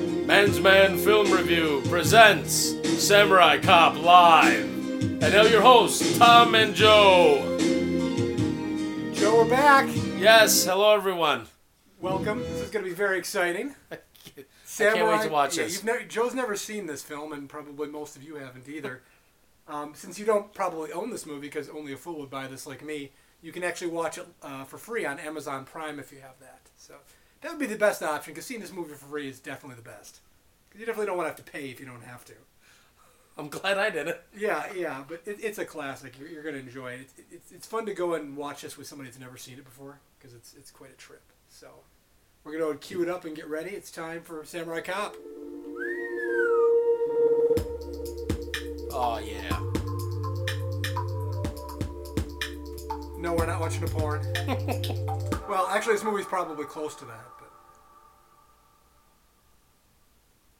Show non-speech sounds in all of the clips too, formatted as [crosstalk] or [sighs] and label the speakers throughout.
Speaker 1: Transman Film Review presents Samurai Cop Live. And now your hosts, Tom and Joe.
Speaker 2: Joe, we're back.
Speaker 1: Yes, hello everyone.
Speaker 2: Welcome. This is going to be very exciting.
Speaker 1: I can't wait to watch
Speaker 2: yeah,
Speaker 1: this.
Speaker 2: You've never, Joe's never seen this film, and probably most of you haven't
Speaker 1: [laughs]
Speaker 2: either. um, since you don't probably own this movie, because only a fool would buy this like me, you can actually watch it uh, for free on Amazon Prime if you have that. So that would be the best option, because seeing this movie for free is definitely the best. 'Cause You definitely don't want to have to pay if you don't have to.
Speaker 1: I'm glad I did it.
Speaker 2: Yeah, yeah, but it, it's a classic. You're, you're going to enjoy it. It's, it's, it's fun to go and watch this with somebody that's never seen it before because it's, it's quite a trip. So we're going to queue it up and get ready. It's time for Samurai Cop.
Speaker 1: Oh yeah.
Speaker 2: No, we're not watching a porn. well, actually, this movie's probably close to that.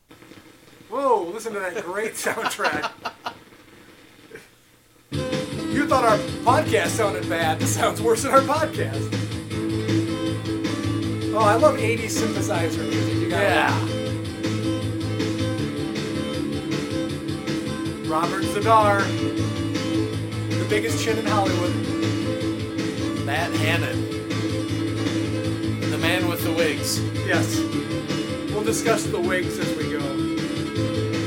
Speaker 2: But... Whoa, listen to that great soundtrack. you thought our podcast sounded bad. This sounds worse than our podcast. Oh, I love 80s synthesizer music. You got
Speaker 1: Yeah.
Speaker 2: Robert Zadar, the biggest chin in Hollywood.
Speaker 1: Matt Hannon. The man with the wigs.
Speaker 2: Yes. We'll discuss the wigs as we go.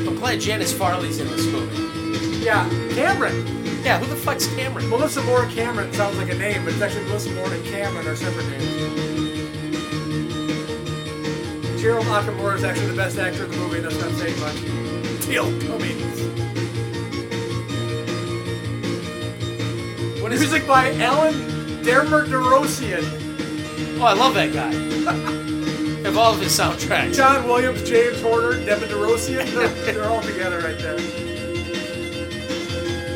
Speaker 1: I'm glad Janice Farley's in this movie.
Speaker 2: Yeah, Cameron.
Speaker 1: Yeah, who the fuck's Cameron?
Speaker 2: Melissa Moore Cameron sounds like a name, but it's actually Melissa Moore and Cameron are separate names. Gerald Nakamura is actually the best actor in the movie, that's not saying much. Oh, Teal Cummings.
Speaker 1: What is
Speaker 2: Music by Alan Dermer DeRosian.
Speaker 1: Oh, I love that guy. [laughs] of all of his soundtracks.
Speaker 2: John Williams, James Horner, Devin DeRosian. [laughs] They're, they're all together right there.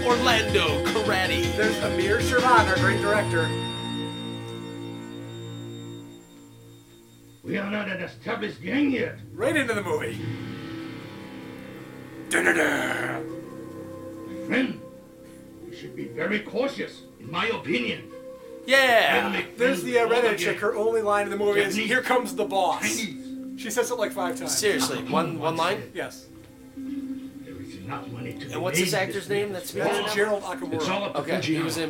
Speaker 1: Orlando Karate.
Speaker 2: There's Amir Sherman, our great director.
Speaker 3: We are not an established gang yet.
Speaker 2: Right into the movie.
Speaker 3: My friend, we should be very cautious, in my opinion. We'll
Speaker 1: Yeah.
Speaker 3: make
Speaker 2: There's the
Speaker 3: friends with
Speaker 2: uh,
Speaker 3: all
Speaker 2: redhead chick.
Speaker 3: gang.
Speaker 2: Her only line in the movie is, "Here comes the boss."
Speaker 3: Chinese.
Speaker 2: She says it like five times.
Speaker 1: Seriously, one one line?
Speaker 2: Yes.
Speaker 3: There is enough money to be
Speaker 1: And what's
Speaker 3: made
Speaker 1: this
Speaker 3: in
Speaker 1: actor's
Speaker 3: business.
Speaker 1: name that's
Speaker 3: It's all
Speaker 1: featured?
Speaker 3: up-
Speaker 2: Gerald Akamura.
Speaker 3: It's all up to
Speaker 1: Okay, he
Speaker 3: Fujiyama.
Speaker 1: was in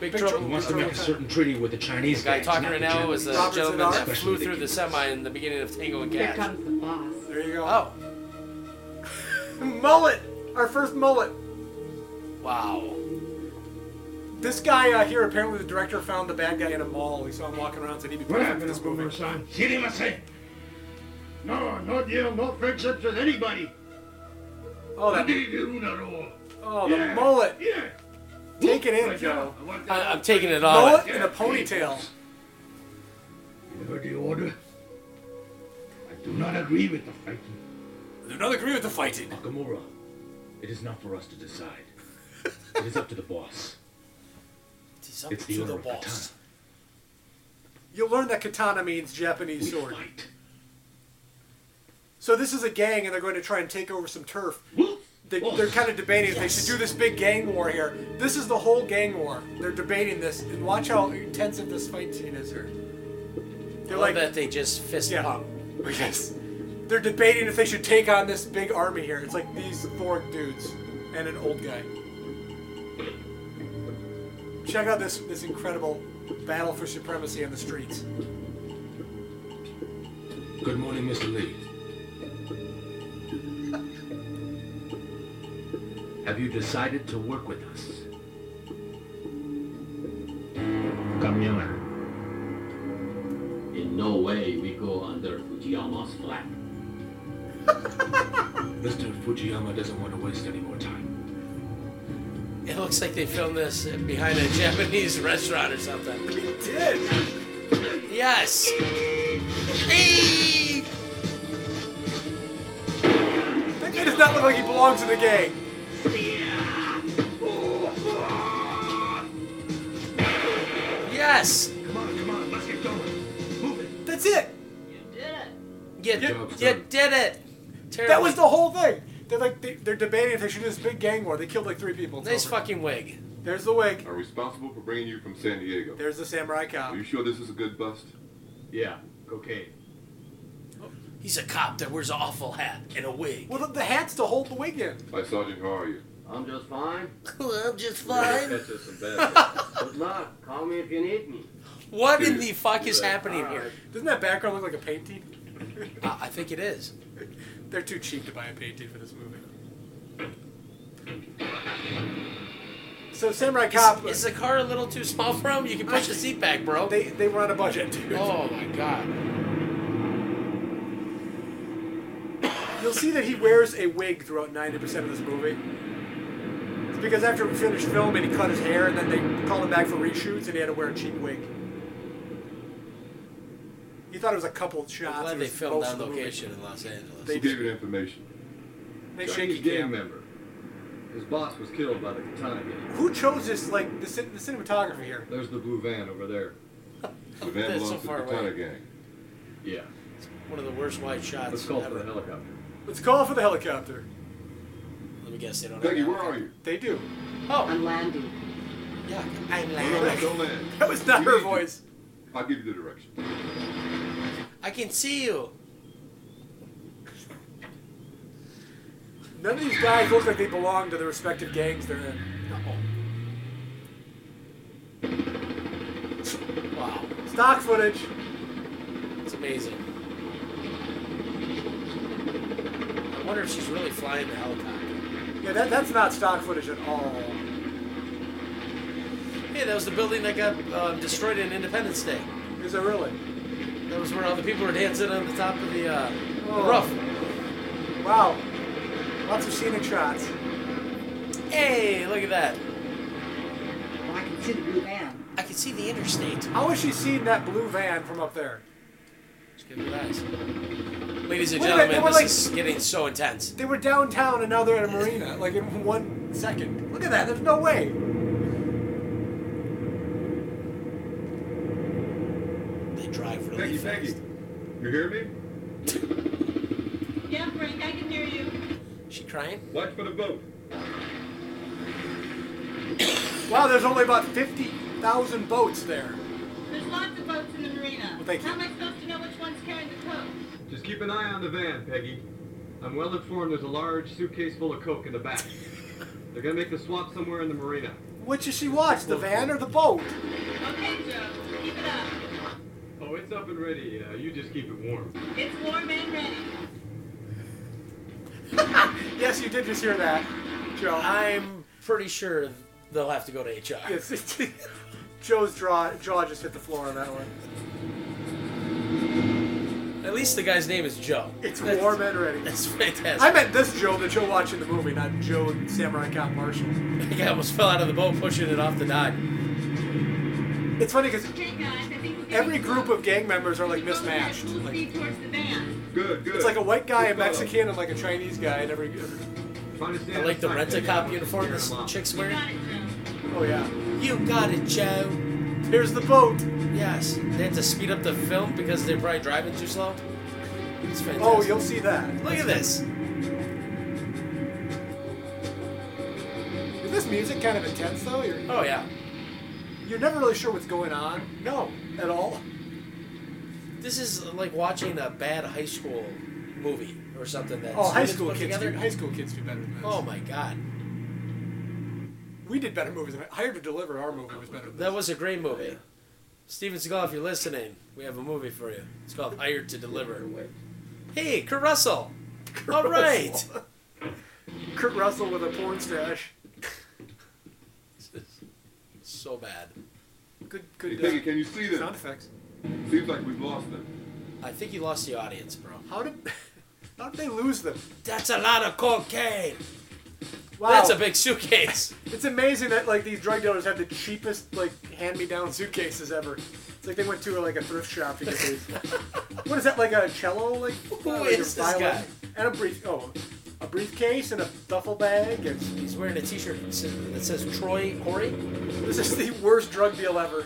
Speaker 1: Big
Speaker 2: Big
Speaker 1: Trouble.
Speaker 2: Trouble.
Speaker 1: in
Speaker 3: He wants to
Speaker 1: Little
Speaker 3: make a
Speaker 1: China.
Speaker 3: certain treaty with the Chinese
Speaker 1: guy
Speaker 3: gangs,
Speaker 1: talking
Speaker 3: not
Speaker 1: right
Speaker 3: the
Speaker 1: now is uh, the
Speaker 3: Japanese.
Speaker 2: Robert
Speaker 1: gentleman
Speaker 2: Zadar?
Speaker 1: that flew through the semi in the beginning of Tango and
Speaker 4: Here
Speaker 1: Cash.
Speaker 4: comes the boss.
Speaker 2: There you go.
Speaker 1: Oh,
Speaker 2: [laughs] Mullet! Our first mullet.
Speaker 1: wow.
Speaker 2: This guy uh, here, apparently the director found the bad guy in a mall. He saw him walking around, said he'd be
Speaker 3: What
Speaker 2: perfect for
Speaker 3: happened
Speaker 2: this
Speaker 3: to
Speaker 2: movie.
Speaker 3: Boomer-san? Shirimasen. No, no deal, no friendships with anybody.
Speaker 2: Oh, that,
Speaker 3: Oh,
Speaker 2: oh, the mullet.
Speaker 3: Yeah.
Speaker 2: Take it in,
Speaker 3: Right
Speaker 2: Joe.
Speaker 3: now, I want that
Speaker 1: I, I'm taking it all.
Speaker 2: Mullet and a ponytail.
Speaker 3: You heard the order? I do not agree with the fighting.
Speaker 2: I do not agree with the fighting.
Speaker 3: Nakamura, it is not for us to
Speaker 2: [laughs]
Speaker 3: decide. it is up to the boss.
Speaker 1: He's up
Speaker 3: It's the
Speaker 1: to
Speaker 3: order
Speaker 1: the
Speaker 3: of the
Speaker 1: boss.
Speaker 3: time.
Speaker 2: You'll learn that katana means Japanese
Speaker 3: We
Speaker 2: sword.
Speaker 3: fight.
Speaker 2: So this is a gang, and they're going to try and take over some turf.
Speaker 3: Woo!
Speaker 2: They,
Speaker 3: Boss.
Speaker 2: they're kind of debating if they should do this big gang war here. This is the whole gang war. They're debating this, and watch how intensive this fight scene is here.
Speaker 1: I
Speaker 2: They're
Speaker 1: love
Speaker 2: like,
Speaker 1: that they just fist
Speaker 2: Yeah.
Speaker 1: pump.
Speaker 2: Yes. They're debating if they should take on this big army here. It's like these four dudes and an old guy. Check out this this incredible battle for supremacy on the streets.
Speaker 3: Good morning, Mr. Lee. Have you decided to work with us? Kamyama.
Speaker 5: In no way we go under Fujiyama's flag.
Speaker 3: Mr. Fujiyama doesn't want to waste any more time.
Speaker 1: It looks like they filmed this behind a Japanese [laughs] restaurant or something.
Speaker 2: He did.
Speaker 1: Yes. Hey!
Speaker 2: That guy does not look like he belongs in the gang.
Speaker 1: Yes.
Speaker 3: Come on, come on, let's get going. Move it.
Speaker 2: That's it.
Speaker 1: You,
Speaker 3: Yeah.
Speaker 1: you did it. Terrible.
Speaker 2: That was the whole thing. They're like they, they're debating if they should do this big gang war. They killed like three people. It's
Speaker 1: nice
Speaker 2: over.
Speaker 1: fucking wig.
Speaker 2: There's the wig.
Speaker 6: are responsible for bringing you from San Diego.
Speaker 2: There's the samurai
Speaker 6: Are
Speaker 2: cop.
Speaker 6: you sure this is a good bust?
Speaker 5: Yeah, cocaine.
Speaker 1: He's a cop that wears an awful hat and a wig.
Speaker 2: Well, the, the hat's to hold the wig in.
Speaker 7: Hi, Sergeant, how are you?
Speaker 8: I'm just fine.
Speaker 1: I'm just
Speaker 2: [laughs]
Speaker 7: Catch us some bad.
Speaker 8: Good luck. Call me if you need me.
Speaker 1: What in the fuck is
Speaker 7: Right.
Speaker 1: happening here?
Speaker 2: Doesn't that background look like a painting?
Speaker 1: Uh, I think it is.
Speaker 2: They're too cheap to buy a painting for this movie. So Samurai Cop,
Speaker 1: Is, is the car a little too small for him? You can push the seat back, bro.
Speaker 2: they they were on a budget. dude.
Speaker 1: Oh my god.
Speaker 2: You'll see that he wears a wig throughout 90% of this movie. It's because after we finished filming, he cut his hair, and then they called him back for reshoots, and he had to wear a cheap wig. He thought it was a couple shots.
Speaker 1: I'm
Speaker 2: It
Speaker 1: glad they
Speaker 2: was
Speaker 1: filmed
Speaker 2: most
Speaker 1: on
Speaker 2: of the movie.
Speaker 1: location in Los Angeles.
Speaker 2: They-
Speaker 7: Who gave you the information?
Speaker 2: They
Speaker 7: Chinese
Speaker 2: shaky
Speaker 7: gang
Speaker 2: cam.
Speaker 7: member. His boss was killed by the katana gang.
Speaker 2: Who chose this, like, the, cin- the cinematography here?
Speaker 7: There's the blue van over
Speaker 2: [laughs]
Speaker 7: there. The van
Speaker 1: That's
Speaker 7: belongs
Speaker 1: so
Speaker 7: to the
Speaker 1: far away.
Speaker 7: katana gang. Yeah.
Speaker 1: One of the worst wide shots
Speaker 7: Let's call for
Speaker 1: ever.
Speaker 7: the helicopter.
Speaker 2: Let's call for the helicopter.
Speaker 1: Let me guess, they don't.
Speaker 7: Peggy,
Speaker 1: have
Speaker 7: where
Speaker 1: that.
Speaker 2: [laughs]
Speaker 7: are you?
Speaker 2: They do.
Speaker 1: Oh,
Speaker 9: I'm landing.
Speaker 1: yeah. I'm
Speaker 7: No, no, no,
Speaker 1: like,
Speaker 7: don't land.
Speaker 2: That was not
Speaker 7: You
Speaker 2: her
Speaker 7: need-
Speaker 2: voice.
Speaker 7: I'll give you the direction.
Speaker 1: I can see you.
Speaker 2: None of these guys look like they belong to the respective gangs they're in.
Speaker 1: Wow,
Speaker 2: Stock footage.
Speaker 1: it's amazing. I wonder if she's really flying the helicopter.
Speaker 2: Yeah, that, that's not stock footage at all.
Speaker 1: Hey, that was the building that got uh, destroyed in Independence Day.
Speaker 2: Is it really?
Speaker 1: That was where all the people were dancing on the top of the, uh,
Speaker 2: Oh.
Speaker 1: the roof.
Speaker 2: Wow. Lots of scenic shots.
Speaker 1: Hey, look at that.
Speaker 9: Well, I can see the blue van.
Speaker 1: I can see the interstate.
Speaker 2: How is she seeing that blue van from up there?
Speaker 1: Just give me the eyes. Ladies and
Speaker 2: Wait a minute,
Speaker 1: gentlemen,
Speaker 2: they were
Speaker 1: this
Speaker 2: like-
Speaker 1: is getting so intense.
Speaker 2: They were downtown and now they're at a marina, like in one second. Look at that, there's no way.
Speaker 1: They drive
Speaker 7: Peggy,
Speaker 1: really fast.
Speaker 7: Peggy, you hear me?
Speaker 10: Yeah, Frank, I can hear you.
Speaker 1: She crying?
Speaker 7: Watch for the boat.
Speaker 2: Wow, there's only about 50,000 boats there.
Speaker 10: There's lots of boats in the marina.
Speaker 2: Well, thank you.
Speaker 10: How am I supposed to know which one's carrying the coat?
Speaker 11: Just keep an eye on the van, Peggy. I'm well informed there's a large suitcase full of coke in the back. They're gonna make the swap somewhere in the marina.
Speaker 2: Which does she watch, the van or the boat?
Speaker 10: Okay, Joe, keep it up.
Speaker 11: Oh, it's up and ready. Uh, you just keep it warm.
Speaker 10: It's warm and ready.
Speaker 2: Yes, you did just hear that, Joe.
Speaker 1: I'm pretty sure they'll have to go to HR.
Speaker 2: [laughs] Yes. Joe's jaw, jaw just hit the floor on that one.
Speaker 1: At least the guy's name is Joe.
Speaker 2: It's
Speaker 1: That's-
Speaker 2: warm and ready.
Speaker 1: That's fantastic.
Speaker 2: I meant this Joe, the Joe watching the movie, not Joe and Samurai Cop Marshall.
Speaker 1: I think I almost fell out of the boat pushing it off the dock.
Speaker 2: It's funny because
Speaker 10: Okay, guys, I think we're getting
Speaker 2: every group of gang members are like
Speaker 10: close. Go ahead,
Speaker 2: mismatched.
Speaker 10: full
Speaker 2: Like,
Speaker 10: speed towards the van.
Speaker 7: Good, good.
Speaker 2: it's like a white guy, a
Speaker 7: Good photo.
Speaker 2: Mexican, and like a Chinese guy, and every.
Speaker 11: Find a stand
Speaker 1: I like the
Speaker 11: outside,
Speaker 1: rent a
Speaker 11: Peggy.
Speaker 1: cop
Speaker 11: I'm
Speaker 1: uniform
Speaker 11: scaring
Speaker 1: this
Speaker 11: them off.
Speaker 1: chick's
Speaker 10: You
Speaker 1: wearing.
Speaker 10: got it, Joe.
Speaker 2: Oh yeah.
Speaker 1: You got it, Joe.
Speaker 2: Here's the boat.
Speaker 1: Yes. They had to speed up the film because they're probably driving too slow. It's fantastic.
Speaker 2: Oh, you'll see that.
Speaker 1: Look at this.
Speaker 2: Is this music kind of intense though? You're
Speaker 1: Oh, yeah.
Speaker 2: you're never really sure what's going on. No, at all.
Speaker 1: This is like watching a bad high school movie or something that's
Speaker 2: Oh, high
Speaker 1: really
Speaker 2: school
Speaker 1: put
Speaker 2: kids. Do,
Speaker 1: together.
Speaker 2: high school kids do better than this.
Speaker 1: Oh, my God.
Speaker 2: we did better movies. Than, Hired to Deliver, our movie was better than
Speaker 1: That
Speaker 2: this.
Speaker 1: was a great movie. Steven Seagal, if you're listening, we have a movie for you. It's called Hired to Deliver. Hey, Kurt
Speaker 2: [laughs]
Speaker 1: Russell. All right.
Speaker 2: Kurt Russell with a porn stash.
Speaker 1: [laughs] so bad.
Speaker 2: Good,
Speaker 7: Hey,
Speaker 2: good
Speaker 7: Peggy,
Speaker 2: uh,
Speaker 7: can you see them?
Speaker 2: sound effects.
Speaker 7: Seems like we've lost them.
Speaker 1: I think you lost the audience, bro.
Speaker 2: How did [laughs] how did they lose them?
Speaker 1: That's a lot of cocaine.
Speaker 2: Wow,
Speaker 1: That's a big suitcase.
Speaker 2: it's amazing that like these drug dealers have the cheapest like hand-me-down suitcases ever. It's like they went to like a thrift shop to get these. what is that like a cello like? uh,
Speaker 1: Who
Speaker 2: like a
Speaker 1: is this
Speaker 2: violin?
Speaker 1: guy?
Speaker 2: And a brief oh, a briefcase and a duffel bag and
Speaker 1: He's wearing a T-shirt that says- that says Troy Corey.
Speaker 2: this is the worst drug deal ever.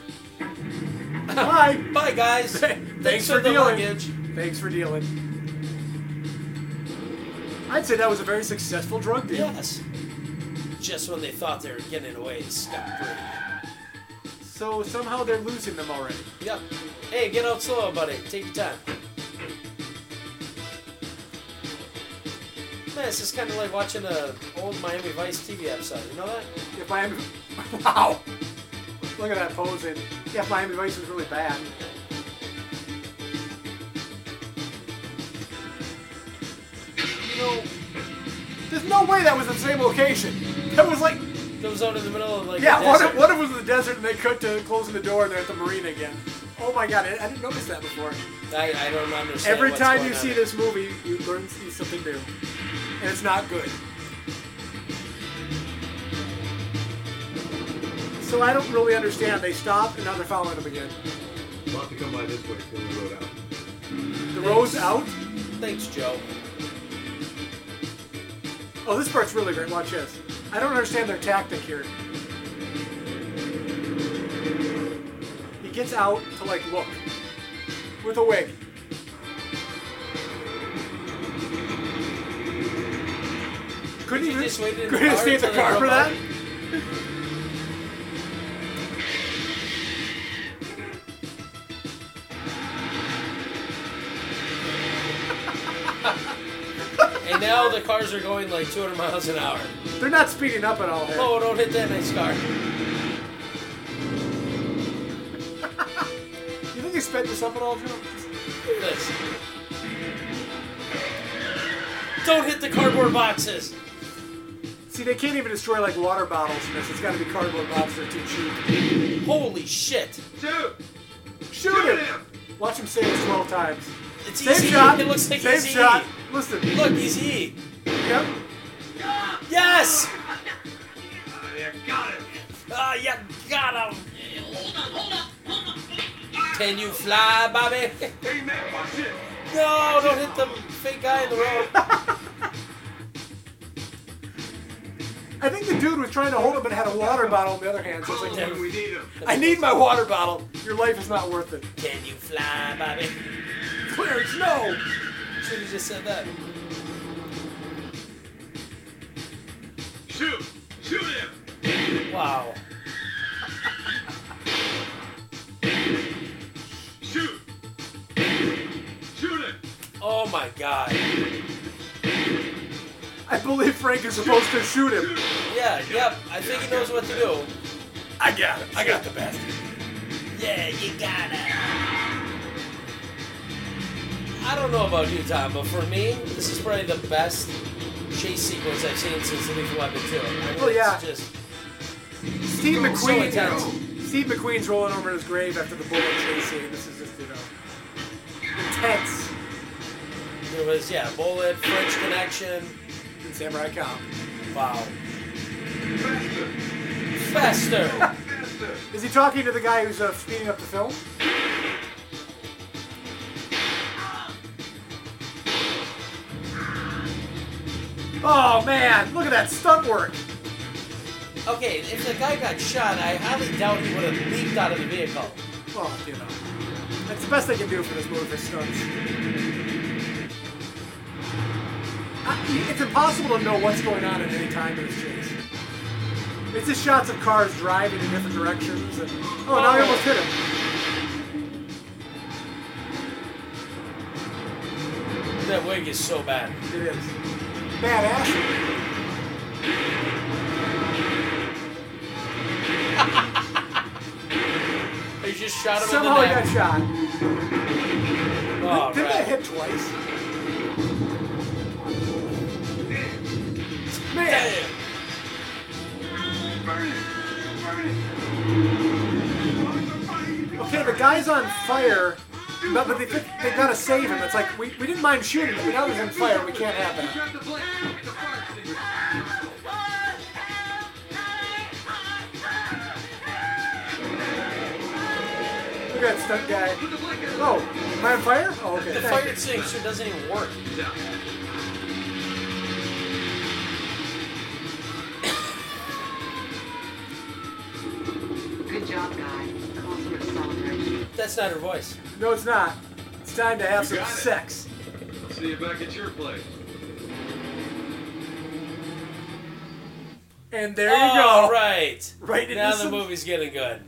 Speaker 2: Hi,
Speaker 1: Bye
Speaker 2: [laughs]
Speaker 1: guys.
Speaker 2: Thanks for
Speaker 1: the
Speaker 2: dealing.
Speaker 1: luggage.
Speaker 2: thanks for dealing. I'd say that was a very successful drug deal.
Speaker 1: Yes. Just when they thought they were getting away, it's step three.
Speaker 2: So somehow they're losing them already.
Speaker 1: Yep. Hey, get out slow, buddy. Take your time. Yeah, it's just kind of like watching a old Miami Vice TV episode. You know that?
Speaker 2: If Miami, [laughs] wow, look at that posing. Yeah, if Miami Vice was really bad. You know, there's no way that was the same location. That was like,
Speaker 1: It was out in the middle of like.
Speaker 2: yeah,
Speaker 1: a
Speaker 2: one
Speaker 1: desert.
Speaker 2: of, one of was in the desert, and they cut to closing the door, and they're at the marina again. Oh my god, I, I didn't notice that before.
Speaker 1: I, I don't understand.
Speaker 2: Every
Speaker 1: what's
Speaker 2: time
Speaker 1: going
Speaker 2: you
Speaker 1: on
Speaker 2: see
Speaker 1: there.
Speaker 2: this movie, you learn see something new, and it's not good. So I don't really understand. They stop and now they're following them again.
Speaker 11: We'll have to come by this way till the road out.
Speaker 2: The road's out.
Speaker 1: Thanks, Joe.
Speaker 2: Oh, this part's really great. Watch this. I don't understand their tactic here. He gets out to like look with a wig. Couldn't
Speaker 1: He
Speaker 2: even
Speaker 1: just waited in the
Speaker 2: couldn't
Speaker 1: car
Speaker 2: stay in the
Speaker 1: until they
Speaker 2: car for
Speaker 1: drove
Speaker 2: that.
Speaker 1: by. And now the cars are going like 200 miles an hour.
Speaker 2: They're not speeding up at all here.
Speaker 1: Oh, don't hit that next car.
Speaker 2: You think they sped this up at all, Joe?
Speaker 1: This. Don't hit the cardboard boxes.
Speaker 2: See, they can't even destroy like water bottles in this. It's got to be cardboard boxes. They're too cheap.
Speaker 1: Holy shit!
Speaker 11: Shoot!
Speaker 2: Shoot,
Speaker 11: Shoot
Speaker 2: him!
Speaker 11: him!
Speaker 2: Watch him say this twelve times.
Speaker 1: It's
Speaker 2: Same
Speaker 1: easy.
Speaker 2: shot.
Speaker 1: [laughs] It looks like
Speaker 2: same
Speaker 1: easy.
Speaker 2: shot. Listen.
Speaker 1: Look, easy.
Speaker 2: Yep.
Speaker 1: Yes.
Speaker 11: Ah, there, got him!
Speaker 1: Ah, you got him. Can you fly, Bobby? [laughs]
Speaker 11: Hey man, watch it!
Speaker 1: No, don't hit the fake guy in the road.
Speaker 2: I think the dude was trying to hold him, but had a water bottle in the other hand. So it's like,
Speaker 11: When we need him.
Speaker 2: [laughs] I need my water bottle. Your life is not worth it.
Speaker 1: Can you fly, Bobby?
Speaker 2: Clarence, no.
Speaker 1: Should have just said that.
Speaker 11: Shoot! Shoot him!
Speaker 1: Wow.
Speaker 11: Shoot! Shoot him!
Speaker 1: Oh my god.
Speaker 2: I believe Frank is supposed to shoot him.
Speaker 1: Yeah, yep. I think he knows what to do.
Speaker 2: I got it. I got the bastard.
Speaker 1: Yeah, you got it. I don't know about you, Tom, but for me, this is probably the best chase sequence I've seen since Lethal Weapon 2. I mean,
Speaker 2: Well, Oh, yeah.
Speaker 1: It's just,
Speaker 2: Steve
Speaker 1: so
Speaker 2: McQueen.
Speaker 1: intense.
Speaker 2: Steve McQueen's rolling over in his grave after the bullet chase scene. This is just you know intense
Speaker 1: there was, yeah, bullet, French connection.
Speaker 2: in Samurai Cop.
Speaker 1: Wow.
Speaker 7: Faster!
Speaker 1: Faster.
Speaker 2: [laughs]
Speaker 7: Faster!
Speaker 2: Is he talking to the guy who's uh, speeding up the film? Oh man, look at that stunt work.
Speaker 1: okay, if the guy got shot, I highly doubt he would have leaped out of the vehicle.
Speaker 2: Well, you know, that's the best they can do for this movie for stunts. I, it's impossible to know what's going on at any time in this chase. It's just shots of cars driving in different directions. And, oh, now he almost hit him.
Speaker 1: That wig is so bad.
Speaker 2: It is. Badass.
Speaker 1: They just shot him
Speaker 2: Somehow
Speaker 1: in
Speaker 2: he
Speaker 1: the
Speaker 2: got
Speaker 1: neck.
Speaker 2: shot.
Speaker 1: Oh,
Speaker 2: Didn't
Speaker 1: right.
Speaker 2: that hit twice? Man,
Speaker 1: Damn.
Speaker 7: Burn it! Burn it!
Speaker 2: okay, the guy's on fire, but, but they, they gotta save him. It's like, we, we didn't mind shooting him, but now he's on fire, we can't have that.
Speaker 11: Drop the blade! It's a fire extinguisher!
Speaker 2: Look at that stunt guy.
Speaker 11: Put the blanket on!
Speaker 2: Oh, am I on fire? Oh, okay.
Speaker 1: The
Speaker 2: thank
Speaker 1: fire
Speaker 2: you.
Speaker 1: extinguisher doesn't even work.
Speaker 11: Yeah.
Speaker 9: Good job, guy. Calls it a celebration.
Speaker 1: That's not her voice.
Speaker 2: No, it's not. It's time to have
Speaker 11: You
Speaker 2: some
Speaker 11: got it.
Speaker 2: sex.
Speaker 11: See you back at your place.
Speaker 2: And there you
Speaker 1: All
Speaker 2: go.
Speaker 1: right.
Speaker 2: Right into
Speaker 1: now the
Speaker 2: some-
Speaker 1: movie's getting good.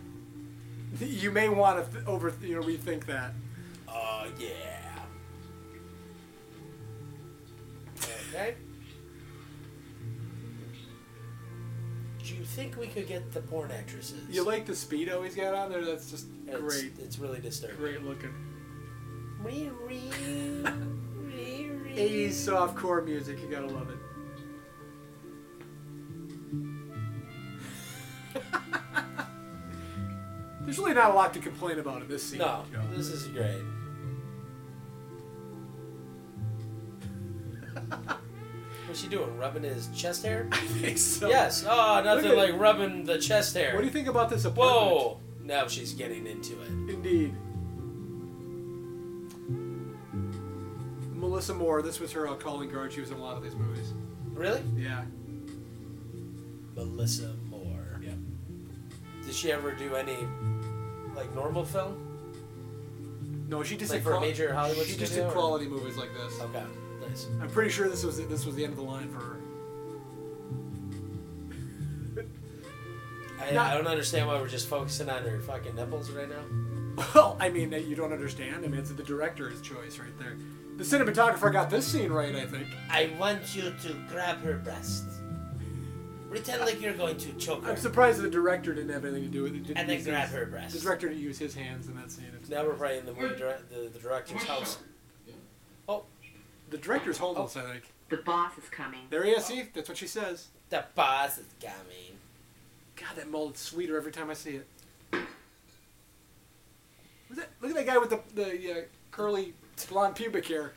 Speaker 2: You may want to th- over, you know, rethink that.
Speaker 1: Oh yeah. Okay. you think we could get the porn actresses?
Speaker 2: You like the speedo he's got on there? That's just
Speaker 1: it's,
Speaker 2: great,
Speaker 1: It's really disturbing.
Speaker 2: great looking.
Speaker 1: Ree,
Speaker 2: [laughs]
Speaker 1: ree, ree, ree.
Speaker 2: 80s softcore music, you gotta love it. [laughs] There's really not a lot to complain about in this scene.
Speaker 1: No,
Speaker 2: Joe. [laughs]
Speaker 1: this is great. What's she doing? Rubbing his chest hair?
Speaker 2: I think so.
Speaker 1: Yes. Oh, nothing
Speaker 2: at-
Speaker 1: like rubbing the chest hair.
Speaker 2: What do you think about this apartment?
Speaker 1: Whoa! Now she's getting into it.
Speaker 2: Indeed. Melissa Moore, this was her uh, calling card. She was in a lot of these movies.
Speaker 1: Really?
Speaker 2: Yeah.
Speaker 1: Melissa Moore.
Speaker 2: Yeah.
Speaker 1: Did she ever do any like normal film?
Speaker 2: No, she just
Speaker 1: Like
Speaker 2: did
Speaker 1: for a
Speaker 2: qual-
Speaker 1: major Hollywood
Speaker 2: She just
Speaker 1: studio,
Speaker 2: did
Speaker 1: or-
Speaker 2: quality movies like this.
Speaker 1: Okay. Nice.
Speaker 2: I'm pretty sure this was this was the end of the line for her.
Speaker 1: I,
Speaker 2: Not-
Speaker 1: I don't understand why we're just focusing on her fucking nipples right now.
Speaker 2: Well, I mean, you don't understand. I mean, it's the director's choice right there. The cinematographer got this scene right, I think.
Speaker 1: I want you to grab her breast. Pretend like you're going to choke her.
Speaker 2: I'm surprised the director didn't have anything to do with it. Didn't
Speaker 1: And then
Speaker 2: use
Speaker 1: grab
Speaker 2: his-
Speaker 1: her breast.
Speaker 2: The director didn't use his hands in that scene.
Speaker 1: now we're probably in the, movie dire- the, the director's house.
Speaker 2: The director's homeless,
Speaker 1: Oh.
Speaker 2: I think.
Speaker 9: The boss is coming.
Speaker 2: There he is. See, that's what she says.
Speaker 1: The boss is coming.
Speaker 2: God, that mullet's sweeter every time I see it. Was that, look at that guy with the the uh, curly blonde pubic hair.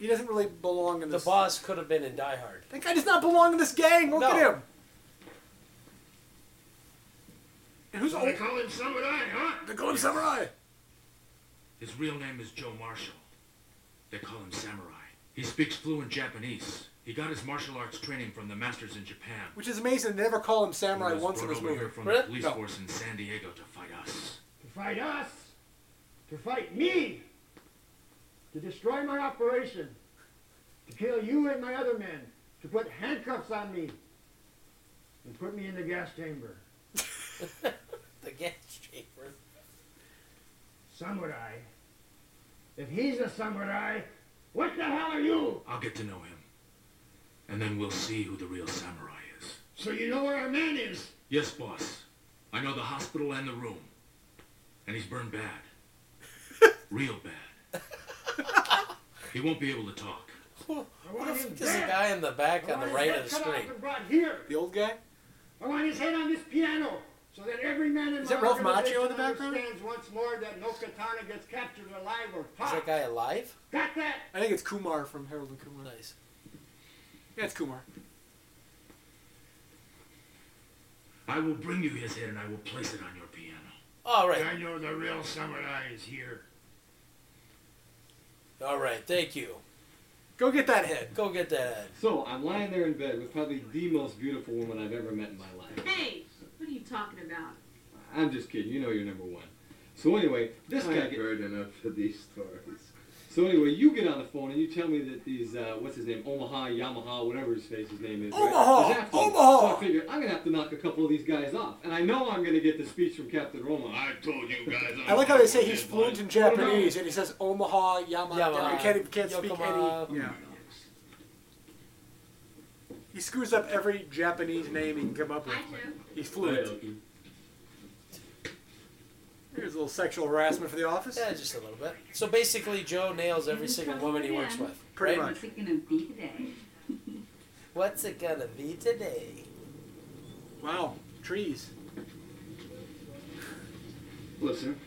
Speaker 2: He doesn't really belong in
Speaker 1: The
Speaker 2: this.
Speaker 1: boss could have been in Die Hard.
Speaker 2: That guy does not belong in this gang. Look
Speaker 1: No.
Speaker 2: at him. And who's
Speaker 12: So they
Speaker 2: old?
Speaker 12: call him Samurai, huh?
Speaker 2: They're going samurai.
Speaker 3: His real name is Joe Marshall. They call him Samurai. He speaks fluent Japanese. He got his martial arts training from the masters in Japan.
Speaker 2: Which is amazing. They never call him samurai
Speaker 3: He was
Speaker 2: once in
Speaker 3: brought
Speaker 2: this
Speaker 3: over
Speaker 2: movie.
Speaker 3: here from
Speaker 1: Really?
Speaker 3: the police
Speaker 2: No.
Speaker 3: force in San Diego to fight us.
Speaker 12: To fight us. To fight me. To destroy my operation. To kill you and my other men. To put handcuffs on me. And put me in the gas chamber.
Speaker 1: The gas chamber.
Speaker 12: Samurai. If he's a samurai, what the hell are you?
Speaker 3: I'll get to know him. And then we'll see who the real Samurai is.
Speaker 12: So you know where our man is.
Speaker 3: Yes, boss. I know the hospital and the room. And he's
Speaker 1: [laughs]
Speaker 3: burned bad. Real bad. he won't be able to talk.
Speaker 12: I
Speaker 1: What
Speaker 12: want
Speaker 1: the
Speaker 12: him
Speaker 1: fuck is the
Speaker 12: dead.
Speaker 1: guy in the back
Speaker 12: I
Speaker 1: on the
Speaker 12: want
Speaker 1: right
Speaker 12: his
Speaker 1: of
Speaker 12: head
Speaker 1: the
Speaker 12: cut off
Speaker 1: screen?
Speaker 12: and brought here.
Speaker 2: The old guy?
Speaker 12: I want his head on this piano so that every man in
Speaker 2: Is
Speaker 12: my
Speaker 2: that Ralph
Speaker 12: organization
Speaker 2: Macchio in the background?
Speaker 12: understands once more that no katana gets captured alive or
Speaker 1: Is
Speaker 12: caught.
Speaker 1: that guy alive?
Speaker 12: Got that?
Speaker 2: I think it's Kumar from Harold and Kumar.
Speaker 1: Nice.
Speaker 2: Yeah, it's Kumar.
Speaker 3: I will bring you his head and I will place it on your piano.
Speaker 1: All right.
Speaker 12: I know the real samurai is here.
Speaker 1: All right. Thank you.
Speaker 2: Go get that head.
Speaker 1: Go get that.
Speaker 11: So I'm lying there in bed with probably the most beautiful woman I've ever met in my life.
Speaker 10: Hey, what are you talking about?
Speaker 11: I'm just kidding. You know you're number one. So anyway, this guy. Get,
Speaker 3: heard enough of these stories.
Speaker 11: so anyway, you get on the phone and you tell me that these uh, what's his name, Omaha, Yamaha, whatever his face his name is. right,
Speaker 2: Omaha!
Speaker 11: is after me.
Speaker 2: Omaha!
Speaker 11: So I figured I'm gonna have to knock a couple of these guys off, and I know I'm gonna get the speech from Captain Roma.
Speaker 3: I told you guys.
Speaker 2: I like how they say he's fluent in Japanese and he says Omaha, Yama.
Speaker 1: Yamaha,
Speaker 2: Yama. He can't, he can't speak
Speaker 1: Yokohama.
Speaker 2: any. Yeah. He screws up every Japanese name he can come up with.
Speaker 10: Hi, Joe.
Speaker 2: He's fluent. Here's a little sexual harassment for the office.
Speaker 1: Yeah, just a little bit. So basically, Joe nails every single woman he works with.
Speaker 2: Pretty
Speaker 1: right?
Speaker 2: much.
Speaker 10: it gonna be today?
Speaker 1: What's it gonna be today?
Speaker 2: Wow. Trees.
Speaker 3: Listen,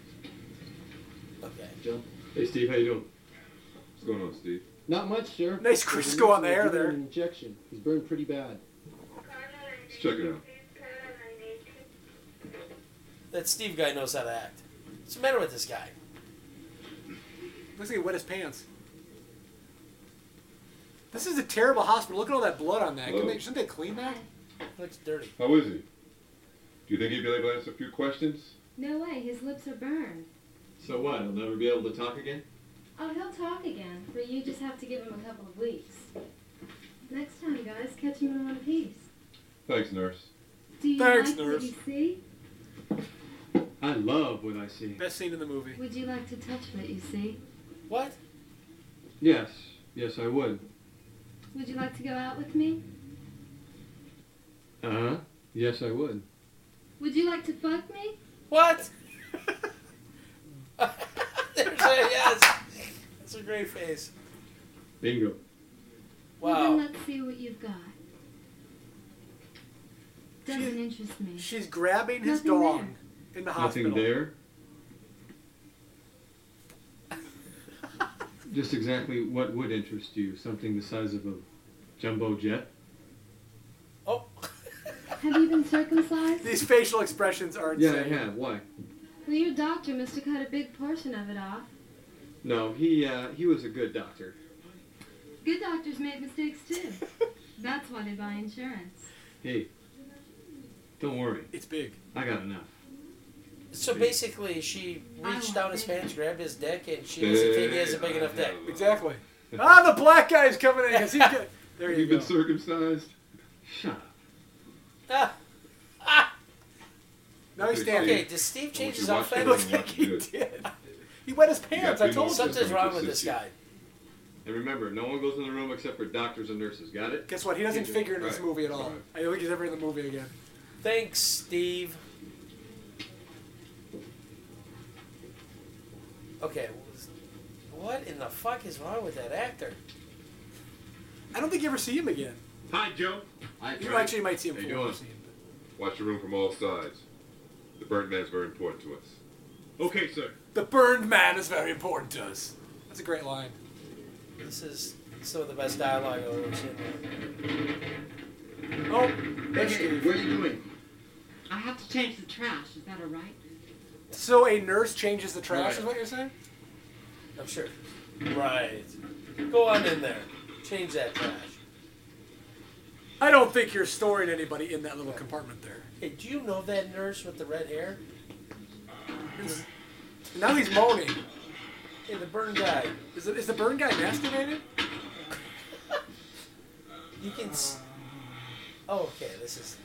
Speaker 1: Okay.
Speaker 3: hey Steve, how you doing?
Speaker 8: What's going on, Steve?
Speaker 12: Not much, sir.
Speaker 2: Nice Crisco on the air
Speaker 12: Give him
Speaker 2: there.
Speaker 12: An injection. He's burned pretty bad.
Speaker 8: Let's check it out.
Speaker 1: That Steve guy knows how to act. What's the matter with this guy?
Speaker 2: Looks like he wet his pants. This is a terrible hospital. Look at all that blood on that. Can
Speaker 8: Hello.
Speaker 2: they, shouldn't they clean that?
Speaker 1: Looks dirty.
Speaker 8: How is he? Do you think he'd be able to answer a few questions?
Speaker 10: No way, his lips are burned.
Speaker 11: So what? I'll never be able to talk again.
Speaker 10: Oh, he'll talk again, for you just have to give him a couple of weeks. Next time, guys, catch him in one piece.
Speaker 8: Thanks, nurse.
Speaker 10: Do you
Speaker 2: Thanks,
Speaker 10: like
Speaker 2: nurse.
Speaker 10: what you see?
Speaker 11: I love what I see.
Speaker 2: Best scene in the movie.
Speaker 10: Would you like to touch what you see?
Speaker 1: What?
Speaker 11: Yes, yes, I would.
Speaker 10: Would you like to go out with me?
Speaker 11: Uh huh. Yes, I would.
Speaker 10: Would you like to fuck me?
Speaker 1: What? [laughs] There's a yes. That's a great face.
Speaker 8: Bingo.
Speaker 10: Well,
Speaker 1: Wow.
Speaker 10: then let's see what you've got. Doesn't interest me.
Speaker 2: She's grabbing his
Speaker 10: Nothing there.
Speaker 2: dong in the hospital.
Speaker 11: Nothing there. [laughs] Just exactly what would interest you? Something the size of a jumbo jet?
Speaker 1: Oh.
Speaker 10: Have you been circumcised?
Speaker 2: These facial expressions are
Speaker 11: Yeah,
Speaker 2: insane.
Speaker 11: I have. Why?
Speaker 10: Well, your doctor must have cut a big portion of it off.
Speaker 11: No, he uh, he was a good doctor.
Speaker 10: Good doctors make mistakes
Speaker 1: [laughs]
Speaker 10: too. That's why they buy insurance.
Speaker 11: Hey, don't worry.
Speaker 2: It's big.
Speaker 11: I got enough.
Speaker 1: So basically, she reached down his pants, grabbed his dick, and she doesn't think he has a big enough dick.
Speaker 2: Exactly. ah, the black guy's coming in because
Speaker 11: [laughs]
Speaker 2: he's good. There
Speaker 11: Have
Speaker 2: you
Speaker 11: you
Speaker 2: go.
Speaker 11: been circumcised? Shut up.
Speaker 1: Ah,
Speaker 2: now he's standing.
Speaker 1: okay, does Steve change his
Speaker 3: you watch
Speaker 2: It
Speaker 3: that
Speaker 1: outfit?
Speaker 2: looks
Speaker 1: [laughs]
Speaker 3: Everything
Speaker 2: like
Speaker 3: looks
Speaker 2: [laughs] he
Speaker 3: good.
Speaker 2: did. He wet his pants. I
Speaker 3: big
Speaker 2: told you.
Speaker 3: old something.
Speaker 1: Something's wrong with this guy.
Speaker 11: And remember, no one goes in the room except for doctors and nurses. Got it?
Speaker 2: Guess what? He doesn't
Speaker 11: Yeah,
Speaker 2: figure in this
Speaker 11: right,
Speaker 2: movie at all.
Speaker 11: right.
Speaker 2: I don't think he's ever in the movie again.
Speaker 1: Thanks, Steve. Okay, what in the fuck is wrong with that actor?
Speaker 2: I don't think you ever see him again.
Speaker 3: Hi, Joe.
Speaker 8: I
Speaker 2: You
Speaker 8: tried.
Speaker 2: actually might see him.
Speaker 11: How you
Speaker 2: for one
Speaker 11: doing?
Speaker 2: scene, but-
Speaker 3: Watch the room from all sides. The bird man's very important to us. Okay, sir.
Speaker 2: The burned man is very important to us. That's a great line.
Speaker 1: This is some of the best dialogue I've ever seen.
Speaker 2: Oh, there's
Speaker 8: Hey,
Speaker 2: Steve.
Speaker 8: what are you doing?
Speaker 9: I have to change the trash. Is that all right?
Speaker 2: So a nurse changes the trash,
Speaker 1: Right.
Speaker 2: is what you're saying?
Speaker 1: I'm sure. Right. Go on in there. Change that trash.
Speaker 2: I don't think you're storing anybody in that little compartment there.
Speaker 1: Hey, do you know that nurse with the red hair?
Speaker 2: And now he's moaning.
Speaker 1: Hey, the burn guy.
Speaker 2: Is the, is the burn guy masturbating?
Speaker 1: You can. S- oh, okay. This is.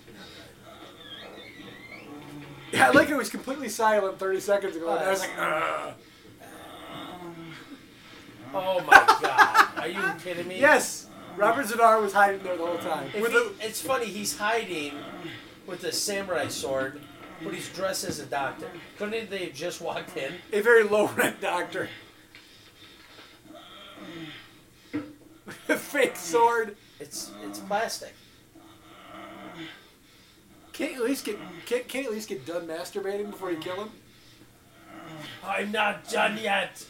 Speaker 2: Yeah, I like it was completely silent 30 seconds ago. and I was like, "Ugh."
Speaker 1: Oh my god. Are you kidding me?
Speaker 2: yes. Robert Zadar was hiding there the whole time.
Speaker 1: If
Speaker 2: With
Speaker 1: he-
Speaker 2: a,
Speaker 1: it's funny. He's hiding with a samurai sword, but he's dressed as a doctor. Couldn't they have just walked in?
Speaker 2: a very low rent doctor. A [laughs] fake sword.
Speaker 1: It's it's plastic.
Speaker 2: Can't at least get can't, can't at least get done masturbating before you kill him.
Speaker 1: I'm not done yet.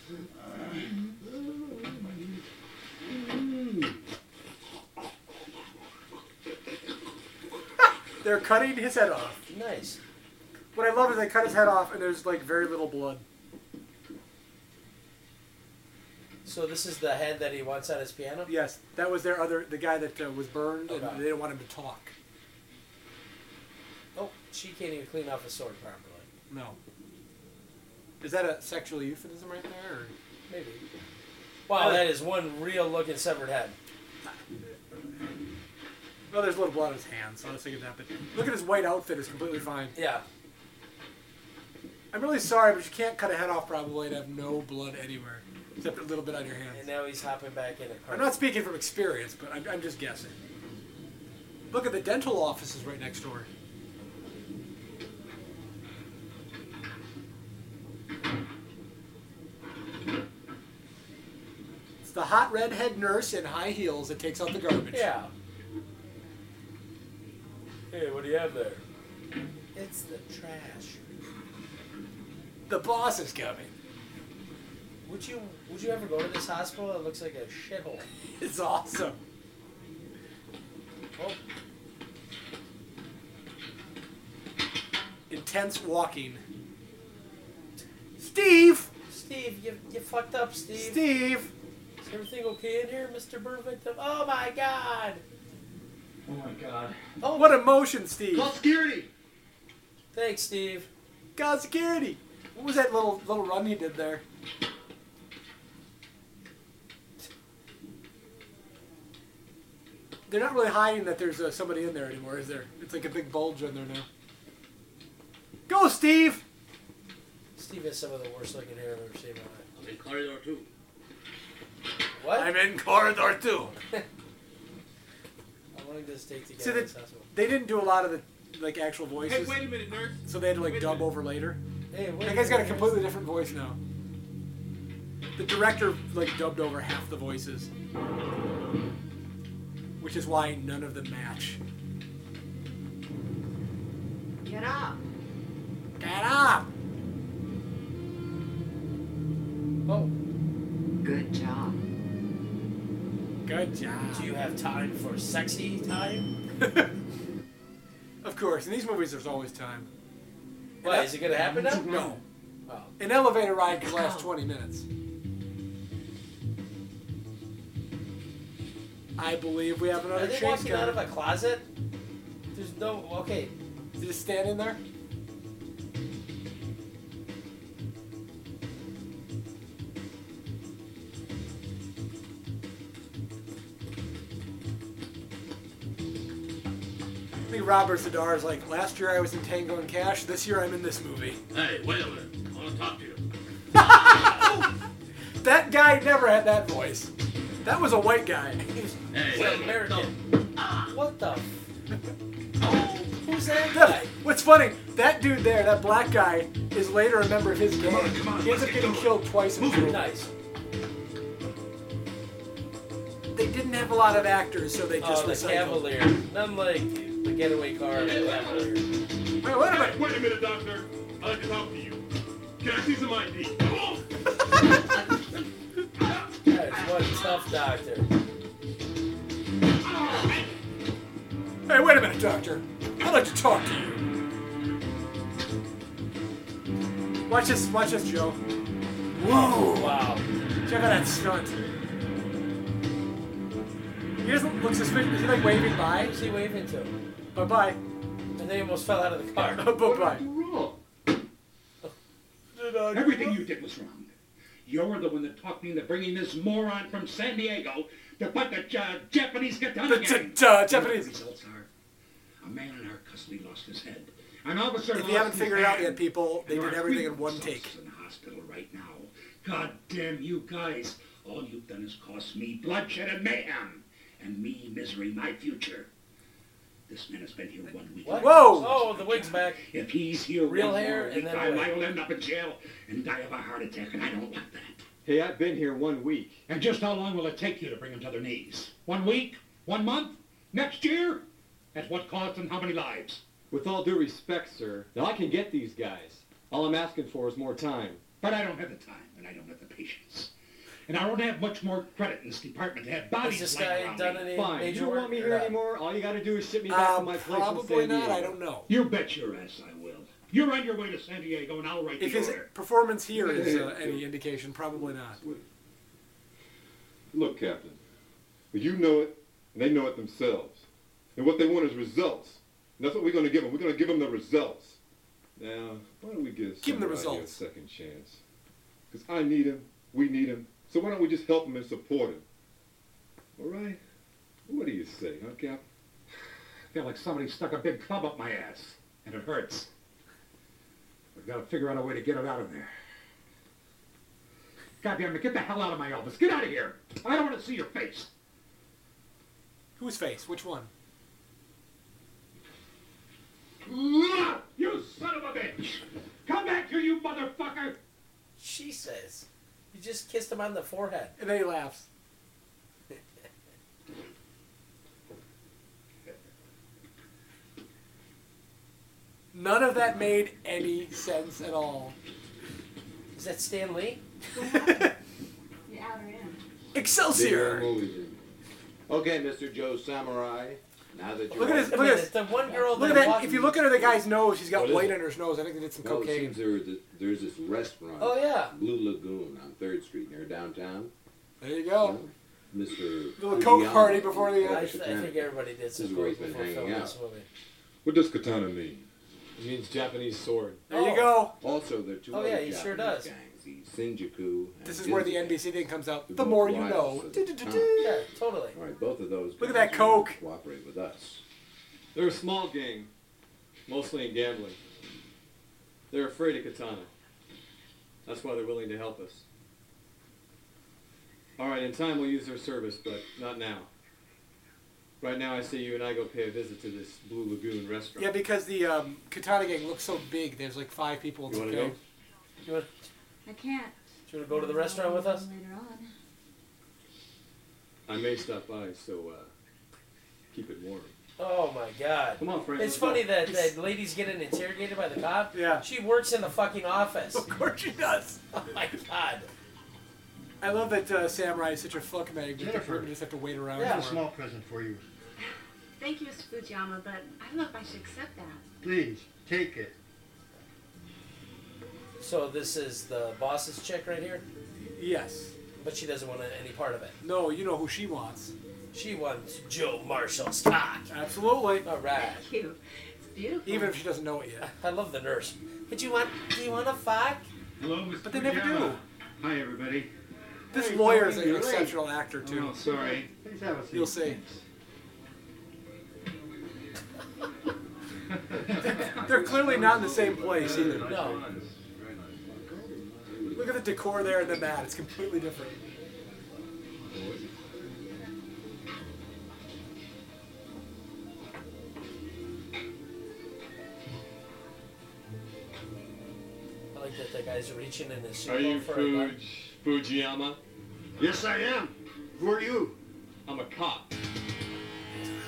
Speaker 2: They're cutting his head off.
Speaker 1: Nice.
Speaker 2: What I love is they cut his head off and there's like very little blood.
Speaker 1: So this is the head that he wants on his piano.
Speaker 2: Yes, that was their other the guy that uh, was burned
Speaker 1: Okay.
Speaker 2: and they didn't want him to talk.
Speaker 1: Oh, she can't even clean off a sword properly.
Speaker 2: No. Is that a sexual euphemism right there? Or?
Speaker 1: Maybe. Wow, that is one real looking severed head.
Speaker 2: Well, there's a little blood on his hands, so let's think of that. But look at his white outfit; it's completely fine.
Speaker 1: Yeah.
Speaker 2: I'm really sorry, but you can't cut a head off probably and have no blood anywhere, except a little bit on your
Speaker 1: And
Speaker 2: hands.
Speaker 1: now he's hopping back in a car.
Speaker 2: I'm not speaking from experience, but I'm, I'm just guessing. Look at the dental offices right next door. It's the hot redhead nurse in high heels that takes out the garbage.
Speaker 1: Yeah. Hey, what do you have there? It's the trash.
Speaker 2: The boss is coming.
Speaker 1: Would you Would you ever go to this hospital? It looks like a shithole.
Speaker 2: It's awesome.
Speaker 1: Oh,
Speaker 2: intense walking. Steve!
Speaker 1: Steve, you, you fucked up, Steve.
Speaker 2: Steve!
Speaker 1: Is everything okay in here, Mr. Burr Victim? Oh my God!
Speaker 8: Oh my god.
Speaker 2: Oh, what emotion, Steve!
Speaker 8: Call security!
Speaker 1: Thanks, Steve.
Speaker 2: God security! What was that little little run he did there? They're not really hiding that there's uh, somebody in there anymore, is there? It's like a big bulge in there now. Go, Steve!
Speaker 1: Steve has some of the worst looking hair I've ever seen in my life.
Speaker 8: I'm in corridor two.
Speaker 1: What?
Speaker 2: in corridor two.
Speaker 1: How long does it take to get
Speaker 2: So
Speaker 1: to
Speaker 2: the-
Speaker 1: this hospital?
Speaker 2: They didn't do a lot of the like actual voices.
Speaker 3: Hey, wait a minute, nerd.
Speaker 2: So they had to like
Speaker 3: Wait a
Speaker 2: dub
Speaker 3: minute.
Speaker 2: over later.
Speaker 1: Hey, wait.
Speaker 2: That guy's got a completely different voice now. The director like dubbed over half the voices, which is why none of them match.
Speaker 9: Get up.
Speaker 2: Get up!
Speaker 1: Oh,
Speaker 9: Good job.
Speaker 2: Good job.
Speaker 1: do you have time for sexy time?
Speaker 2: [laughs] Of course, in these movies there's always time.
Speaker 1: What is it gonna happen now?
Speaker 2: No.
Speaker 1: Oh.
Speaker 2: An elevator ride could last 20 minutes. I believe we have
Speaker 1: Are
Speaker 2: another
Speaker 1: they
Speaker 2: chase
Speaker 1: walking out
Speaker 2: guy.
Speaker 1: of a closet? There's no. Okay.
Speaker 2: Is it just standing there? I think Robert Zadar is like, last year I was in Tango and Cash, this year I'm in this movie.
Speaker 3: Hey, wait a minute. I want to talk to you.
Speaker 2: That guy never had that voice. That was a white guy.
Speaker 3: Hey,
Speaker 1: Wait,
Speaker 3: hey,
Speaker 1: American. What the? f-
Speaker 2: Who's [laughs] that guy? What's funny, that dude there, that black guy, is later a member of his gang.
Speaker 3: on, come on,
Speaker 2: he ends
Speaker 3: let's
Speaker 2: up
Speaker 3: get
Speaker 2: getting
Speaker 3: going.
Speaker 2: killed twice in the movie.
Speaker 1: Nice.
Speaker 2: They didn't have a lot of actors, so they just
Speaker 1: Oh, the
Speaker 2: recycled.
Speaker 1: Cavalier. Not like the getaway car. The Cavalier.
Speaker 2: Wait, wait a
Speaker 3: Hey,
Speaker 2: minute.
Speaker 3: wait a minute, doctor. I'd like to talk to you. Can I see some ID? Come on.
Speaker 1: That is one tough doctor.
Speaker 2: Hey, wait a minute, Doctor. I'd like to talk to you. Watch this, watch this, Joe. Whoa!
Speaker 1: Wow.
Speaker 2: Check out that stunt. He doesn't look suspicious. Is he like waving bye?
Speaker 1: Who's he waving to? And
Speaker 2: Bye [laughs] bye.
Speaker 1: they almost fell out of the
Speaker 2: [laughs]
Speaker 1: car.
Speaker 2: Bye bye.
Speaker 8: Wrong. Everything you did was wrong. You're the one that talked me into bringing this moron from San Diego to put the uh, Japanese
Speaker 2: The
Speaker 8: katana
Speaker 2: t-
Speaker 8: gang.
Speaker 2: t- uh, Japanese.
Speaker 8: results are a man in our custody lost his head. An officer
Speaker 2: If
Speaker 8: lost
Speaker 2: you haven't
Speaker 8: his
Speaker 2: figured it out
Speaker 8: hand.
Speaker 2: yet, people, they
Speaker 8: There
Speaker 2: did
Speaker 8: are
Speaker 2: everything
Speaker 8: three
Speaker 2: in one
Speaker 8: officers
Speaker 2: take.
Speaker 8: in the hospital right now. God damn you guys. All you've done is cost me bloodshed and mayhem. And me misery my future. This man has been here one week.
Speaker 1: What?
Speaker 2: Whoa!
Speaker 1: Oh, the wig's back.
Speaker 8: If he's here
Speaker 1: Real
Speaker 8: one
Speaker 1: hair
Speaker 8: more
Speaker 1: and
Speaker 8: week,
Speaker 1: then
Speaker 8: I
Speaker 1: what?
Speaker 8: might end up in jail and die of a heart attack, and I don't want that.
Speaker 11: Hey, I've been here one week.
Speaker 8: And just how long will it take you to bring him to their knees? One week? One month? Next year? At what cost and how many lives?
Speaker 11: With all due respect, sir, now I can get these guys. All I'm asking for is more time.
Speaker 8: But I don't have the time, and I don't have the patience. And I don't have much more credit in this department to have bodies
Speaker 1: Has this guy
Speaker 8: lying around
Speaker 1: done
Speaker 8: me.
Speaker 1: any
Speaker 11: Fine.
Speaker 1: major
Speaker 11: you don't
Speaker 1: work
Speaker 11: want me
Speaker 1: or
Speaker 11: here
Speaker 1: not?
Speaker 11: anymore. All you got to do is ship me back to
Speaker 2: Um,
Speaker 11: my place in
Speaker 2: probably
Speaker 11: San Diego.
Speaker 2: not. I don't know.
Speaker 8: You bet your ass I will. You're on your way to San Diego, and I'll write
Speaker 2: If
Speaker 8: the
Speaker 2: his
Speaker 8: order.
Speaker 2: performance here is uh, any indication, probably not.
Speaker 6: Look, Captain, you know it, and they know it themselves. And what they want is results. And that's what we're going to give them. We're going to give them the results. Now, why don't we give
Speaker 2: Give 'em the
Speaker 6: somebody a
Speaker 2: results.
Speaker 6: second chance? Because I need him. We need him. So why don't we just help him and support him? All right? What do you say, huh, Captain?
Speaker 8: I [sighs] feel like somebody stuck a big club up my ass, and it hurts. We've got to figure out a way to get it out of there. Goddamn it, get the hell out of my office. Get out of here. I don't want to see your face. [laughs]
Speaker 2: Whose face? Which one?
Speaker 8: You son of a bitch! Come back here, you motherfucker!
Speaker 1: She says. You just kissed him on the forehead.
Speaker 2: And then he laughs. None of that made any sense at all.
Speaker 1: Is that Stan Lee?
Speaker 10: The outer end.
Speaker 2: Excelsior!
Speaker 12: Okay, Mr. Joe Samurai. Now that
Speaker 2: Look at his.
Speaker 1: I
Speaker 2: Look
Speaker 1: mean,
Speaker 2: at this.
Speaker 1: it's the one girl
Speaker 2: Look
Speaker 1: that.
Speaker 2: at that.
Speaker 1: walked-
Speaker 2: If you look at her, the guy's nose. She's got
Speaker 12: What is
Speaker 2: white
Speaker 12: it?
Speaker 2: under his nose. I think they did some
Speaker 12: Well, it
Speaker 2: cocaine.
Speaker 12: seems there, th- there's this restaurant,
Speaker 1: Oh yeah.
Speaker 12: Blue Lagoon, on 3rd Street near downtown.
Speaker 2: There you go.
Speaker 12: Mr.
Speaker 2: Little coke
Speaker 12: Fujiyama
Speaker 2: party before the, uh,
Speaker 1: I,
Speaker 12: actually
Speaker 1: th- I
Speaker 12: found-
Speaker 1: think everybody did some
Speaker 12: is where he's
Speaker 1: coke
Speaker 12: been
Speaker 1: before
Speaker 12: hanging
Speaker 1: filming
Speaker 12: out.
Speaker 1: this movie.
Speaker 6: What does katana mean?
Speaker 11: It means Japanese sword.
Speaker 2: There you
Speaker 1: Oh.
Speaker 2: go.
Speaker 12: Also, there are two
Speaker 1: Oh,
Speaker 12: other
Speaker 1: yeah, he
Speaker 12: Japanese
Speaker 1: sure does.
Speaker 12: gangs, the Shinjuku. and
Speaker 2: This is where the
Speaker 12: Ginza.
Speaker 2: NBC thing comes out.
Speaker 12: The
Speaker 2: The
Speaker 12: book
Speaker 2: more you
Speaker 12: lies
Speaker 2: know.
Speaker 12: at the
Speaker 2: Du-du-du-du.
Speaker 1: Yeah, totally.
Speaker 12: All right, both of those.
Speaker 2: Look at
Speaker 12: guys
Speaker 2: that
Speaker 12: will
Speaker 2: coke.
Speaker 12: Cooperate with us.
Speaker 11: They're a small gang, mostly in gambling. They're afraid of Katana. That's why they're willing to help us. All right, in time we'll use their service, but not now. Right now, I see you and I go pay a visit to this Blue Lagoon restaurant.
Speaker 2: Yeah, because the um, Katana Gang looks so big. There's like five people in
Speaker 11: You
Speaker 2: the
Speaker 11: wanna
Speaker 2: gang.
Speaker 11: go?
Speaker 1: You want,
Speaker 4: I can't.
Speaker 1: you want to go to the restaurant with us?
Speaker 4: Later on.
Speaker 11: I may stop by, so uh, keep it warm.
Speaker 1: Oh my god.
Speaker 11: Come on, Frank,
Speaker 1: It's
Speaker 11: let's
Speaker 1: funny
Speaker 11: go.
Speaker 1: that, that ladies getting interrogated by the cop. Yeah. She works in the fucking office. Of
Speaker 2: course she does.
Speaker 1: [laughs] Oh my god.
Speaker 2: I love that uh, Samurai is such a fuck mag. that The
Speaker 13: Jennifer.
Speaker 2: women just have to wait around.
Speaker 13: Here's
Speaker 2: for
Speaker 13: a
Speaker 2: him.
Speaker 13: small present for you.
Speaker 4: Thank you, Mr. Fujiyama, but I don't know if I should accept that.
Speaker 13: Please, take it.
Speaker 1: So this is the boss's chick right here?
Speaker 2: Yes.
Speaker 1: But she doesn't want any part of it.
Speaker 2: No, you know who she wants.
Speaker 1: She wants Joe Marshall's cock.
Speaker 2: Absolutely.
Speaker 1: All right.
Speaker 4: Thank you. It's beautiful.
Speaker 2: Even if she doesn't know it yet.
Speaker 1: I love the nurse. But you want? Do you want a fuck?
Speaker 14: Hello, Mr.
Speaker 2: But they never do.
Speaker 14: Hi, everybody.
Speaker 2: This
Speaker 14: Hey,
Speaker 2: lawyer is
Speaker 14: Tony,
Speaker 2: an
Speaker 14: you're late.
Speaker 2: exceptional actor too.
Speaker 14: Oh, sorry. Please have a seat.
Speaker 2: You'll see. They're clearly not in the same place either.
Speaker 1: No.
Speaker 2: Look at the decor there and then that. It's completely different.
Speaker 1: I like that the guy's reaching in his suit
Speaker 11: Are you
Speaker 1: for a gun.
Speaker 11: Fuj- Fujiyama? Yes, I am. Who are you? I'm a cop.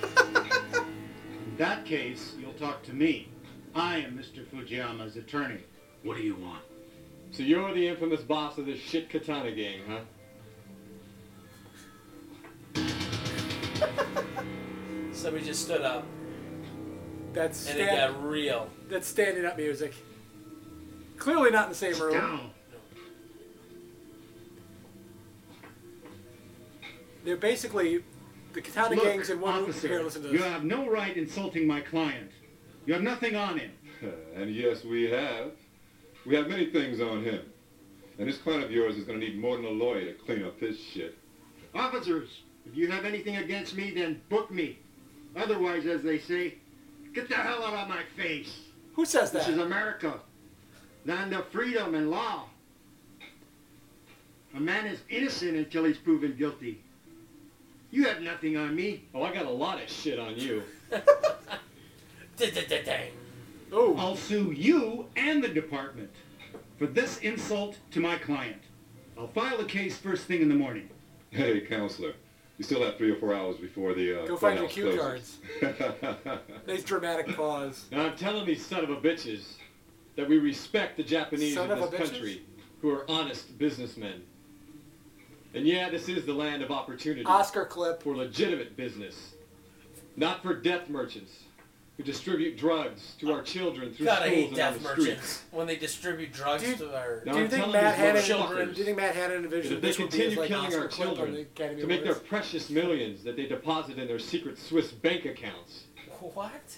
Speaker 13: [laughs] In that case, you'll talk to me. I am Mr. Fujiyama's attorney.
Speaker 3: What do you want?
Speaker 11: So you're the infamous boss of this shit katana gang, huh?
Speaker 1: Somebody just stood up.
Speaker 2: That's
Speaker 1: And it
Speaker 2: stand-
Speaker 1: got real.
Speaker 2: That's standing up music. Clearly not in the same room. They're basically the Katana
Speaker 13: Look,
Speaker 2: gangs in one room.
Speaker 13: officer,
Speaker 2: Here, listen to
Speaker 13: You
Speaker 2: this.
Speaker 13: have no right insulting my client. You have nothing on him.
Speaker 6: And yes, we have. We have many things on him. And this client of yours is going to need more than a lawyer to clean up his shit.
Speaker 13: Officers, if you have anything against me, then book me. Otherwise, as they say, get the hell out of my face.
Speaker 2: Who says
Speaker 13: that? This is America. Land of freedom and law. A man is innocent until he's proven guilty. You have nothing on me.
Speaker 11: Oh, I got a lot of shit on you.
Speaker 2: Oh.
Speaker 13: I'll sue you and the department for this insult to my client. I'll file a case first thing in the morning.
Speaker 6: Hey, counselor, you still have three or four hours before the uh,
Speaker 2: Go find your
Speaker 6: courthouse
Speaker 2: cue
Speaker 6: closes.
Speaker 11: [laughs]
Speaker 2: Nice dramatic pause.
Speaker 11: And I'm telling these son of a bitches that we respect the Japanese
Speaker 2: Son
Speaker 11: in
Speaker 2: of
Speaker 11: this
Speaker 2: a bitches?
Speaker 11: country who are honest businessmen. And yeah, this is the land of opportunity.
Speaker 2: Oscar clip.
Speaker 11: For legitimate business. Not for death merchants who distribute drugs to our children through
Speaker 1: God, I
Speaker 11: schools
Speaker 1: hate
Speaker 11: and on
Speaker 1: death
Speaker 11: the streets.
Speaker 1: merchants when they distribute drugs to our.
Speaker 11: Now
Speaker 2: do you
Speaker 11: I'm
Speaker 2: think
Speaker 11: telling
Speaker 2: Matt
Speaker 11: these
Speaker 2: Hannon-
Speaker 11: motherfuckers
Speaker 2: do you think Matt Hannon envisioned
Speaker 11: that if they
Speaker 2: this would be his,
Speaker 11: continue
Speaker 2: like,
Speaker 11: killing
Speaker 2: Oscar
Speaker 11: our
Speaker 2: clip on the
Speaker 11: children
Speaker 2: Academy
Speaker 11: to make their
Speaker 2: Awards?
Speaker 11: precious millions that they deposit in their secret Swiss bank accounts?
Speaker 1: What?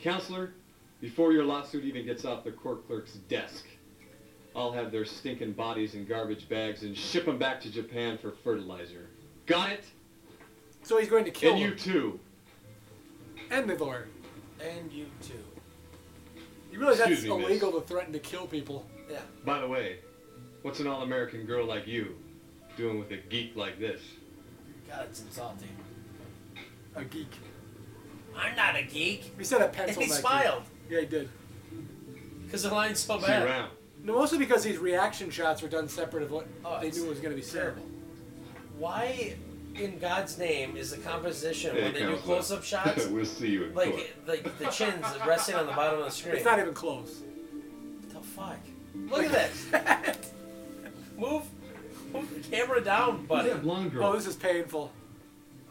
Speaker 11: Counselor, before your lawsuit even gets off the court clerk's desk, I'll have their stinking bodies in garbage bags and ship them back to Japan for fertilizer. Got it?
Speaker 2: So he's going to kill
Speaker 11: And you
Speaker 2: them.
Speaker 11: too.
Speaker 2: And the lawyer.
Speaker 1: And you too.
Speaker 2: You realize that's
Speaker 11: Excuse me, miss.
Speaker 2: illegal to threaten to kill people.
Speaker 1: Yeah.
Speaker 11: By the way, what's an all-American girl like you doing with a geek like this?
Speaker 1: God, it's insulting.
Speaker 2: A geek.
Speaker 1: I'm not a geek.
Speaker 2: He said a
Speaker 1: And
Speaker 2: pencil.
Speaker 1: he
Speaker 2: neck.
Speaker 1: smiled.
Speaker 2: Yeah, he did.
Speaker 1: Because the line's so
Speaker 11: See
Speaker 1: bad.
Speaker 11: around.
Speaker 2: No, mostly because these reaction shots were done separate of what
Speaker 1: Oh,
Speaker 2: they
Speaker 1: it's
Speaker 2: knew was going to be terrible.
Speaker 1: Why, in God's name, is the composition
Speaker 6: Hey,
Speaker 1: when they do
Speaker 6: counselor. [laughs]
Speaker 1: close-up shots
Speaker 6: we'll see you in court.
Speaker 1: like like the chin's resting on the bottom of the screen?
Speaker 2: It's not even close.
Speaker 1: What the fuck? Look at this.
Speaker 6: [laughs]
Speaker 1: move, move the camera down, buddy.
Speaker 2: Oh, this is painful.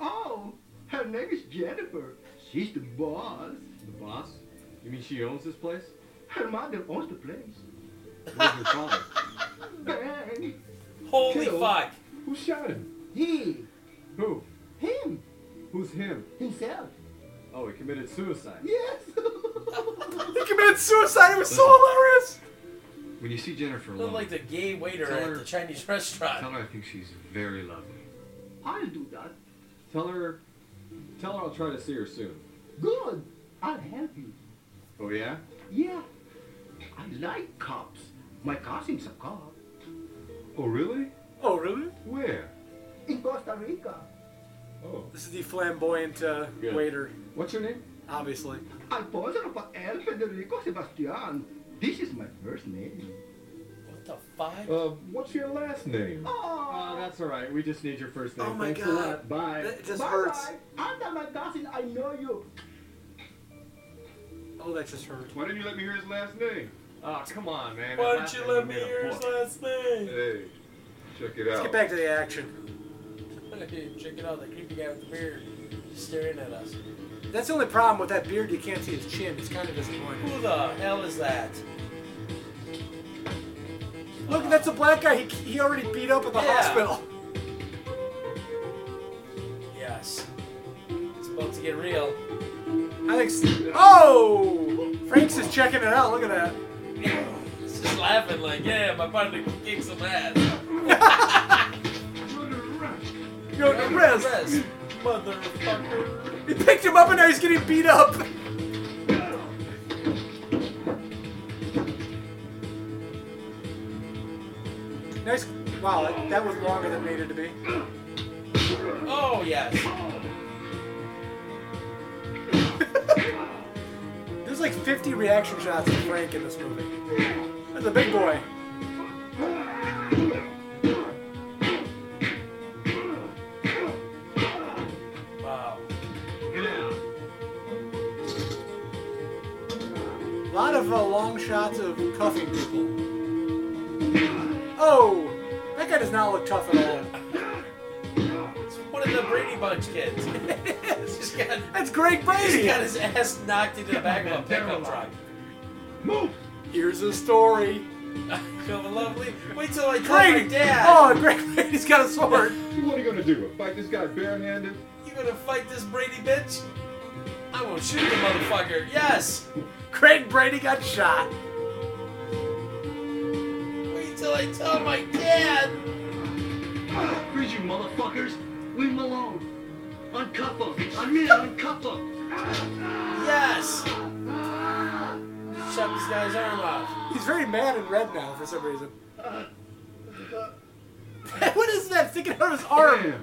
Speaker 12: Oh, her name is Jennifer.
Speaker 11: She's the boss. The boss? You mean she owns this place?
Speaker 12: Her mother owns the place.
Speaker 11: Where's her father?
Speaker 12: Bang!
Speaker 1: Holy
Speaker 12: Killed.
Speaker 1: fuck!
Speaker 11: Who shot him?
Speaker 12: He.
Speaker 11: Who?
Speaker 12: Him.
Speaker 11: Who's him?
Speaker 12: Himself.
Speaker 11: Oh, he committed suicide.
Speaker 12: Yes.
Speaker 2: he committed suicide. It was so hilarious.
Speaker 3: When you see Jennifer
Speaker 1: Look
Speaker 3: alone,
Speaker 1: like the gay waiter
Speaker 3: Tell
Speaker 1: at
Speaker 3: her-
Speaker 1: the Chinese restaurant.
Speaker 3: tell her I think she's very lovely.
Speaker 12: [laughs] I'll do that.
Speaker 11: Tell her. Tell her I'll try to see her soon.
Speaker 12: Good. I'll help you.
Speaker 11: Oh yeah?
Speaker 12: Yeah. I like cops. My cousin's a cop.
Speaker 11: Oh really?
Speaker 2: Oh really?
Speaker 11: Where?
Speaker 12: In Costa Rica.
Speaker 6: Oh.
Speaker 2: This is the flamboyant uh,
Speaker 6: Good.
Speaker 2: waiter.
Speaker 6: What's your name?
Speaker 2: Obviously.
Speaker 15: Alfonso Rafael Federico Sebastian. This is my first name.
Speaker 1: What the five?
Speaker 6: Uh, what's your last name?
Speaker 11: Uh,
Speaker 15: Oh,
Speaker 13: that's all right. We just need your first name.
Speaker 15: Oh my
Speaker 13: Thanks a
Speaker 15: God.
Speaker 13: lot. Bye.
Speaker 15: Bye-bye. I'm not my cousin. I know you.
Speaker 2: Oh, that just hurt.
Speaker 6: Why didn't you let me hear his last name?
Speaker 13: Oh,
Speaker 11: Ah,
Speaker 13: come on, man.
Speaker 6: Why
Speaker 13: That
Speaker 6: don't you
Speaker 13: last name
Speaker 6: let me
Speaker 13: made a
Speaker 6: hear his
Speaker 13: book.
Speaker 1: last name?
Speaker 6: Hey, check it
Speaker 2: Let's
Speaker 6: out.
Speaker 2: get back to the action.
Speaker 1: Check it out, that creepy guy with the beard staring at us.
Speaker 2: That's the only problem with that beard. You can't see his chin. It's kind of disappointing.
Speaker 1: Who the hell is that?
Speaker 2: Look, that's a black guy. He, he already beat up at the
Speaker 1: Yeah.
Speaker 2: hospital.
Speaker 1: Yes. It's about to get real.
Speaker 2: I think. Oh, Frank's is checking it out. Look at that.
Speaker 1: It's just laughing like, yeah, my partner can kick some ass.
Speaker 2: Go to rest.
Speaker 1: Motherfucker.
Speaker 2: He picked him up and now he's getting beat up. Nice. Wow, that, that was longer than it needed to be.
Speaker 1: Oh, yes.
Speaker 2: There's like 50 reaction shots of Frank in this movie. That's a big boy.
Speaker 1: Wow.
Speaker 2: A lot of uh, long shots of cuffing people. Oh, that guy does not look tough at all.
Speaker 1: It's one of the Brady Bunch kids. [laughs] It's just got,
Speaker 2: That's Greg Brady.
Speaker 1: He's got his ass knocked into the back of a pickup truck. [laughs]
Speaker 2: Move. Here's a story.
Speaker 1: Feel the lovely. Wait till I tell my
Speaker 2: Greg.
Speaker 1: dad.
Speaker 2: Oh, Greg Brady's got a sword.
Speaker 6: What are you gonna do? Fight this guy barehanded?
Speaker 1: You gonna fight this Brady bitch? I will shoot the motherfucker. Yes.
Speaker 2: Greg Brady got shot.
Speaker 1: Wait till I tell my dad.
Speaker 15: Ah,
Speaker 12: Freeze you motherfuckers! Leave him alone! Uncuff him! I'm in! Uncuff him!
Speaker 1: Yes. Shut this guy's arm off.
Speaker 2: He's very mad and red now for some reason. [laughs] what is that sticking out of his arm?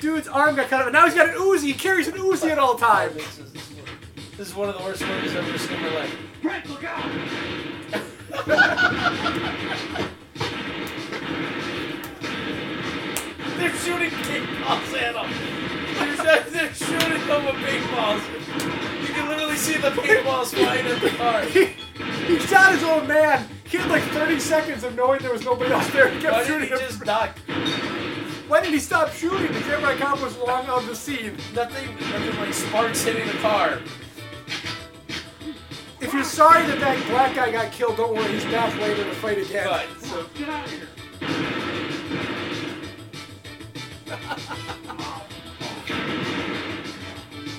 Speaker 2: Dude's arm got cut off. and Now he's got an Uzi. He carries an Uzi at all times.
Speaker 1: This is, this is one of the worst movies I've ever seen in my life.
Speaker 12: Frank, look out!
Speaker 1: They're shooting paintballs at him. They're, [laughs] they're shooting him with paintballs. You can literally see the paintballs flying at the car.
Speaker 2: He shot his old man. He had like 30 seconds of knowing there was nobody else there. He kept
Speaker 1: Why did
Speaker 2: shooting
Speaker 1: he
Speaker 2: him.
Speaker 1: just duck?
Speaker 2: Why did he stop shooting? The camera cop was long on the scene.
Speaker 1: Nothing, nothing like sparks hitting the car.
Speaker 2: If you're sorry that that black guy got killed, don't worry. He's back later to fight again.
Speaker 1: Right. [laughs] So
Speaker 12: Get out of here!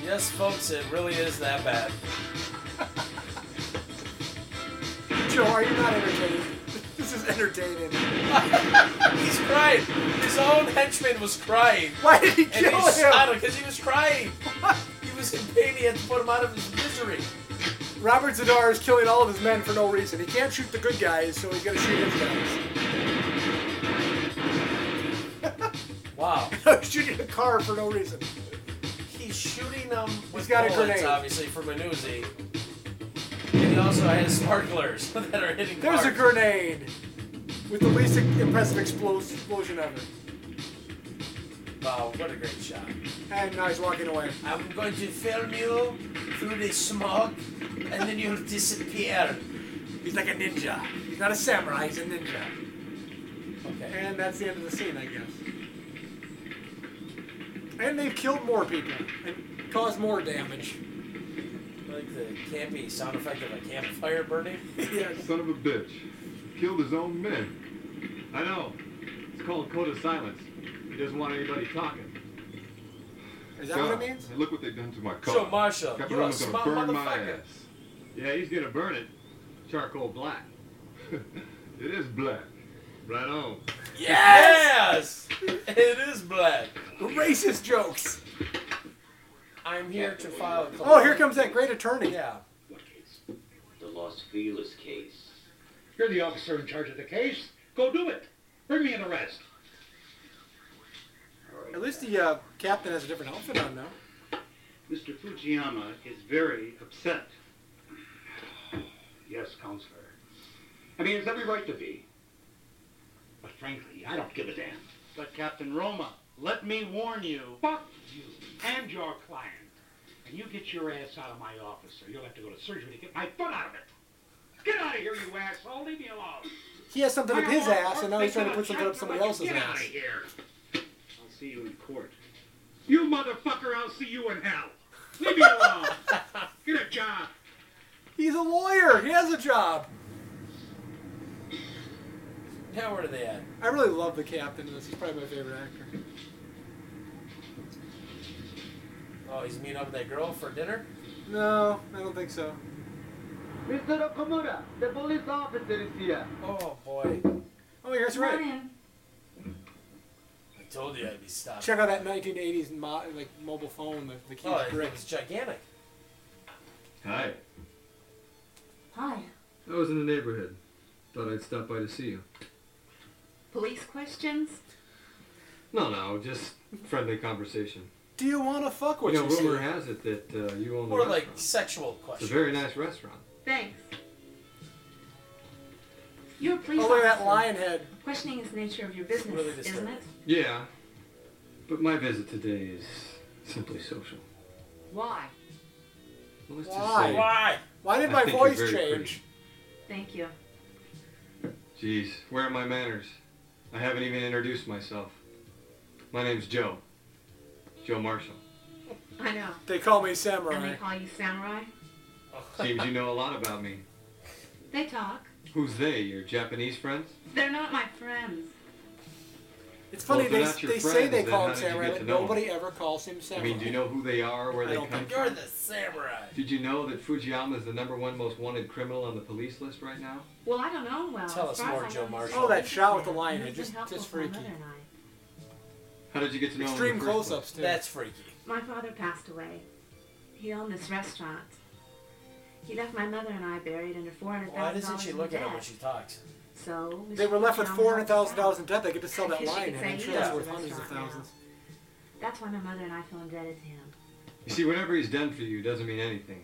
Speaker 1: yes, folks, it really is that bad.
Speaker 2: Joe, are you not entertained? [laughs] This is entertaining.
Speaker 1: He's crying. His own henchman was crying.
Speaker 2: Why did he
Speaker 1: and
Speaker 2: kill
Speaker 1: he shot
Speaker 2: him?
Speaker 1: him because he was crying. he was in pain. He had to put him out of his misery.
Speaker 2: Robert Zadar is killing all of his men for no reason. He can't shoot the good guys, so he's gonna shoot his guys.
Speaker 1: Wow.
Speaker 2: [laughs] He's shooting the car for no reason.
Speaker 1: He's shooting them with
Speaker 2: He's got a
Speaker 1: bullets,
Speaker 2: grenade.
Speaker 1: obviously, from an Uzi. And he also has sparklers [laughs] that are hitting
Speaker 2: There's a
Speaker 1: cars.
Speaker 2: grenade with the least impressive explos- explosion ever.
Speaker 1: Wow, what a great shot.
Speaker 2: And now he's walking away.
Speaker 1: I'm going to film you through the smoke, and then you'll disappear.
Speaker 2: He's like a ninja. He's not a samurai. He's a ninja.
Speaker 1: Okay.
Speaker 2: And that's the end of the scene, I guess. And they've killed more people and caused more damage.
Speaker 1: Like the campy sound effect of a campfire burning. [laughs]
Speaker 2: yes.
Speaker 6: Son of a bitch. Killed his own men.
Speaker 13: I know. It's called Code of Silence. He doesn't want anybody talking.
Speaker 2: Is that what it
Speaker 6: God,
Speaker 2: means?
Speaker 6: and look what they've done to my car.
Speaker 1: So, Marshall,
Speaker 6: Caparone's
Speaker 1: you're a
Speaker 6: gonna
Speaker 1: smart
Speaker 6: burn my
Speaker 1: motherfucker.
Speaker 6: ass.
Speaker 13: Yeah, he's gonna burn it. Charcoal black.
Speaker 6: [laughs] It is black.
Speaker 13: Right on.
Speaker 1: Yes! It is black.
Speaker 2: Racist jokes.
Speaker 1: I'm here to file a complaint.
Speaker 2: Oh, here comes that great attorney.
Speaker 1: Yeah.
Speaker 16: The Los Feliz case.
Speaker 8: You're the officer in charge of the case. Go do it. Bring me an arrest.
Speaker 16: All
Speaker 2: At least the uh, captain has a different outfit on now.
Speaker 13: Mr. Fujiyama is very upset.
Speaker 8: Yes, counselor. I mean, it's every right to be. But frankly, I don't give a damn.
Speaker 13: But Captain Roma, let me warn you.
Speaker 8: Fuck you and your client. And you get your ass out of my office, or you'll have to go to surgery to get my foot out of it. Get out of here, you asshole! Leave me alone.
Speaker 2: He has something
Speaker 8: I
Speaker 2: up
Speaker 8: got
Speaker 2: his
Speaker 8: more
Speaker 2: ass, and now he's
Speaker 8: work
Speaker 2: trying to put
Speaker 8: than
Speaker 2: something up
Speaker 8: that.
Speaker 2: somebody
Speaker 8: Get
Speaker 2: else's
Speaker 8: out
Speaker 2: ass.
Speaker 8: of here.
Speaker 13: I'll see you in court.
Speaker 8: You motherfucker! I'll see you in hell. Leave
Speaker 2: [laughs]
Speaker 8: me alone. Get a job.
Speaker 2: He's a lawyer. He has a job.
Speaker 1: Now where are they at?
Speaker 2: I really love the captain in this. He's probably my favorite actor.
Speaker 1: Oh, he's meeting up with that girl for dinner?
Speaker 2: No, I don't think so.
Speaker 15: Mr. Okumura, the police officer is here.
Speaker 1: Oh, boy.
Speaker 2: Oh, here's
Speaker 1: Come on
Speaker 2: right.
Speaker 1: I told you I'd be stopped.
Speaker 2: Check out that 1980s mo- like mobile phone. The, the key's
Speaker 1: Oh,
Speaker 2: brick.
Speaker 1: it's gigantic.
Speaker 11: Hi.
Speaker 17: Hi.
Speaker 11: I was in the neighborhood. Thought I'd stop by to see you.
Speaker 4: Police questions?
Speaker 11: No, no, just friendly conversation.
Speaker 2: Do you want to fuck with
Speaker 11: you know,
Speaker 2: you?
Speaker 11: rumor
Speaker 2: see?
Speaker 11: has it that uh, you own
Speaker 1: More
Speaker 11: a
Speaker 1: like
Speaker 11: restaurant.
Speaker 1: sexual
Speaker 11: It's
Speaker 1: questions.
Speaker 11: a very nice restaurant.
Speaker 4: Thanks. You're a police
Speaker 2: Oh, look at that
Speaker 4: officer.
Speaker 2: lion head.
Speaker 4: Questioning is the nature of your business,
Speaker 1: Really
Speaker 4: isn't
Speaker 1: disturbing.
Speaker 4: it?
Speaker 11: Yeah, but my visit today is simply social.
Speaker 4: Why?
Speaker 11: Well, let's just
Speaker 2: Why?
Speaker 11: say-
Speaker 2: Why? Why did
Speaker 11: I
Speaker 2: my
Speaker 11: think you're
Speaker 2: voice
Speaker 11: very
Speaker 2: change?
Speaker 4: Thank you.
Speaker 11: pretty. Jeez, where are my manners? I haven't even introduced myself. My name's Joe. Joe Marshall.
Speaker 4: I know.
Speaker 2: They call me
Speaker 4: And
Speaker 2: samurai.
Speaker 4: they call you samurai?
Speaker 11: Seems you know a lot about me.
Speaker 4: They talk.
Speaker 11: Who's they? Your Japanese friends?
Speaker 4: They're not my friends.
Speaker 2: It's
Speaker 11: Well,
Speaker 2: funny
Speaker 11: if they're not
Speaker 2: they,
Speaker 11: your
Speaker 2: they say they
Speaker 11: friends,
Speaker 2: call him
Speaker 11: then how did you
Speaker 2: samurai,
Speaker 11: get
Speaker 2: but
Speaker 11: to know him?
Speaker 2: nobody ever calls him
Speaker 11: I
Speaker 2: samurai.
Speaker 11: mean, do you know who they are, where
Speaker 2: I
Speaker 11: they
Speaker 2: don't
Speaker 11: come
Speaker 2: think-
Speaker 11: from?
Speaker 1: You're the samurai.
Speaker 11: Did you know that Fujiyama is the number one most wanted criminal on the police list right now?
Speaker 4: Well, I don't know him well.
Speaker 1: Tell
Speaker 4: as
Speaker 1: us
Speaker 4: far as
Speaker 1: more,
Speaker 4: I know,
Speaker 1: Joe
Speaker 4: he's
Speaker 1: Marshall.
Speaker 2: Oh, that shot with the lion
Speaker 4: He's
Speaker 2: head,
Speaker 4: been
Speaker 2: just,
Speaker 4: helpful
Speaker 2: just
Speaker 4: for my
Speaker 2: freaky.
Speaker 4: mother and I.
Speaker 11: How did you get to know him?
Speaker 2: Extreme
Speaker 11: in the first
Speaker 2: close-ups, too.
Speaker 1: That's freaky.
Speaker 4: My father passed away. He owned this restaurant. He left my mother and I buried under four hundred
Speaker 1: Why
Speaker 4: thousand
Speaker 1: doesn't
Speaker 4: dollars
Speaker 1: she
Speaker 4: in
Speaker 1: look at him
Speaker 4: debt.
Speaker 1: when she talks?
Speaker 4: So
Speaker 2: They were left with four hundred thousand dollars in debt. They get to sell
Speaker 4: I
Speaker 2: that
Speaker 4: guess you
Speaker 2: lion
Speaker 4: could
Speaker 2: head. I'm
Speaker 4: say
Speaker 2: sure
Speaker 4: he
Speaker 2: that's
Speaker 4: owns
Speaker 2: worth
Speaker 4: the
Speaker 2: hundreds of
Speaker 4: restaurant now.
Speaker 2: thousands.
Speaker 4: That's why my mother and I feel indebted to him.
Speaker 11: You see, whatever he's done for you doesn't mean anything.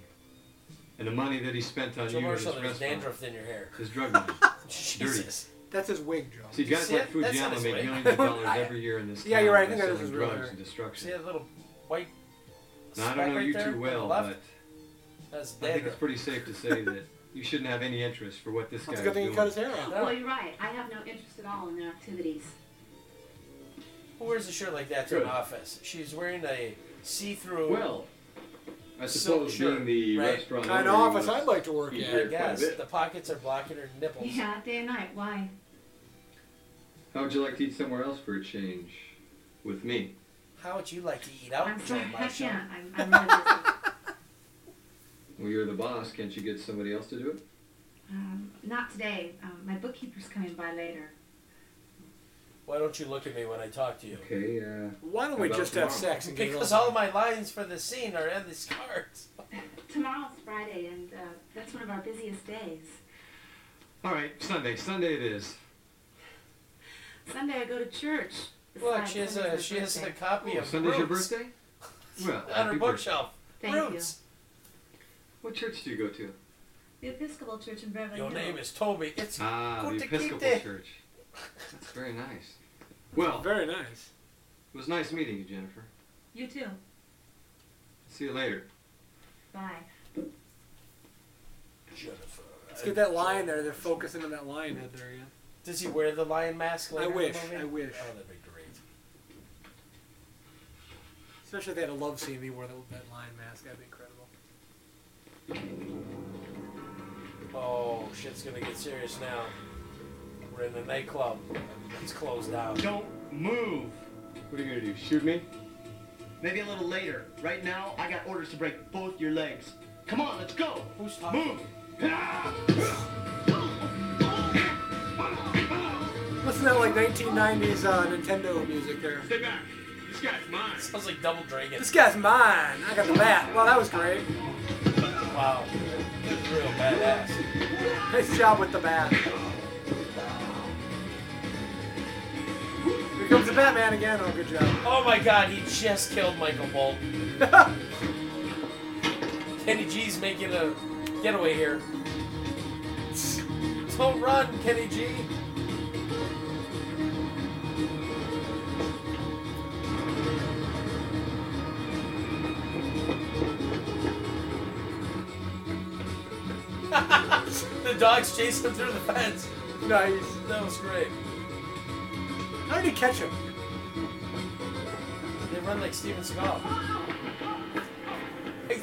Speaker 11: And the money that he spent on
Speaker 1: Joe
Speaker 11: Uh, you and his
Speaker 1: Marshall, there's
Speaker 11: restaurant
Speaker 1: dandruff in your hair. [laughs]
Speaker 11: is
Speaker 2: [laughs]
Speaker 11: drug money. Dirty.
Speaker 1: Jesus.
Speaker 2: That's his wig, Joe.
Speaker 11: See,
Speaker 1: You
Speaker 11: guys
Speaker 1: see
Speaker 11: like
Speaker 1: it? That's not
Speaker 11: Fujiyama
Speaker 1: his
Speaker 11: make
Speaker 1: way.
Speaker 11: millions
Speaker 2: [laughs]
Speaker 11: of dollars
Speaker 1: I-
Speaker 11: every year in this
Speaker 2: Yeah,
Speaker 11: town
Speaker 2: you're right. I
Speaker 11: by
Speaker 2: think that is his
Speaker 11: selling
Speaker 2: real
Speaker 11: drugs
Speaker 2: hair.
Speaker 11: and
Speaker 1: See
Speaker 11: destruction.
Speaker 1: that little white
Speaker 11: Now, I
Speaker 1: speck
Speaker 11: don't know
Speaker 1: right
Speaker 11: you
Speaker 1: there
Speaker 11: too
Speaker 1: on the
Speaker 11: well,
Speaker 1: left?
Speaker 11: but
Speaker 1: That's
Speaker 11: I think it's
Speaker 1: dandruff.
Speaker 11: pretty safe
Speaker 2: [laughs]
Speaker 11: to say that you shouldn't have any interest for what this guy
Speaker 2: That's
Speaker 11: is
Speaker 2: a good thing
Speaker 11: doing.
Speaker 2: he cut his hair off.
Speaker 1: Yeah.
Speaker 4: Well, you're right. I have no interest at all in their activities.
Speaker 1: Who wears a shirt like that to an
Speaker 11: Good.
Speaker 1: office? She's wearing a see-through.
Speaker 11: Well, I
Speaker 1: Silk
Speaker 11: suppose
Speaker 1: shirt,
Speaker 11: being the
Speaker 1: right.
Speaker 11: restaurant
Speaker 2: Kind of
Speaker 11: owner, you
Speaker 2: office
Speaker 11: must
Speaker 2: I'd like to work
Speaker 11: be
Speaker 2: at.
Speaker 11: here
Speaker 1: I
Speaker 11: quite a
Speaker 1: guess
Speaker 11: bit.
Speaker 1: the pockets are blocking her nipples.
Speaker 4: Yeah, day and night. Why?
Speaker 11: How would you like to eat somewhere else for a change? With me?
Speaker 1: How would you like to eat out,
Speaker 4: I'm
Speaker 1: Joe
Speaker 4: sorry. I
Speaker 1: Marshall?
Speaker 4: can't. I'm,
Speaker 1: [laughs]
Speaker 4: I'm really busy.
Speaker 11: Well, you're the boss. Can't you get somebody else to do it?
Speaker 4: um, not today. Um, my bookkeeper's coming by later.
Speaker 1: Why don't you look at me when I talk to you?
Speaker 11: Okay, uh,
Speaker 2: Why don't we
Speaker 11: About
Speaker 2: just have
Speaker 11: tomorrow.
Speaker 2: sex and get it
Speaker 1: Because
Speaker 2: over?
Speaker 1: all my lines for the scene are in these cards.
Speaker 4: Tomorrow's Friday, and uh, that's one of our busiest days.
Speaker 11: all right, Sunday. Sunday it is.
Speaker 4: Sunday I go to church.
Speaker 1: Look,
Speaker 4: Besides,
Speaker 1: she has
Speaker 4: Sunday's my
Speaker 1: a she has a
Speaker 4: birthday.
Speaker 1: copy
Speaker 11: Oh,
Speaker 1: of
Speaker 11: Sunday's your
Speaker 1: Roots
Speaker 11: birthday? Well,
Speaker 1: on
Speaker 11: happy
Speaker 1: her
Speaker 11: birthday.
Speaker 1: bookshelf.
Speaker 4: Thank you.
Speaker 1: Roots.
Speaker 11: What church do you go to?
Speaker 4: The Episcopal Church in Beverly
Speaker 1: Your
Speaker 4: Hills.
Speaker 1: name is Toby. It's
Speaker 11: Ah,
Speaker 1: good
Speaker 11: the
Speaker 1: to keep
Speaker 11: Episcopal
Speaker 1: there.
Speaker 11: Church. That's very nice. Well,
Speaker 2: Very nice.
Speaker 11: it was nice meeting you, Jennifer.
Speaker 4: You too.
Speaker 11: See you later.
Speaker 4: Bye.
Speaker 1: Jennifer.
Speaker 2: Let's get that lion there. They're focusing on that lion head there again.
Speaker 1: Does he wear the lion mask? Later in the
Speaker 2: wish,
Speaker 1: movie?
Speaker 2: I wish.
Speaker 1: Oh, that'd be great.
Speaker 2: Especially if they had a love scene and he wore that, that lion mask. That'd be incredible.
Speaker 1: Oh, shit's gonna get serious now. We're in the nightclub. It's closed down. [laughs]
Speaker 13: Don't move.
Speaker 11: What are you gonna do? Shoot me?
Speaker 13: Maybe a little later. Right now, I got orders to break both your legs. Come on, let's go.
Speaker 1: Who's talking?
Speaker 8: [laughs]
Speaker 13: Move.
Speaker 2: Listen to that like 1990s uh, Nintendo music there.
Speaker 13: Stay back. This guy's mine.
Speaker 1: Sounds like Double Dragon.
Speaker 2: This guy's mine. I got the bat. Well, that was great.
Speaker 1: Wow. That's real badass.
Speaker 2: Nice job with the bat. Here comes a Batman again. Oh, good job.
Speaker 1: Oh my god, he just killed Michael Bolton. Kenny G's making a getaway here. Don't run, Kenny G. [laughs] the dogs chased him through the fence.
Speaker 2: Nice.
Speaker 1: That was great.
Speaker 2: How did he catch him?
Speaker 1: They run like Steven Seagal. The,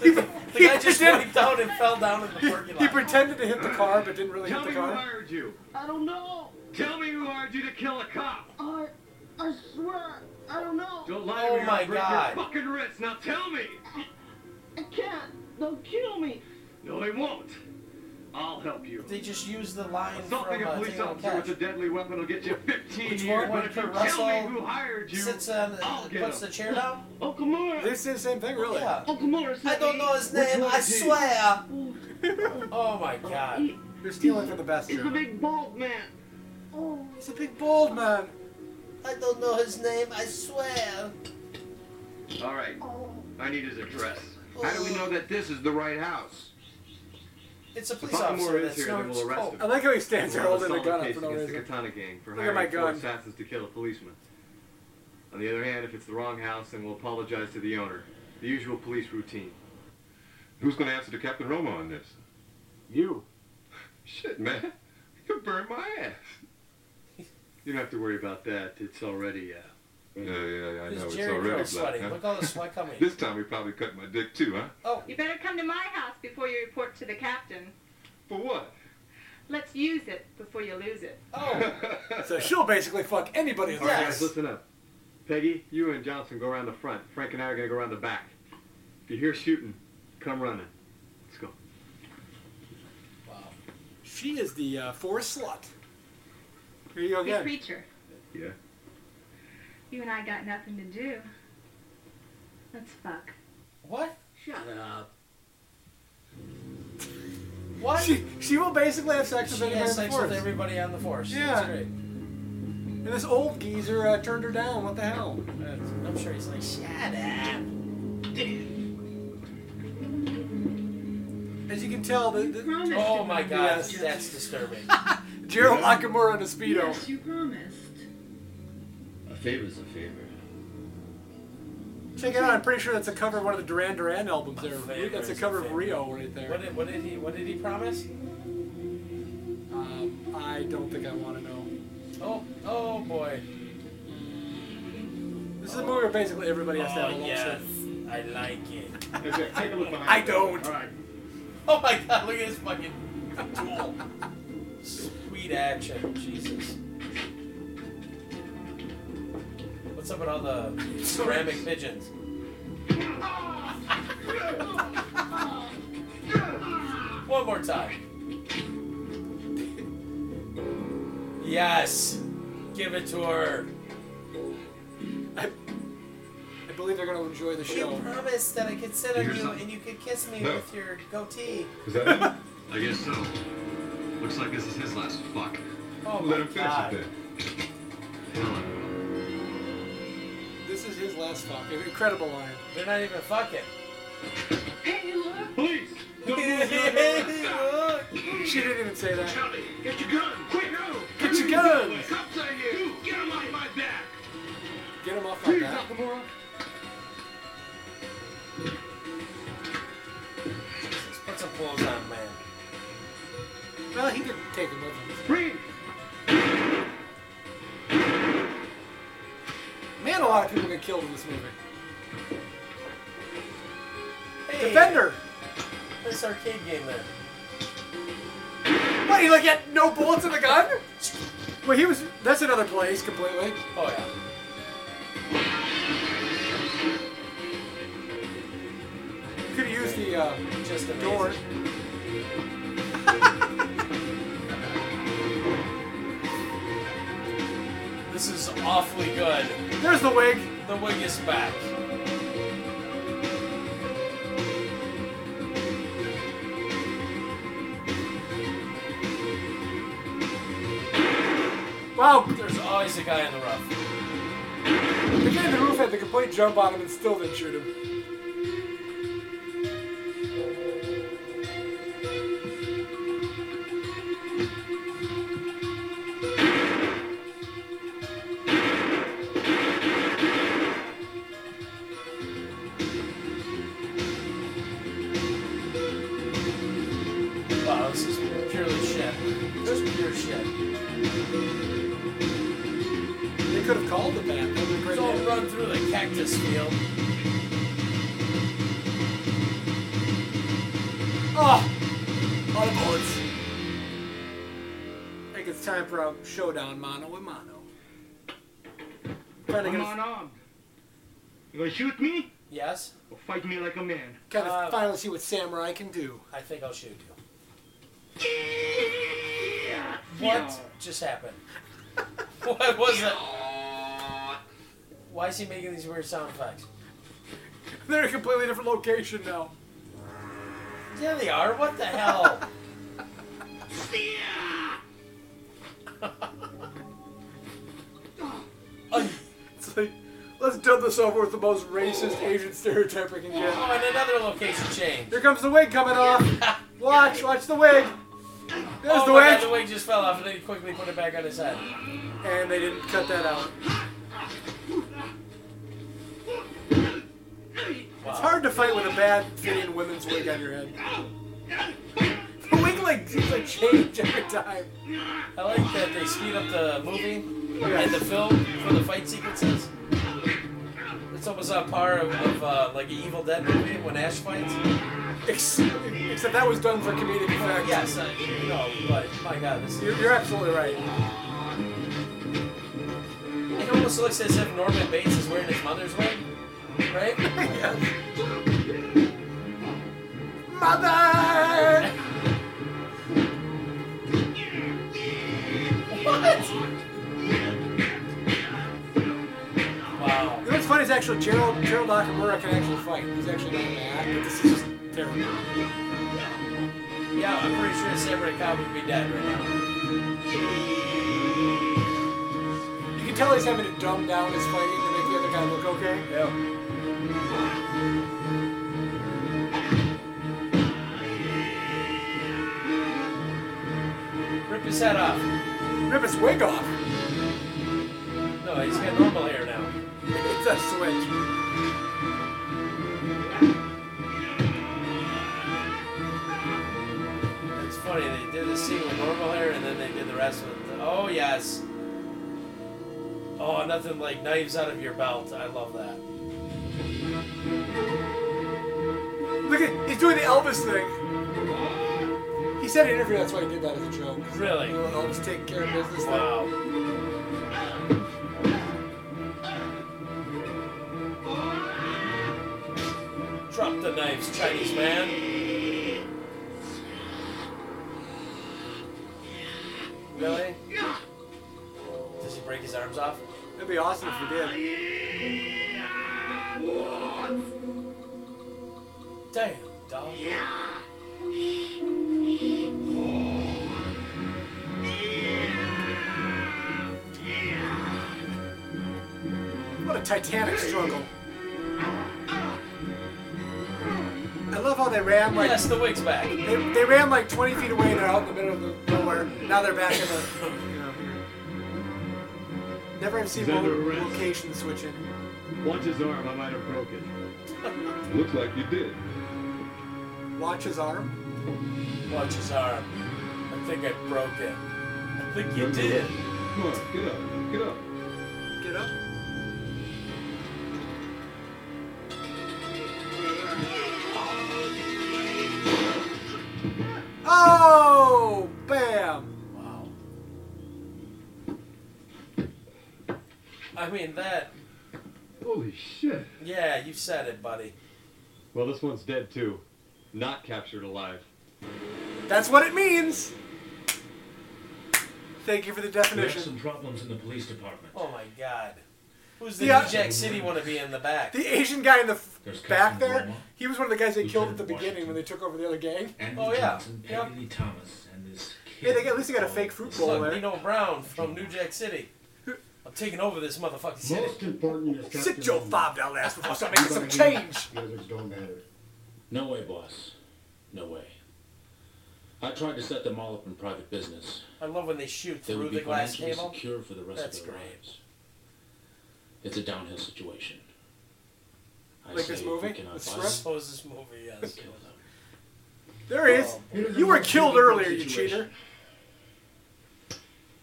Speaker 2: He-
Speaker 1: the
Speaker 2: he
Speaker 1: guy just
Speaker 2: did-
Speaker 1: wiped out and fell down in the parking lot.
Speaker 2: He pretended to hit the car, but didn't really
Speaker 14: Tell
Speaker 2: hit
Speaker 14: me
Speaker 2: the
Speaker 14: who
Speaker 2: car.
Speaker 14: hired you.
Speaker 15: I don't know.
Speaker 14: Tell me who hired you to kill a cop.
Speaker 15: I, I swear, I don't know.
Speaker 14: Don't lie to
Speaker 1: Oh
Speaker 14: me.
Speaker 1: my
Speaker 14: or I'll break
Speaker 1: God.
Speaker 14: Your fucking wrist. Now tell me.
Speaker 15: I can't. They'll kill me.
Speaker 14: No, they won't. I'll help you.
Speaker 1: They just used the line
Speaker 14: Assaulting
Speaker 1: from
Speaker 14: a
Speaker 1: uh,
Speaker 14: police
Speaker 1: Tango and
Speaker 14: officer with
Speaker 1: Cash.
Speaker 14: a deadly weapon will get you 15
Speaker 1: Which
Speaker 14: years.
Speaker 1: one?
Speaker 14: But
Speaker 1: When
Speaker 14: if you
Speaker 1: Kurt
Speaker 14: tell me
Speaker 1: Russell
Speaker 14: who hired you,
Speaker 1: sits on the,
Speaker 14: I'll get
Speaker 1: puts
Speaker 14: him.
Speaker 1: the chair down?
Speaker 15: Oh, Kimura.
Speaker 2: This is the same thing, really.
Speaker 1: Yeah.
Speaker 15: Oh, Kimura.
Speaker 1: I don't know his name. I swear. Oh my god.
Speaker 2: They're stealing for the best.
Speaker 15: He's
Speaker 2: Joe.
Speaker 15: the big bald man.
Speaker 2: Oh, he's a big bald man.
Speaker 1: I don't know his name. I swear.
Speaker 14: All right.
Speaker 15: Oh.
Speaker 14: I need his address.
Speaker 15: How do we know that this is the right house?
Speaker 1: It's a police
Speaker 14: Buckmore
Speaker 1: officer
Speaker 14: is
Speaker 1: that
Speaker 14: here, then
Speaker 1: snorts
Speaker 14: we'll arrest
Speaker 1: coke.
Speaker 14: him.
Speaker 2: I like how he stands there
Speaker 14: We'll
Speaker 2: holding a
Speaker 14: solve
Speaker 2: gun up
Speaker 14: case
Speaker 2: for no
Speaker 14: against
Speaker 2: reason.
Speaker 14: the Katana Gang for
Speaker 2: Look at my
Speaker 14: hiring four
Speaker 2: gun.
Speaker 14: assassins to kill a policeman. On the other hand, if it's the wrong house, then we'll apologize to the owner. The usual police routine.
Speaker 6: Who's going to answer to Captain Roma on this?
Speaker 14: You.
Speaker 6: Shit, man. You burned my ass.
Speaker 14: You don't have to worry about that. It's already. Uh,
Speaker 6: Yeah, yeah, yeah. I
Speaker 1: This
Speaker 6: know.
Speaker 1: Jerry
Speaker 6: it's already
Speaker 1: Curl's sweating.
Speaker 6: black,
Speaker 1: Look
Speaker 6: huh?
Speaker 1: all the sweat coming.
Speaker 6: this time we probably cut my dick too, huh?
Speaker 1: Oh,
Speaker 18: You better come to my house before you report to the captain.
Speaker 6: For what?
Speaker 18: Let's use it before you lose it.
Speaker 1: oh.
Speaker 2: So she'll basically fuck anybody in the
Speaker 14: All right, guys,
Speaker 2: house.
Speaker 14: listen up. Peggy, you and Johnson go around the front. Frank and I are going to go around the back. If you hear shooting, come running. Let's go.
Speaker 2: She is the uh, forest slut. Here you go
Speaker 18: Hey,
Speaker 2: again.
Speaker 18: preacher,
Speaker 14: Yeah.
Speaker 18: you and I got nothing to do. Let's fuck.
Speaker 1: What?
Speaker 13: Shut
Speaker 2: [laughs]
Speaker 13: up.
Speaker 1: What?
Speaker 2: She, she will basically have sex with
Speaker 1: She
Speaker 2: anybody
Speaker 1: has
Speaker 2: in the
Speaker 1: sex with
Speaker 2: forest.
Speaker 1: everybody on the force.
Speaker 2: Yeah.
Speaker 1: That's great.
Speaker 2: And this old geezer uh, turned her down. What the hell?
Speaker 1: That's- I'm sure he's like, shut up.
Speaker 2: As you can tell, the, the,
Speaker 15: Promise
Speaker 1: Oh
Speaker 15: you
Speaker 1: my
Speaker 15: won't.
Speaker 1: god,
Speaker 2: Yes.
Speaker 1: that's
Speaker 2: [laughs]
Speaker 1: disturbing.
Speaker 2: Gerald Nakamura in a speedo.
Speaker 15: Yes, you promised.
Speaker 16: A favor's a favor.
Speaker 2: Check it out. I'm pretty sure that's a cover of one of the Duran Duran albums.
Speaker 1: A
Speaker 2: There,
Speaker 1: favor
Speaker 2: that's a
Speaker 1: is a
Speaker 2: cover of
Speaker 1: favor.
Speaker 2: Rio right
Speaker 1: What
Speaker 2: there.
Speaker 1: did, what did he What did he promise?
Speaker 2: Um, I don't think I want to know.
Speaker 1: Oh, oh boy.
Speaker 2: This is a movie where basically everybody has to have a
Speaker 1: Oh
Speaker 2: long
Speaker 1: yes,
Speaker 2: sex.
Speaker 1: I like it.
Speaker 14: Hey, Jack, take a look behind
Speaker 2: I
Speaker 14: you.
Speaker 2: don't.
Speaker 14: All right.
Speaker 1: [laughs] Oh my god, look at this fucking tool. Sweet action, Jesus. What's up with all the ceramic pigeons? [laughs] One more time. Yes! Give it to her.
Speaker 2: I believe they're going to enjoy the
Speaker 1: You
Speaker 2: show.
Speaker 1: promised that I could sit on
Speaker 6: You hear
Speaker 1: you
Speaker 6: something?
Speaker 1: and you could kiss me
Speaker 6: No.
Speaker 1: with your goatee.
Speaker 6: Is that it?
Speaker 14: [laughs]
Speaker 3: I guess so. Looks like this is his last fuck.
Speaker 1: Oh
Speaker 6: Let
Speaker 1: my
Speaker 6: him finish
Speaker 1: god.
Speaker 6: it then.
Speaker 3: Tell him.
Speaker 2: This is his last fuck. Incredible
Speaker 8: [laughs]
Speaker 2: line.
Speaker 1: They're not even fucking.
Speaker 15: Hey, look.
Speaker 14: Please.
Speaker 1: [laughs]
Speaker 14: Don't move your
Speaker 2: She didn't even say that.
Speaker 8: Charlie, get your gun, quick! Go!
Speaker 2: Get your guns!
Speaker 8: Cops are here! You, Get him off my back!
Speaker 2: Get him off my
Speaker 14: Please,
Speaker 2: back.
Speaker 14: Nakamura.
Speaker 1: Let's put some clothes on, man.
Speaker 2: Well, he could take him with him.
Speaker 14: Breathe.
Speaker 2: Man, a lot of people get killed in this movie.
Speaker 1: Hey,
Speaker 2: Defender!
Speaker 1: This arcade game there.
Speaker 2: What, he like had no bullets in the gun? Well, he was. That's another place completely.
Speaker 1: Oh yeah.
Speaker 2: Could have used the uh,
Speaker 1: Just amazing.
Speaker 2: door.
Speaker 1: This is awfully good.
Speaker 2: There's the wig.
Speaker 1: The wig is back.
Speaker 2: Wow,
Speaker 1: There's always a guy in the rough.
Speaker 2: The kid in the roof had the complete jump on him and still didn't shoot him.
Speaker 1: Wow, this is purely shit. Just pure shit.
Speaker 2: They could have called it that. That would've been
Speaker 1: It's all run through the cactus field.
Speaker 2: Oh! A lot of bullets. I think it's time for a showdown mano a mano. Kinda
Speaker 13: I'm
Speaker 2: gonna-
Speaker 13: unarmed. You gonna shoot me
Speaker 1: Yes?
Speaker 13: or fight me like a man?
Speaker 2: Kind of finally see what samurai can do.
Speaker 1: I think I'll shoot you. What just happened? [laughs] what was
Speaker 2: [laughs]
Speaker 1: that? Why is he making these weird sound effects?
Speaker 2: They're in a completely different location now.
Speaker 1: There they are. What the [laughs] hell? Oh,
Speaker 2: It's like, let's dub this over with the most racist Asian stereotype I can get.
Speaker 1: Oh, and another location change.
Speaker 2: Here comes the wig coming off. [laughs] Watch, watch the wig. There's
Speaker 1: oh
Speaker 2: the
Speaker 1: my
Speaker 2: wig.
Speaker 1: God, the wig just fell off, and then he quickly put it back on his head.
Speaker 2: And they didn't cut that out. It's hard to fight with a bad fitting women's wig on your head. The wig like seems to change every time.
Speaker 1: I like that they speed up the movie and the film for the fight sequences. It's almost on par of, of uh, like an Evil Dead movie when Ash fights.
Speaker 2: Ex- Except that was done for comedic effect.
Speaker 1: Yes, I, no, but my God, this
Speaker 2: You're, you're absolutely right.
Speaker 1: It almost looks as if Norman Bates is wearing his mother's wig, right?
Speaker 2: Mother!
Speaker 1: What? Wow.
Speaker 2: You know what's funny is actually Gerald Gerald Nakamura can actually fight. He's actually not bad, but this is just terrible.
Speaker 1: Yeah, I'm pretty sure Samurai Cop would be dead right now.
Speaker 2: You can tell he's having to dumb down his fighting to make the other guy look okay.
Speaker 1: Yeah. Rip his head off.
Speaker 2: Rip his wig off. [laughs]
Speaker 1: No, he's got normal hair now.
Speaker 2: It's a switch.
Speaker 1: It's funny, they did the scene with normal hair and then they did the rest with. oh, yes. Oh, nothing like knives out of your belt. I love that.
Speaker 2: Look at he's doing the Elvis thing. He said in an interview that's why he did that as a joke.
Speaker 1: Really?
Speaker 2: You know, Elvis taking care of business. thing.
Speaker 1: Wow. Drop the knives, Chinese man. Really? Does he break his arms off?
Speaker 2: That'd be awesome if you did.
Speaker 1: Damn, dog.
Speaker 2: What a titanic struggle. I love how they ran like
Speaker 1: Yes, the wig's back.
Speaker 2: they, they ran like 20 feet away and they're out in the middle of the nowhere. Now they're back in the.
Speaker 1: [laughs]
Speaker 2: You know. Never have seen
Speaker 11: He's
Speaker 2: more
Speaker 11: under arrest.
Speaker 2: location switching.
Speaker 11: Watch his arm, I might have broke it.
Speaker 6: Looks like you did.
Speaker 2: Watch his arm.
Speaker 1: Watch his arm. I think I broke it. I think you did.
Speaker 6: Come on, get up, get up.
Speaker 2: Get up. Oh, bam!
Speaker 1: Wow. I mean, that.
Speaker 11: Holy shit.
Speaker 1: Yeah, you said it, buddy.
Speaker 11: Well, this one's dead too. Not captured alive.
Speaker 2: That's what it means. Thank you for the
Speaker 3: We have
Speaker 2: definition.
Speaker 3: some problems in the police department.
Speaker 1: Oh my god. Who's the
Speaker 2: Yeah.
Speaker 1: New Jack City wannabe in the back?
Speaker 2: The Asian guy in the f-
Speaker 3: There's
Speaker 2: back
Speaker 3: Captain
Speaker 2: there,
Speaker 3: Roma,
Speaker 2: he was one of the guys they killed at
Speaker 3: Lieutenant
Speaker 2: the beginning when they took over the other gang.
Speaker 3: Andy
Speaker 1: Oh, yeah.
Speaker 3: Johnson,
Speaker 1: Yeah.
Speaker 3: Peggy Lee Thomas, and this
Speaker 2: Hey,
Speaker 3: kid.
Speaker 2: they got- at least they got a fake fruit bowl
Speaker 1: Look,
Speaker 2: there.
Speaker 1: Nino Brown from New Jack City. I'm taking over this motherfucking city.
Speaker 19: Most important is
Speaker 2: Sit
Speaker 19: Captain
Speaker 2: your
Speaker 19: Nemo.
Speaker 2: five dollar ass before I start
Speaker 6: [laughs]
Speaker 2: making some
Speaker 19: Everybody
Speaker 2: change.
Speaker 19: The others don't matter.
Speaker 3: No way, boss. No way. I tried to set them all up in private business.
Speaker 1: I love when they shoot
Speaker 3: They
Speaker 1: through
Speaker 3: would be
Speaker 1: the glass
Speaker 3: financially
Speaker 1: table.
Speaker 3: secure for the rest
Speaker 1: That's
Speaker 3: of their
Speaker 1: great.
Speaker 3: lives. It's a downhill situation. I
Speaker 2: Like
Speaker 3: say
Speaker 2: this
Speaker 3: if we
Speaker 2: movie?
Speaker 3: cannot
Speaker 2: This
Speaker 3: buy
Speaker 2: strip?
Speaker 3: them,
Speaker 1: Suppose this movie, uh, yes.
Speaker 2: There he is. you were killed earlier, you cheater.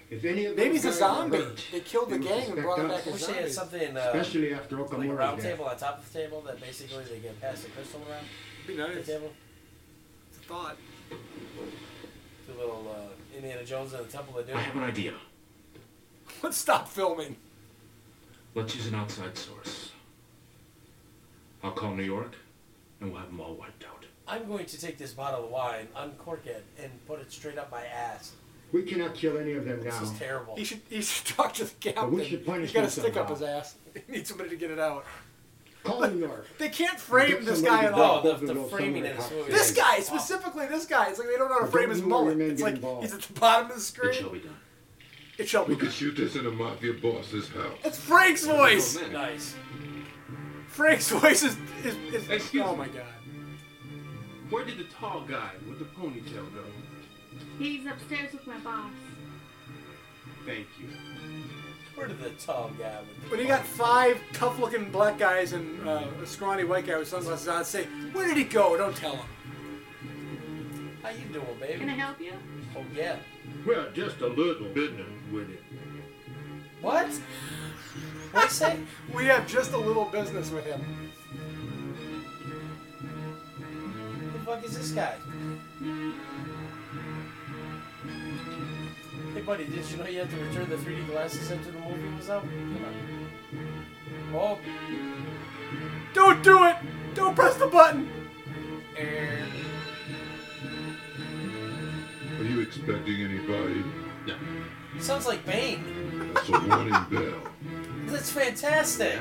Speaker 19: If any of
Speaker 2: Maybe
Speaker 19: those
Speaker 2: he's a
Speaker 19: guys are
Speaker 2: zombie.
Speaker 19: hurt,
Speaker 2: They killed the
Speaker 19: they would
Speaker 2: gang and brought him
Speaker 19: suspect us.
Speaker 2: back as
Speaker 1: Wish they had
Speaker 2: zombies.
Speaker 1: something, uh,
Speaker 19: Especially after
Speaker 1: like a round
Speaker 19: Okamura's death.
Speaker 1: table on top of the table that basically they get past the crystal around.
Speaker 2: Be nice.
Speaker 1: The table.
Speaker 2: It's a thought.
Speaker 1: The little uh, Indiana Jones and the Temple of Doom.
Speaker 3: I have an idea.
Speaker 2: Let's stop filming.
Speaker 3: Let's use an outside source. I'll call New York, and we'll have them all wiped out.
Speaker 1: I'm going to take this bottle of wine, uncork it, and put it straight up my ass.
Speaker 19: We cannot kill any of them
Speaker 1: This
Speaker 19: now.
Speaker 1: is terrible.
Speaker 2: He should he should [laughs] talk to the
Speaker 19: But
Speaker 2: captain.
Speaker 19: we should punish
Speaker 2: He's got a
Speaker 19: him
Speaker 2: stick up
Speaker 19: somehow.
Speaker 2: his ass. [laughs] He needs somebody to get it out.
Speaker 19: Call New York.
Speaker 2: They can't frame
Speaker 19: Get
Speaker 2: this
Speaker 19: somebody
Speaker 2: guy
Speaker 19: to
Speaker 2: at
Speaker 19: go
Speaker 2: all.
Speaker 19: above
Speaker 1: the
Speaker 19: road
Speaker 1: framing
Speaker 19: somewhere
Speaker 1: in this
Speaker 19: and
Speaker 1: movie.
Speaker 19: hide.
Speaker 2: This guy, specifically this guy, it's like they don't know how to
Speaker 19: But
Speaker 2: frame
Speaker 19: don't
Speaker 2: his
Speaker 19: you worry,
Speaker 2: mullet.
Speaker 19: man,
Speaker 2: It's
Speaker 19: get
Speaker 2: like
Speaker 19: involved.
Speaker 2: he's at the bottom of the
Speaker 3: It
Speaker 2: screen.
Speaker 3: shall be done.
Speaker 2: It shall
Speaker 6: We
Speaker 2: be.
Speaker 6: could shoot this in a mafia boss's house.
Speaker 2: It's Frank's
Speaker 14: Oh,
Speaker 2: voice.
Speaker 1: Nice.
Speaker 2: Frank's [laughs] voice is is, is oh my god.
Speaker 20: Where did the tall guy with the ponytail go?
Speaker 18: He's upstairs with my boss.
Speaker 20: Thank you.
Speaker 1: Where did the tall guy with the
Speaker 2: When you got five tough-looking black guys and uh, a scrawny white guy with sunglasses on, say, "Where did he go?" Don't tell him.
Speaker 1: How you doing, baby?
Speaker 18: Can I help you?
Speaker 1: Oh yeah.
Speaker 20: Well, just a little business with it.
Speaker 1: What? What say?
Speaker 2: We have just a little business with him.
Speaker 1: Who the fuck is this guy? Hey buddy, did you know you had to return the 3D glasses after the movie was out? Come on. Oh,
Speaker 2: Don't do it. Don't press the button.
Speaker 1: er,
Speaker 6: Are you expecting anybody?
Speaker 3: No.
Speaker 1: sounds like Bane.
Speaker 6: That's a warning bell.
Speaker 1: That's fantastic.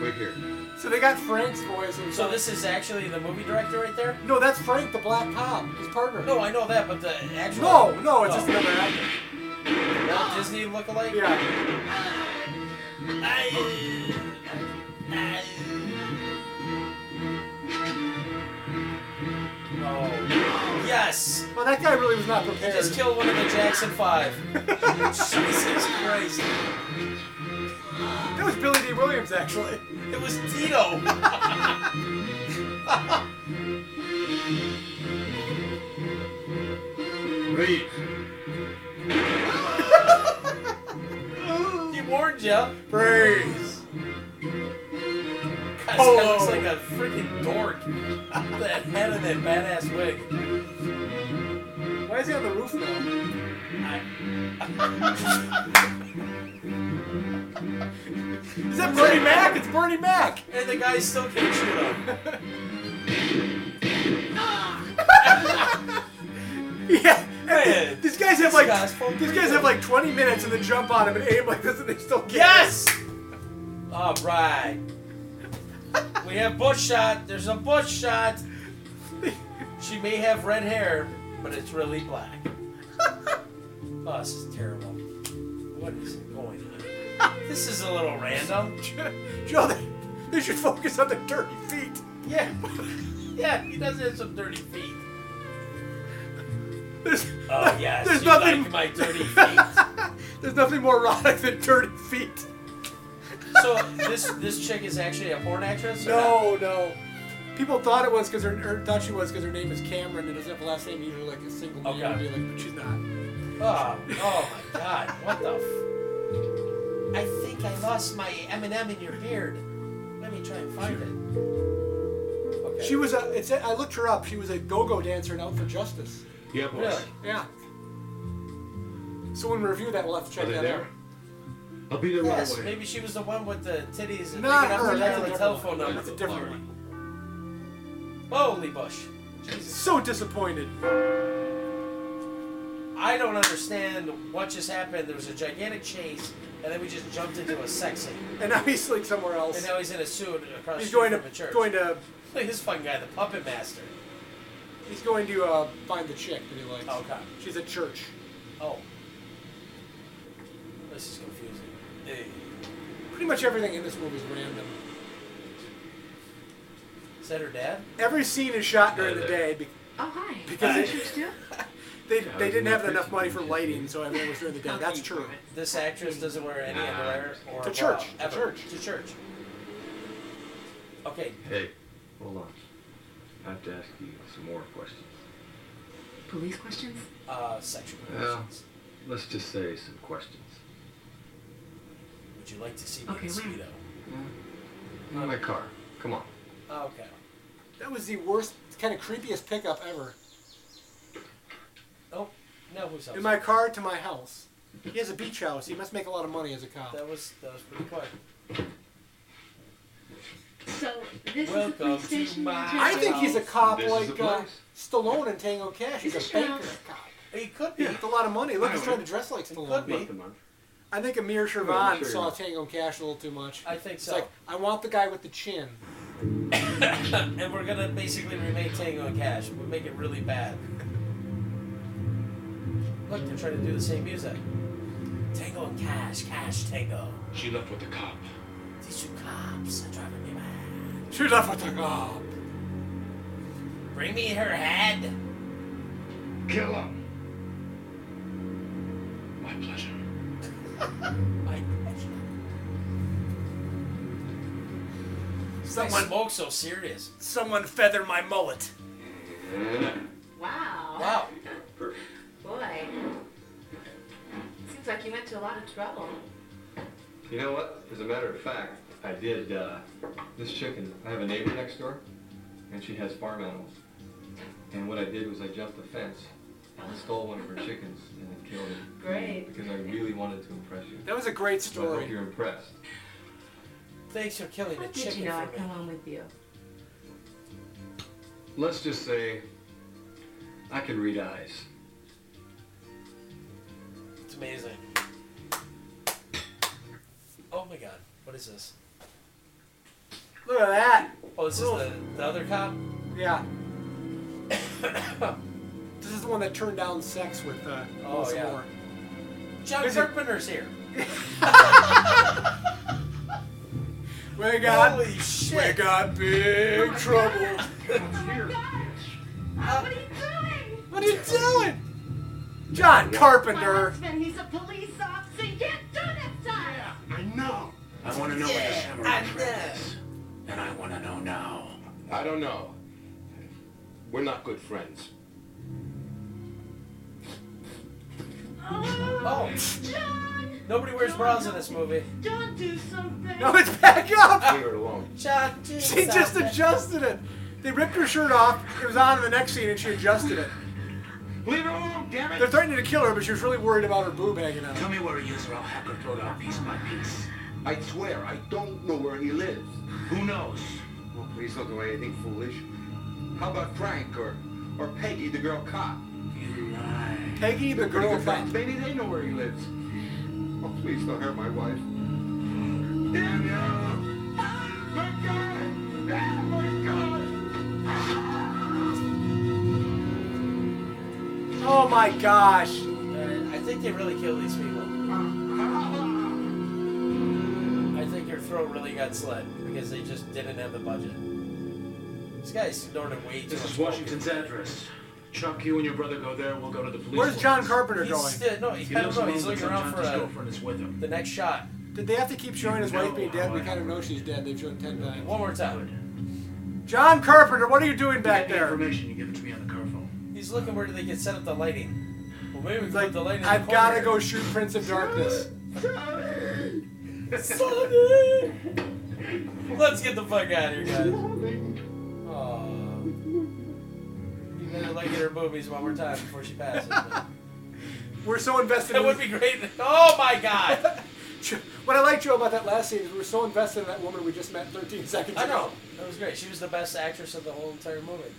Speaker 6: Wait here.
Speaker 2: So they got Frank's voice. And
Speaker 1: So this is actually the movie director right there?
Speaker 2: No, that's Frank, the black cop, his partner.
Speaker 1: No, I know that, but the actual.
Speaker 2: No, no, it's
Speaker 1: Oh.
Speaker 2: just another actor.
Speaker 1: Walt Disney lookalike.
Speaker 2: Yeah.
Speaker 1: Oh. Yes.
Speaker 2: Well, that guy really was not
Speaker 1: He
Speaker 2: prepared.
Speaker 1: just killed one of the Jackson Five. Jesus Christ!
Speaker 2: That was Billy D. Williams, actually.
Speaker 1: It was Tito.
Speaker 20: Please.
Speaker 1: he warned you.
Speaker 2: Praise.
Speaker 1: God, this guy looks like a freaking dork. that head of that badass wig.
Speaker 2: Why is he on the roof now? Is that Bernie Mac? It's Bernie Mac. [laughs]
Speaker 1: And the guy still can't shoot him.
Speaker 2: Yeah.
Speaker 1: Man.
Speaker 2: These guys have
Speaker 1: This guy's full
Speaker 2: like these guys
Speaker 1: freedom.
Speaker 2: have like 20 minutes and they jump on him and aim like this and they still get
Speaker 1: Yes! All right. We have bush shot. There's a bush shot. She may have red hair, but it's really black. Oh, this is terrible. What is going on? This is a little random.
Speaker 2: Joe, they, they should focus on the dirty feet.
Speaker 1: Yeah. Yeah, he does have some dirty feet.
Speaker 2: There's,
Speaker 1: Oh, yes.
Speaker 2: There's
Speaker 1: you
Speaker 2: nothing-
Speaker 1: like my dirty feet.
Speaker 2: there's nothing more erotic than dirty feet.
Speaker 1: So this this chick is actually a porn actress? or not?
Speaker 2: No, no. People thought it was because her or thought she was because her name is Cameron and doesn't have a last name either, like a single name.
Speaker 1: Okay.
Speaker 2: I'd be like, but she's not.
Speaker 1: Oh, oh my god, what the f- I think I lost my M&M in your beard. Let me try and find it. Okay.
Speaker 2: She was a. It's. A, I looked her up. She was a go-go dancer in Out for Justice.
Speaker 20: Yeah, boss.
Speaker 1: Really?
Speaker 2: Yeah. So when we review that, we'll have to check
Speaker 20: Are they
Speaker 2: that
Speaker 20: there?
Speaker 2: out.
Speaker 20: I'll be there
Speaker 1: Yes,
Speaker 20: right away.
Speaker 1: maybe she was the one with the titties and
Speaker 2: Not
Speaker 1: picking up
Speaker 2: her,
Speaker 1: the
Speaker 2: that's a
Speaker 1: dial and
Speaker 2: different
Speaker 1: telephone
Speaker 2: one.
Speaker 1: number.
Speaker 2: That's a different one.
Speaker 1: Holy bush.
Speaker 2: So disappointed.
Speaker 1: I don't understand what just happened. There was a gigantic chase, and then we just jumped into a sex scene.
Speaker 2: And now he's like somewhere else.
Speaker 1: And now he's in a suit across
Speaker 2: he's
Speaker 1: the street
Speaker 2: going to
Speaker 1: from a church.
Speaker 2: going to
Speaker 1: Look at this fucking guy, the puppet master.
Speaker 2: he's going to uh, find the chick that he likes.
Speaker 1: Oh, okay.
Speaker 2: She's at church.
Speaker 1: Oh. This is confusing. Hey.
Speaker 2: Pretty much everything in this movie is random.
Speaker 1: Is that her dad?
Speaker 2: Every scene is shot during the day be-
Speaker 4: Oh, hi.
Speaker 2: because
Speaker 4: Hi.
Speaker 2: they, they, they didn't have enough money for lighting, so everything was during the day. That's true.
Speaker 1: This actress doesn't wear any underwear or
Speaker 2: To
Speaker 1: bra
Speaker 2: church, to
Speaker 1: ever.
Speaker 2: church.
Speaker 1: To church. Okay.
Speaker 16: Hey, hold on. I have to ask you some more questions.
Speaker 4: Police questions?
Speaker 1: Uh, sexual
Speaker 16: Well,
Speaker 1: questions.
Speaker 16: let's just say some questions.
Speaker 1: Would you like to see me
Speaker 4: Okay,
Speaker 1: in
Speaker 4: wait.
Speaker 1: Speedo?
Speaker 16: In my car. Come on.
Speaker 1: Oh, okay.
Speaker 2: That was the worst, kind of creepiest pickup ever.
Speaker 1: Oh, no, who's else?
Speaker 2: In my car to my house. He has a beach house. He must make a lot of money as a cop.
Speaker 1: That was that was pretty quick.
Speaker 10: So this is the
Speaker 1: Welcome
Speaker 10: police
Speaker 1: to
Speaker 10: station.
Speaker 1: my-
Speaker 10: you're
Speaker 2: I think he's a cop
Speaker 16: This is
Speaker 2: like
Speaker 16: the
Speaker 2: uh,
Speaker 16: place.
Speaker 2: Stallone in Tango Cash. He's
Speaker 10: Is
Speaker 2: a
Speaker 10: this your
Speaker 2: banker
Speaker 10: house?
Speaker 2: cop.
Speaker 1: He could be.
Speaker 2: With a lot of money. Look, he's
Speaker 1: I
Speaker 2: trying to dress like Stallone.
Speaker 1: Could be.
Speaker 2: I think Amir
Speaker 1: I'm
Speaker 2: Shervan
Speaker 1: sure
Speaker 2: saw
Speaker 1: you're-
Speaker 2: Tango and Cash a little too much.
Speaker 1: I think
Speaker 2: It's
Speaker 1: so.
Speaker 2: like, I want the guy with the chin.
Speaker 1: and we're gonna basically remake Tango and Cash. We'll make it really bad. Look, they're trying to do the same music. Tango and Cash, Cash, Tango.
Speaker 3: She left with the cop.
Speaker 1: These two cops are driving me mad.
Speaker 2: Shoot up with the cop.
Speaker 1: Bring me her head.
Speaker 8: Kill him. My pleasure.
Speaker 1: My Someone smoke so serious.
Speaker 2: someone feather my mullet.
Speaker 4: Wow.
Speaker 1: Wow.
Speaker 4: Boy. Seems like you went to a lot of trouble.
Speaker 11: You know what? As a matter of fact, I did. Uh, this chicken, I have a neighbor next door, and she has farm animals. And what I did was I jumped the fence and stole one of her chickens and then killed it.
Speaker 4: Great.
Speaker 11: Because I really wanted to impress you.
Speaker 2: That was a great
Speaker 11: So I hope
Speaker 2: story.
Speaker 11: you're impressed.
Speaker 1: Thanks for killing
Speaker 4: How
Speaker 1: the
Speaker 4: did you
Speaker 1: chicken
Speaker 4: know I'd
Speaker 1: for me.
Speaker 4: come home with you?
Speaker 11: Let's just say I can read eyes.
Speaker 1: It's amazing. Oh my god, what is this?
Speaker 2: Look at that.
Speaker 1: Oh, this is the, the other cop? [coughs]
Speaker 2: Yeah. this is the one that turned down sex with uh,
Speaker 1: Oh,
Speaker 2: Melissa
Speaker 1: yeah.
Speaker 2: Moore.
Speaker 1: John
Speaker 2: Is it-
Speaker 1: Carpenter's here.
Speaker 2: [laughs] We got,
Speaker 1: Holy
Speaker 2: we
Speaker 1: shit. Oh
Speaker 2: got big trouble.
Speaker 17: What are you doing?
Speaker 2: What are you doing? John Carpenter.
Speaker 17: husband, he's a police officer. You can't do this stuff.
Speaker 8: I know. I want to know what the samurai
Speaker 1: I
Speaker 8: trap
Speaker 1: know.
Speaker 8: is. And I want to know now.
Speaker 3: I don't know. We're not good friends.
Speaker 1: Oh,
Speaker 17: John,
Speaker 1: nobody wears bras in this movie.
Speaker 17: John, do something.
Speaker 2: No, it's back up.
Speaker 3: Leave her alone.
Speaker 1: John,
Speaker 2: [laughs]
Speaker 1: do
Speaker 2: She just
Speaker 1: something.
Speaker 2: adjusted it. They ripped her shirt off. It was on in the next scene, and she adjusted it.
Speaker 8: Leave her alone, damn
Speaker 2: They're
Speaker 8: it!
Speaker 2: threatening to kill her, but she was really worried about her boob hanging out.
Speaker 8: Tell me where he is or I'll hack her throat out piece by piece.
Speaker 16: I swear, I don't know where he lives.
Speaker 8: Who knows?
Speaker 16: Oh, please don't do anything foolish. How about Frank or, or Peggy, the girl cop?
Speaker 8: You lie.
Speaker 2: Peggy, the
Speaker 16: Pretty
Speaker 2: girl
Speaker 16: good
Speaker 2: cop.
Speaker 16: friends. Maybe they know where he lives. Oh, please don't hurt my wife. Damn you! My God! Oh, my God!
Speaker 2: Oh my gosh.
Speaker 1: Uh, I think they really killed these people. I think your throat really got slit because they just didn't have the budget. This guy's snorting way too
Speaker 3: This
Speaker 1: much
Speaker 3: is
Speaker 1: coke.
Speaker 3: Washington's address. Chuck, you and your brother go there. We'll go to the police.
Speaker 2: Where's John
Speaker 3: force.
Speaker 2: Carpenter
Speaker 1: He's
Speaker 2: going?
Speaker 1: still, no, he,
Speaker 3: He
Speaker 1: I don't
Speaker 3: lives
Speaker 1: know.
Speaker 3: alone,
Speaker 1: He's
Speaker 3: but
Speaker 1: looking around
Speaker 3: sometimes
Speaker 1: for
Speaker 3: his
Speaker 1: uh,
Speaker 3: girlfriend is with him.
Speaker 1: the next shot.
Speaker 2: Did they have to keep showing his
Speaker 3: No,
Speaker 2: wife being dead? We
Speaker 3: I-
Speaker 2: kind of know she's dead. They've shown ten times.
Speaker 1: One more time.
Speaker 2: John Carpenter, what are you doing
Speaker 3: You
Speaker 2: back
Speaker 3: get the
Speaker 2: there?
Speaker 3: information. You give it to me on the car phone.
Speaker 1: He's looking where they can set up the lighting. Well, maybe we can
Speaker 2: Like,
Speaker 1: put the lighting. in
Speaker 2: I've
Speaker 1: the
Speaker 2: gotta
Speaker 1: corner.
Speaker 2: go shoot Prince of Darkness.
Speaker 1: Let's get the fuck out of here, guys. Aw. You better look at her boobies one more time before she
Speaker 2: [laughs]
Speaker 1: passes.
Speaker 2: We're so invested.
Speaker 1: that
Speaker 2: In
Speaker 1: would be great. Oh my god!
Speaker 2: What I like, Joe, about that last scene is we were so invested in that woman we just met 13 seconds
Speaker 1: I
Speaker 2: ago.
Speaker 1: know. That was great. She was the best actress of the whole entire movie.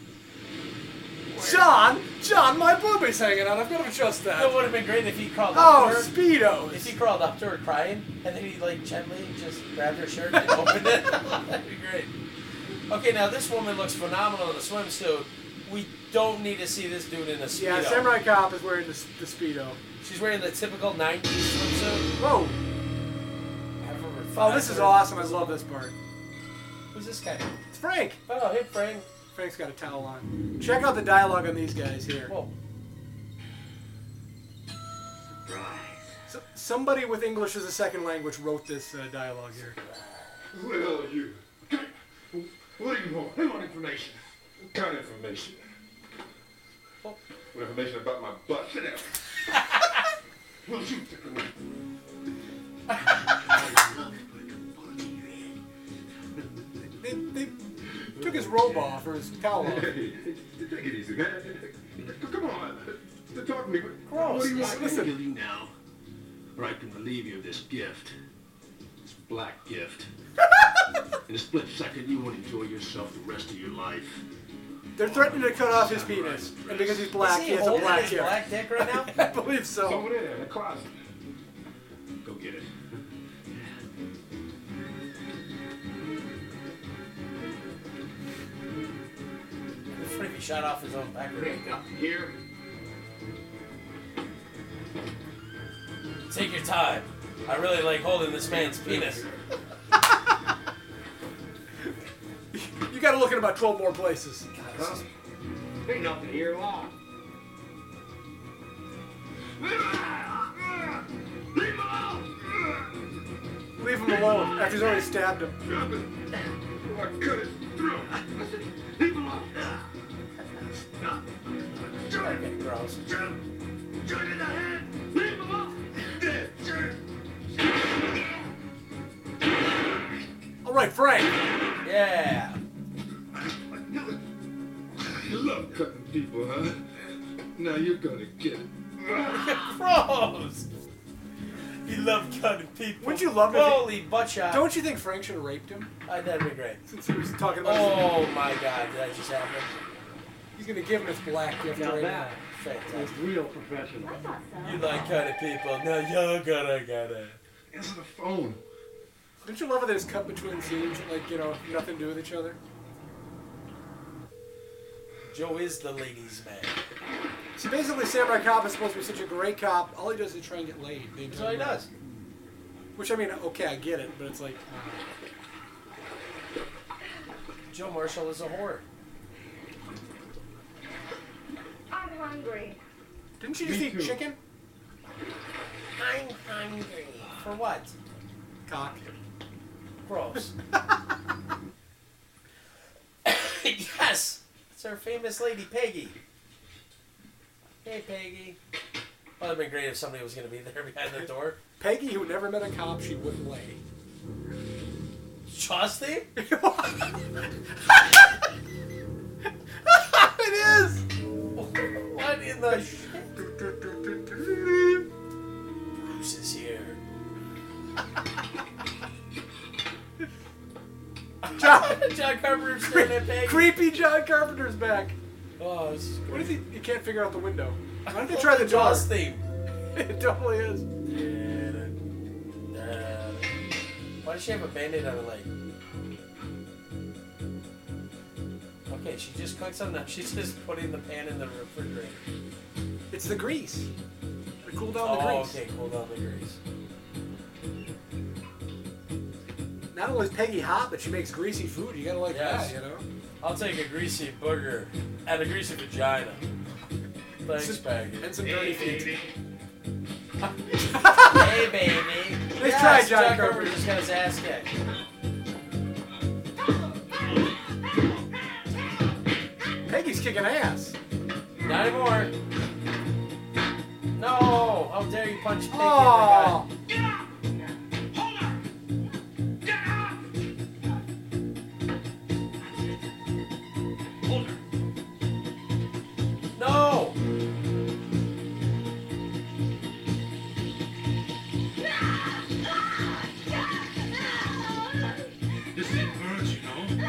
Speaker 2: John, John, my boobies hanging out. I've got to adjust
Speaker 1: It
Speaker 2: that.
Speaker 1: would have been great if he crawled up
Speaker 2: Oh,
Speaker 1: to her. If he
Speaker 2: speedos.
Speaker 1: crawled up to her crying, and then he like gently just grabbed her shirt and opened it. [laughs] That'd be great. Okay, now this woman looks phenomenal in a swimsuit. We don't need to see this dude in a speedo.
Speaker 2: Yeah, Samurai Cop is wearing the, the speedo.
Speaker 1: She's wearing the typical 90s swimsuit.
Speaker 2: Whoa! Oh, this is awesome. I love this part.
Speaker 1: Who's this guy?
Speaker 2: It's Frank.
Speaker 1: Oh, hey, Frank.
Speaker 2: Frank's got a towel on. Check out the dialogue on these guys here.
Speaker 1: Whoa.
Speaker 2: So, somebody with English as a second language wrote this uh, dialogue here.
Speaker 6: Who the hell are you? What do you want? I want information. What kind of information? What information about my butt? [laughs] Sit down. Will you take away?
Speaker 2: They, they took his robe off or his
Speaker 1: [laughs]
Speaker 2: towel off.
Speaker 6: Hey, take it easy, man. Come on. Talk to me.
Speaker 2: Gross.
Speaker 6: What do you want?
Speaker 3: I can kill you now, or I can relieve you of this gift, this black
Speaker 1: [laughs]
Speaker 3: gift. In a split second, you won't enjoy yourself the rest of your life.
Speaker 2: They're threatening to cut off his penis, and because he's black,
Speaker 1: Is
Speaker 2: he,
Speaker 1: he
Speaker 2: has a
Speaker 1: holding
Speaker 2: black
Speaker 1: his
Speaker 2: hair.
Speaker 1: black dick right now? [laughs]
Speaker 2: [laughs] I believe so.
Speaker 6: It's over there in the closet.
Speaker 3: Go get it.
Speaker 1: The freaky shot off his own back.
Speaker 3: Here.
Speaker 1: Take your time. I really like holding this man's penis.
Speaker 2: You gotta look in about 12 more places.
Speaker 8: Ain't nothing here long. Oh,
Speaker 2: Leave him alone after he's already stabbed him.
Speaker 6: Drop it. Oh, I cut his throat. I said, leave him alone. Stop. Shoot him.
Speaker 1: Gross.
Speaker 6: Shoot him. Shoot him in the head. Leave him alone. Dead. Shoot him.
Speaker 2: All right, Frank.
Speaker 1: Yeah.
Speaker 6: You love cutting people, huh? Now you're gonna get it.
Speaker 1: Gross. You love cutting people.
Speaker 2: Wouldn't you love it if he-
Speaker 1: Holy butt shot.
Speaker 2: Don't you think Frank should have raped him?
Speaker 1: Uh, that'd be great.
Speaker 2: Since he was talking about his-
Speaker 1: Oh my god, did that just happen?
Speaker 2: he's gonna give him his black gift
Speaker 8: Now
Speaker 2: right
Speaker 8: that
Speaker 1: Fantastic.
Speaker 8: is real professional.
Speaker 21: I thought so.
Speaker 1: You like cutting people. No, you're gonna get it.
Speaker 6: Answer the phone.
Speaker 2: Don't you love how they just cut between scenes, like, you know, nothing to do with each other?
Speaker 1: Joe is the ladies' man.
Speaker 2: So basically, Samurai Cop is supposed to be such a great cop. All he does is try and get laid. the
Speaker 1: That's
Speaker 2: entire
Speaker 1: all he
Speaker 2: movie.
Speaker 1: does.
Speaker 2: Which, I mean, okay, I get it, but it's like,
Speaker 1: Uh, Joe Marshall is a whore.
Speaker 21: I'm hungry.
Speaker 2: didn't you just
Speaker 6: Me
Speaker 2: eat
Speaker 6: too.
Speaker 2: chicken?
Speaker 1: I'm hungry. For what?
Speaker 2: Cock. [laughs]
Speaker 1: Gross. yes! It's our famous lady, Peggy. Hey, Peggy. Well, it'd been great if somebody was going to be there behind the door.
Speaker 2: Peggy, who never met a cop she wouldn't lay. [laughs]
Speaker 1: Chauncey?
Speaker 2: it is!
Speaker 1: What in the shit? Bruce is here.
Speaker 2: John,
Speaker 1: [laughs] John Carpenter staring at Peggy.
Speaker 2: creepy John Carpenter's back.
Speaker 1: Oh, this is
Speaker 2: What
Speaker 1: great.
Speaker 2: if he, he can't figure out the window? Why don't they try the door?
Speaker 1: Jaws theme.
Speaker 2: It totally is.
Speaker 1: Why does she have a band-aid on her leg? Okay, she just clicks on that. [laughs] She's just putting the pan in the refrigerator.
Speaker 2: It's the grease. To cool down the
Speaker 1: oh,
Speaker 2: grease.
Speaker 1: okay, cool down the grease.
Speaker 2: Not only is Peggy hot, but she makes greasy food. You gotta like
Speaker 1: Yes.
Speaker 2: that, you know?
Speaker 1: I'll take a greasy booger and a greasy vagina. Thanks,
Speaker 2: Just-
Speaker 1: Peggy.
Speaker 2: And some dirty feet.
Speaker 1: hey, baby.
Speaker 2: Nice try, John
Speaker 1: John
Speaker 2: Carpenter.
Speaker 1: just got his ass kicked.
Speaker 2: Peggy's kicking ass.
Speaker 1: Not anymore. No! How dare you punch Peggy in the gut.
Speaker 2: Oh,
Speaker 1: No!
Speaker 3: This thing burns, you know.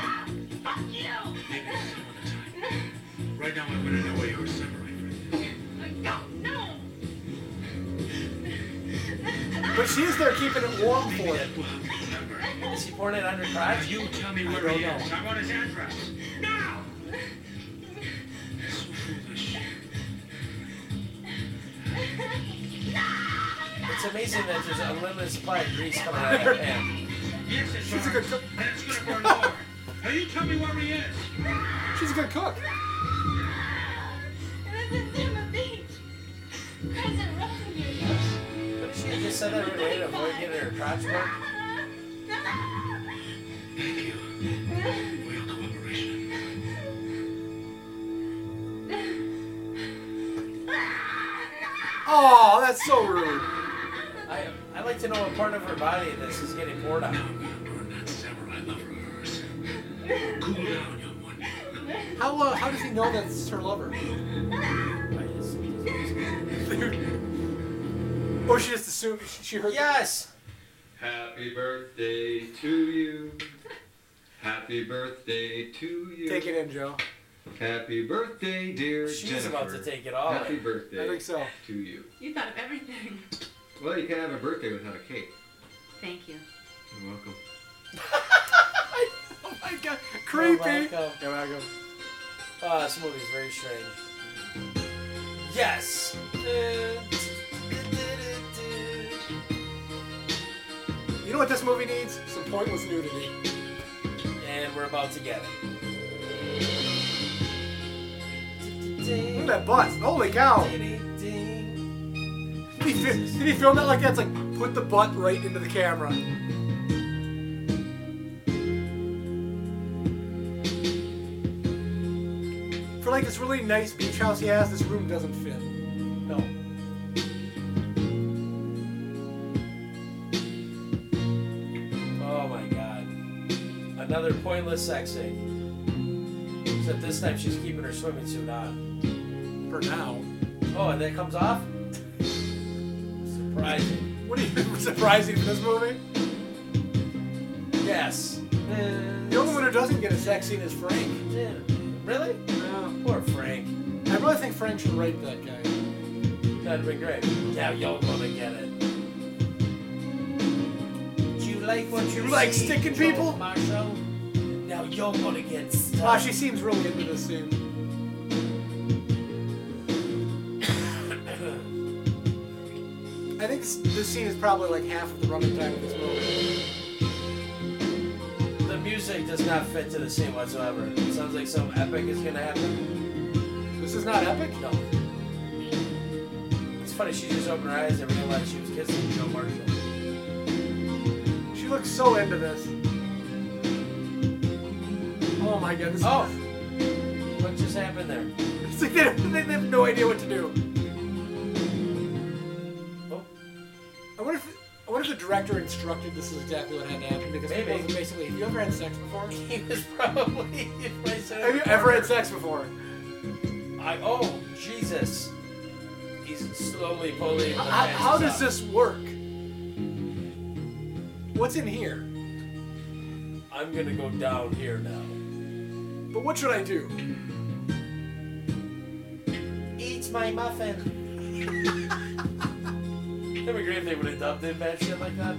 Speaker 22: Fuck you!
Speaker 3: Maybe it's some other time. Right now, I want to know where your samurai friend is.
Speaker 22: I don't know!
Speaker 2: but she's there keeping it warm
Speaker 3: Maybe
Speaker 2: for it.
Speaker 3: that will help you remember.
Speaker 1: Is he pouring it on her crotch?
Speaker 3: You tell me where he is. I want his address. Now! So foolish.
Speaker 1: It's amazing that there's a limited supply of grease coming out of that pan.
Speaker 16: Yes, it's She's a good cook. And it's gonna burn
Speaker 8: [laughs]
Speaker 16: more. Now you tell me where he is.
Speaker 2: She's a good cook.
Speaker 17: This is Zuma Beach. Crescent Refuge.
Speaker 1: Couldn't she have just said that right away to avoid getting her crotch broke?
Speaker 2: Oh, that's so rude.
Speaker 1: I, I'd like to know what part of her body this is getting poured on.
Speaker 2: How uh, how does he know that's her lover? oh, she just assumed she- she heard.
Speaker 1: Yes.
Speaker 11: Happy birthday to you. Happy birthday to you.
Speaker 2: Take it in, Joe.
Speaker 11: Happy birthday, dear
Speaker 1: She's
Speaker 11: Jennifer.
Speaker 1: about to take it all
Speaker 11: Happy
Speaker 1: in.
Speaker 11: birthday
Speaker 2: I think so.
Speaker 11: to you.
Speaker 4: You thought of everything.
Speaker 11: Well, you can't have a birthday without a cake.
Speaker 4: Thank you.
Speaker 11: You're welcome.
Speaker 2: Oh my god, creepy.
Speaker 1: welcome.
Speaker 2: You're welcome.
Speaker 1: Oh, this movie's very strange. Yes.
Speaker 2: You know what this movie needs? Some pointless nudity.
Speaker 1: And we're about to get it.
Speaker 2: Look at that butt. Holy cow. Did he, fi- did he film that like that? It's like put the butt right into the camera. For like this really nice beach house he has, this room doesn't fit.
Speaker 1: No. Oh my god. Another pointless sex scene. Except this time she's keeping her swimming suit on.
Speaker 2: For now.
Speaker 1: Oh, and that comes off? Surprising.
Speaker 2: What do you [laughs] think was surprising in this movie?
Speaker 1: Yes.
Speaker 2: The only one who doesn't get a sex scene is Frank.
Speaker 1: Really?
Speaker 2: No.
Speaker 1: Poor Frank.
Speaker 2: I really think Frank should rape that guy.
Speaker 1: That'd be great. Now y'all gonna get it. Do you like what you
Speaker 2: You like
Speaker 1: see,
Speaker 2: sticking
Speaker 1: Joe
Speaker 2: people?
Speaker 1: Marshall? Now you're gonna get stuck.
Speaker 2: Wow, Ah, she seems really into this scene. I think this, this scene is probably like half of the running time of this movie.
Speaker 1: The music does not fit to the scene whatsoever. It sounds like some epic is gonna happen.
Speaker 2: This is not epic?
Speaker 1: No. It's funny, she just opened her eyes and realized she was kissing Joe Marshall.
Speaker 2: She looks so into this. Oh my goodness.
Speaker 1: Oh! What just happened there?
Speaker 2: It's like [laughs] they, don't- they have no idea what to do.
Speaker 1: Oh. [laughs]
Speaker 2: I wonder if I wonder if the director instructed this is exactly what had to happen because people
Speaker 1: Maybe.
Speaker 2: are basically have you ever had sex
Speaker 1: [laughs]
Speaker 2: before?
Speaker 1: He was probably [laughs] placed in a
Speaker 2: Have you ever
Speaker 1: corner.
Speaker 2: had sex before?
Speaker 1: I oh Jesus. He's slowly pulling the
Speaker 2: How,
Speaker 1: fences
Speaker 2: how does
Speaker 1: up.
Speaker 2: this work? What's in here?
Speaker 1: I'm gonna go down here now.
Speaker 2: But what should I do? [laughs]
Speaker 1: Eat my [laughs] muffin. That'd be great if they would have dubbed in bad shit like that.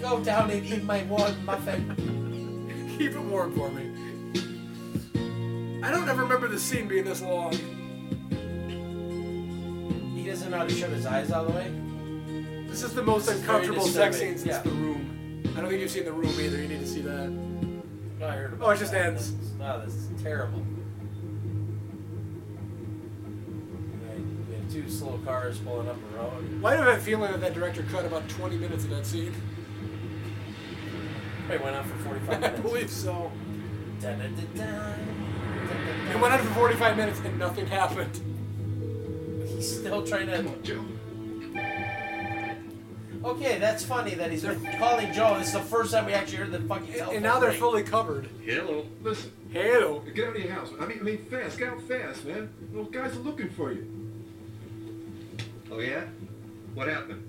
Speaker 1: Go down and eat my warm muffin.
Speaker 2: Keep it warm for me. I don't ever remember the scene being this long.
Speaker 1: He doesn't know how to shut his eyes all the way.
Speaker 2: This is the most
Speaker 1: This is very
Speaker 2: uncomfortable sex
Speaker 1: disturbing,
Speaker 2: scene since
Speaker 1: yeah.
Speaker 2: the room. I don't think you've seen the room either. You need to see that.
Speaker 1: No, I heard about
Speaker 2: Oh, it just
Speaker 1: that.
Speaker 2: ends.
Speaker 1: This- No, this is terrible. Right, we have two slow cars pulling up a road.
Speaker 2: Why do I have a feeling that that director cut about 20 minutes of that scene? [laughs]
Speaker 1: It went on for 45
Speaker 2: [laughs] I
Speaker 1: minutes.
Speaker 2: believe so. It
Speaker 1: It
Speaker 2: went on for 45 minutes and nothing happened.
Speaker 1: He's still trying to. Okay, that's funny that he's calling Joe. This is the first time we actually heard the fucking
Speaker 2: And,
Speaker 1: telephone
Speaker 2: and now they're
Speaker 1: ring.
Speaker 2: fully covered.
Speaker 6: Hello.
Speaker 20: Listen,
Speaker 2: Hello.
Speaker 20: get out of your house. I mean, I mean, fast. Get out fast, man. Those guys are looking for you.
Speaker 11: Oh yeah? What happened?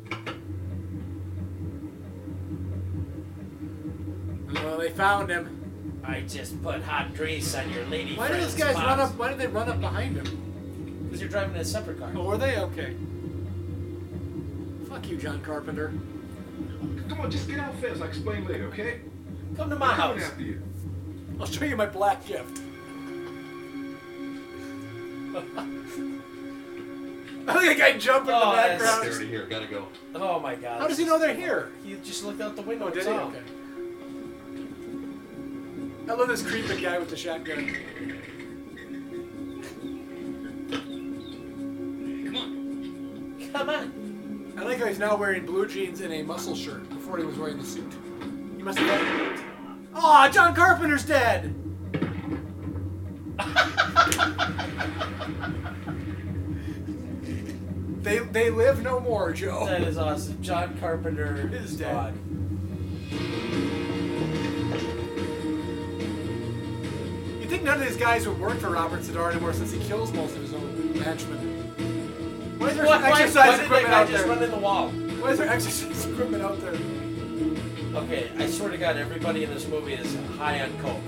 Speaker 2: Well, they found him.
Speaker 1: I just put hot grease on your lady.
Speaker 2: Why do those guys run up? Why did they run up behind him?
Speaker 1: Because you're driving a separate car.
Speaker 2: Oh, were they okay? Fuck you, John Carpenter.
Speaker 20: Come on, just get out fast. I'll explain later, okay?
Speaker 1: Come to my
Speaker 20: I'm coming
Speaker 1: house.
Speaker 20: after you.
Speaker 2: I'll show you my black [laughs] gift. I think I jump in the
Speaker 1: Oh, that's- They're
Speaker 2: background.
Speaker 1: already
Speaker 3: here. Gotta go.
Speaker 1: Oh my god.
Speaker 2: How does he know they're here?
Speaker 1: He just looked out the window.
Speaker 2: Oh, did
Speaker 1: it's
Speaker 2: he?
Speaker 1: all.
Speaker 2: Okay. I love this creepy guy with the shotgun.
Speaker 1: Come on.
Speaker 2: I like how he's now wearing blue jeans and a muscle shirt before he was wearing the suit. He must have. Aw, John Carpenter's dead! [laughs] they, they live no more, Joe.
Speaker 1: That is awesome. John Carpenter is
Speaker 2: Oh. dead.
Speaker 1: gone.
Speaker 2: You'd think none of these guys would work for Robert Sedar anymore since he kills most of his own henchmen. Why is there
Speaker 1: Why- why-
Speaker 2: exercise
Speaker 1: why did that
Speaker 2: equipment
Speaker 1: guy
Speaker 2: out
Speaker 1: just
Speaker 2: there?
Speaker 1: run in the wall?
Speaker 2: Why is there [laughs] exercise equipment out there?
Speaker 1: Okay, I swear to God, everybody in this movie is high on coke.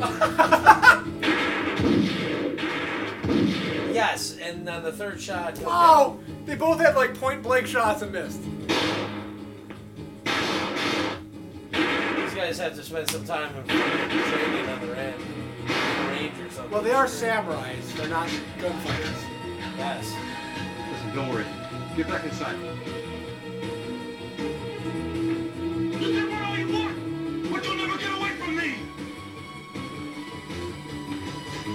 Speaker 1: [laughs] yes, and on the third shot.
Speaker 2: Oh! They both had like point blank shots and missed.
Speaker 1: These guys have to spend some time in training on their end. Rangers. something.
Speaker 2: Well, they are samurais. They're not gunfighters.
Speaker 1: Yes.
Speaker 14: Listen, don't worry. Get back inside.
Speaker 16: You can wear all you want, but you'll never get away from me.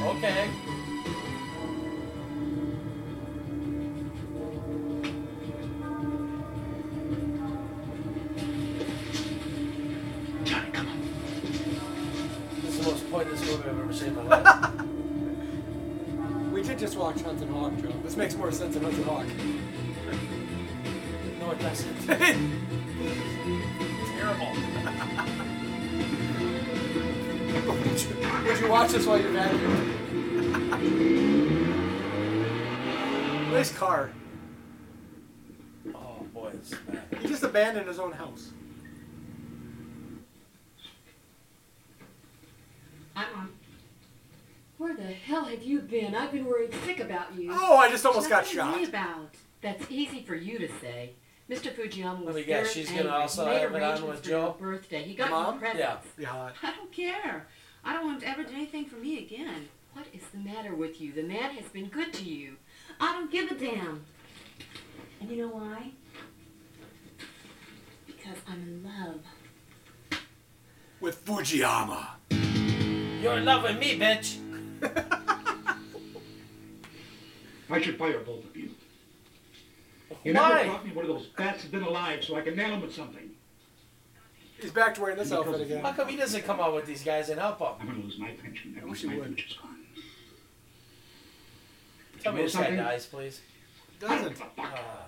Speaker 1: Okay.
Speaker 16: Johnny, come on.
Speaker 1: This is the most pointless movie I've ever seen in my life. [laughs]
Speaker 2: We did just watch Hunt and Hawk, Joe. This makes more sense than Hunt and Hawk. [laughs]
Speaker 1: no, it doesn't. Terrible.
Speaker 2: [laughs] Would you watch this while you're vacuuming? nice car.
Speaker 1: Oh boy, it's bad.
Speaker 2: He just abandoned his own house.
Speaker 23: I'm on. Where the hell have you been? I've been worried sick about you.
Speaker 2: Oh, I just almost got
Speaker 23: Nothing to
Speaker 2: shot.
Speaker 23: worry about. That's easy for you to say. Mr. Fujiyama was
Speaker 1: Let me
Speaker 23: very
Speaker 1: guess, she's gonna
Speaker 23: angry. He
Speaker 1: also
Speaker 23: made
Speaker 1: have it on
Speaker 23: arrangements
Speaker 1: with
Speaker 23: for your
Speaker 1: Joe?
Speaker 23: birthday. He got
Speaker 1: Mom?
Speaker 23: you presents.
Speaker 1: Yeah.
Speaker 2: Yeah.
Speaker 23: I don't care. I don't want him to ever do anything for me again. What is the matter with you? The man has been good to you. I don't give a damn. And you know why? Because I'm in love.
Speaker 2: With Fujiyama.
Speaker 1: You're in love with me, bitch.
Speaker 8: I should fire both of you. You
Speaker 1: Why?
Speaker 8: never brought me one of those bats that's been alive so I can nail him with something.
Speaker 2: He's back to wearing this outfit
Speaker 1: How
Speaker 2: again.
Speaker 1: come he doesn't come out with these guys and help
Speaker 8: I'm
Speaker 1: them?
Speaker 8: gonna lose my pension. I
Speaker 2: wish
Speaker 8: wish
Speaker 2: you
Speaker 8: my
Speaker 2: would.
Speaker 8: pension's gone.
Speaker 1: Tell me
Speaker 8: You know
Speaker 1: this guy
Speaker 8: something?
Speaker 1: dies, please.
Speaker 8: I don't give a fuck. Ah.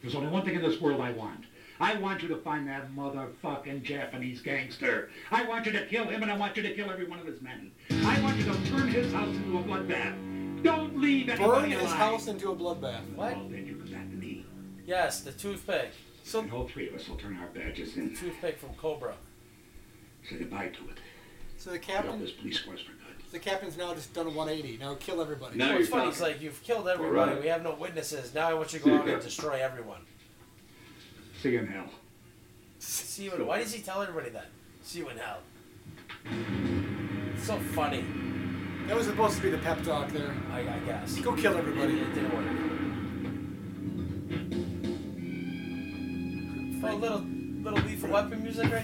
Speaker 8: There's only one thing in this world I want. I want you to find that motherfucking Japanese gangster. I want you to kill him and I want you to kill every one of his men. I want you to burn his house into a bloodbath. Don't leave
Speaker 2: Burn
Speaker 8: anybody
Speaker 2: his
Speaker 8: alive.
Speaker 2: house into a bloodbath.
Speaker 1: What?
Speaker 8: Well, then you come back to me.
Speaker 1: Yes, the toothpick.
Speaker 8: and all three of us will turn our badges in.
Speaker 1: Toothpick from Cobra.
Speaker 8: Say goodbye to it.
Speaker 2: So the
Speaker 8: Get off
Speaker 2: captain,
Speaker 8: this police force for good.
Speaker 2: the captain's now just done a 180. Now kill everybody.
Speaker 1: Well, it's
Speaker 11: you're
Speaker 1: funny. It's
Speaker 11: talking.
Speaker 1: like you've killed everybody.
Speaker 11: Alright.
Speaker 1: We have no witnesses. Now I want you to go out [laughs] and destroy everyone.
Speaker 8: See you in hell.
Speaker 1: See you. In, why does he tell everybody that? See you in hell. It's so funny.
Speaker 2: That was supposed to be the pep talk there.
Speaker 1: I, I guess.
Speaker 2: Go kill everybody.
Speaker 1: It didn't work. For a little, little lethal weapon music right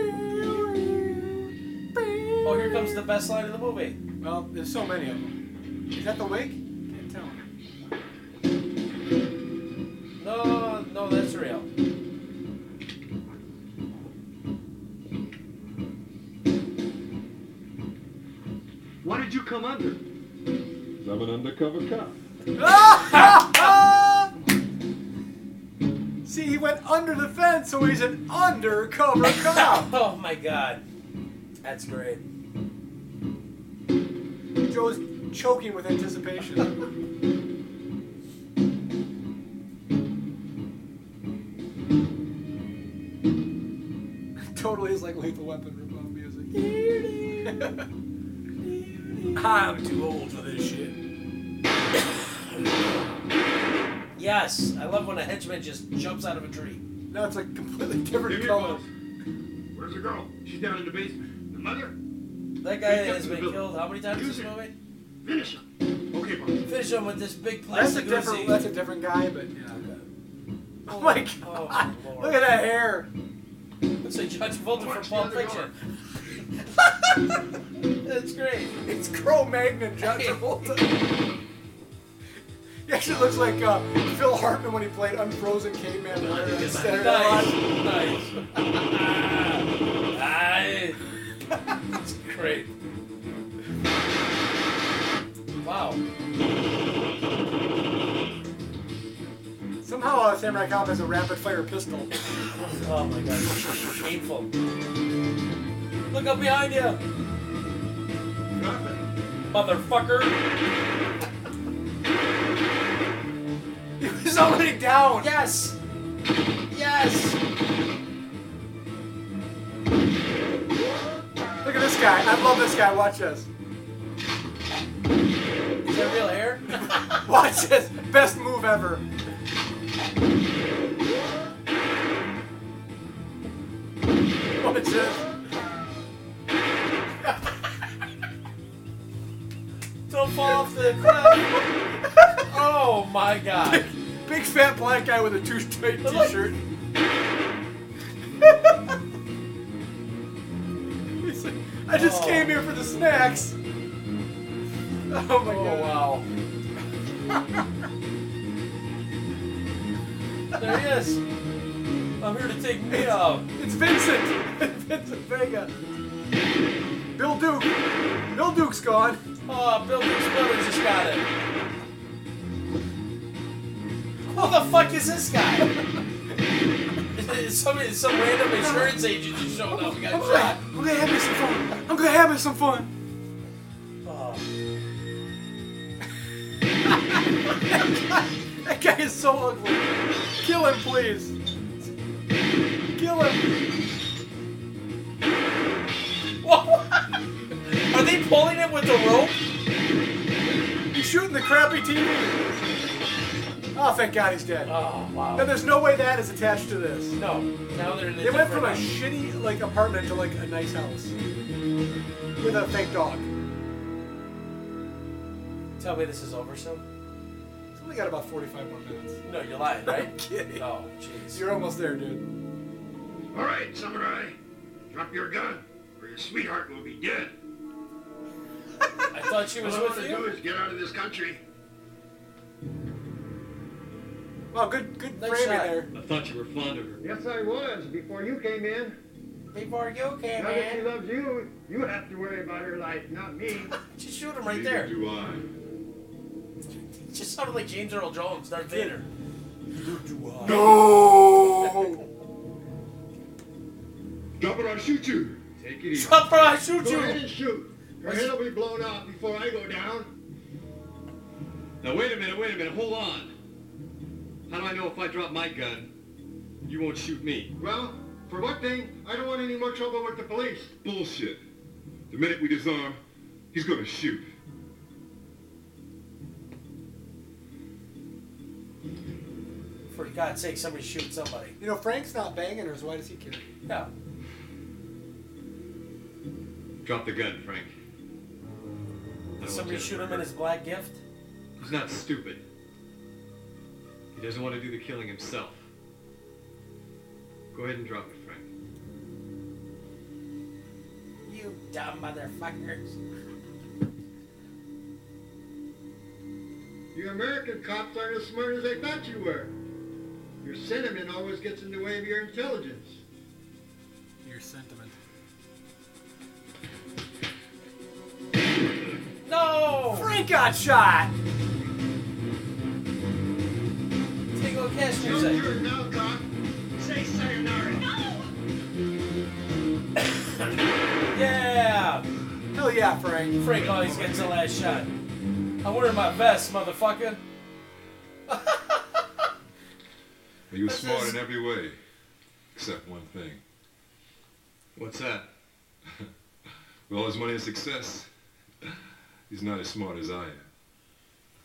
Speaker 1: [laughs] there. [laughs] Oh, here comes the best line of the movie.
Speaker 2: Well, there's so many of them. Is that the wig? Can't tell.
Speaker 1: No, no, that's real.
Speaker 14: Why did you come under?
Speaker 6: 'Cause I'm an undercover cop.
Speaker 2: [laughs] See, he went under the fence, so he's an undercover cop.
Speaker 1: [laughs] Oh my god, that's great.
Speaker 2: Joe's choking with anticipation. [laughs] totally is like Lethal Weapon remote music. [laughs] I'm too old for this shit.
Speaker 1: [coughs] Yes, I love when a henchman just jumps out of a tree.
Speaker 2: Now it's like completely
Speaker 20: Give
Speaker 2: different
Speaker 20: me
Speaker 2: color.
Speaker 20: Where's the girl? She's down in the basement.
Speaker 8: The mother?
Speaker 1: That guy has been killed how many times in this movie?
Speaker 13: Finish him.
Speaker 1: Okay, Mom. Finish him with this big
Speaker 2: That's a
Speaker 1: plastic
Speaker 2: different.
Speaker 1: Uzi.
Speaker 2: That's a different guy, but yeah.
Speaker 1: Oh
Speaker 2: my
Speaker 1: God!
Speaker 2: Look at that hair.
Speaker 1: Looks like Judge Fulton from Pulp Fiction. [laughs] That's great.
Speaker 2: It's Cro-Magnon John Travolta. [laughs] He actually looks like uh, Phil Hartman when he played Unfrozen Caveman. Warrior on Saturday Night
Speaker 1: Nice,
Speaker 2: Live.
Speaker 1: nice.
Speaker 2: [laughs]
Speaker 1: Aye. That's great. Wow.
Speaker 2: Somehow uh, Samurai Cop has a rapid fire pistol. [laughs]
Speaker 1: Oh my god. Painful. Look up behind you. Motherfucker.
Speaker 2: He's already down.
Speaker 1: Yes. Yes.
Speaker 2: Look at this guy. I love this guy. Watch this.
Speaker 1: Is that real hair? [laughs]
Speaker 2: Watch this. Best move ever. Watch this.
Speaker 1: Don't fall off the cliff. oh my god.
Speaker 2: Big fat black guy with a too tight t-shirt. [laughs] He's like, I just
Speaker 1: Oh.
Speaker 2: came here for the snacks. [laughs] Oh my god.
Speaker 1: wow. There he is. I'm here to take me out.
Speaker 2: It's Vincent. [laughs] Vincent Vega. Bill Duke. Bill Duke's gone.
Speaker 1: Oh, Bill Duke's brother just got it. Who the fuck is this guy? [laughs] Is some, is some random insurance agent just showed up and got shot.
Speaker 2: I'm gonna have me some fun. I'm gonna have me some fun.
Speaker 1: Oh.
Speaker 2: [laughs] That guy is so ugly. Kill him, please. Kill him.
Speaker 1: Whoa. Are they pulling him with the rope?
Speaker 2: He's shooting the crappy TV. Oh, thank God he's dead.
Speaker 1: Oh, wow.
Speaker 2: Now there's no way that is attached to this.
Speaker 1: No. Now they're in a
Speaker 2: They went
Speaker 1: different
Speaker 2: from a
Speaker 1: house.
Speaker 2: shitty like apartment to like a nice house with a fake dog.
Speaker 1: Tell me this is over soon.
Speaker 2: It's only got about 45 more minutes.
Speaker 1: No, you're lying, right?
Speaker 2: [laughs] I'm kidding.
Speaker 1: Oh, jeez.
Speaker 2: You're almost there, dude.
Speaker 16: All right, samurai, drop your gun, or your sweetheart will be dead.
Speaker 1: I thought she was
Speaker 16: All I
Speaker 1: with
Speaker 16: want to
Speaker 1: you.
Speaker 16: do is get out of this country.
Speaker 2: Wow, good good
Speaker 16: Nice
Speaker 2: framing
Speaker 16: shot.
Speaker 2: there.
Speaker 14: I thought you were fond of her.
Speaker 13: Yes, I was before you came in.
Speaker 1: Before you came
Speaker 13: now that she
Speaker 1: in.
Speaker 13: loves you, you have to worry about her life, not me.
Speaker 1: Just shoot him right there.
Speaker 6: Do I?
Speaker 1: It just sounded like James Earl Jones, Darth Vader. [laughs]
Speaker 6: No! Drop it or I'll shoot you.
Speaker 14: Take it easy.
Speaker 1: Stop or I shoot
Speaker 13: Go ahead
Speaker 1: you!
Speaker 13: and shoot. Her head will be blown off before I go down.
Speaker 14: Now wait a minute, wait a minute, hold on. How do I know if I drop my gun, you won't shoot me?
Speaker 13: Well, for one thing, I don't want any more trouble with the police.
Speaker 6: Bullshit. The minute we disarm, he's gonna shoot.
Speaker 1: For God's sake, somebody shoot somebody.
Speaker 2: You know, Frank's not banging her, so why does he care?
Speaker 1: No.
Speaker 14: Drop the gun, Frank. I don't
Speaker 1: Somebody
Speaker 14: want
Speaker 1: shoot
Speaker 14: Jennifer
Speaker 1: him in
Speaker 14: hurt.
Speaker 1: his black gift?
Speaker 14: He's not stupid. He doesn't want to do the killing himself. Go ahead and drop it, Frank.
Speaker 1: You dumb motherfuckers.
Speaker 13: You American cops aren't as smart as I thought you were. Your sentiment always gets in the way of your intelligence.
Speaker 2: Your sentiment.
Speaker 1: No!
Speaker 2: Frank got shot!
Speaker 1: Tingle Cash
Speaker 13: Don't
Speaker 1: music.
Speaker 13: do it now, cop. Say sayonara.
Speaker 1: [laughs] Yeah!
Speaker 2: Hell yeah, Frank.
Speaker 1: Frank always gets the last shot. I'm wearing my vest, motherfucker.
Speaker 6: You were
Speaker 1: This
Speaker 6: smart
Speaker 1: is-
Speaker 6: in every way, except one thing.
Speaker 14: What's
Speaker 6: [laughs]
Speaker 14: that?
Speaker 6: With all his money and success, he's not as smart as I am.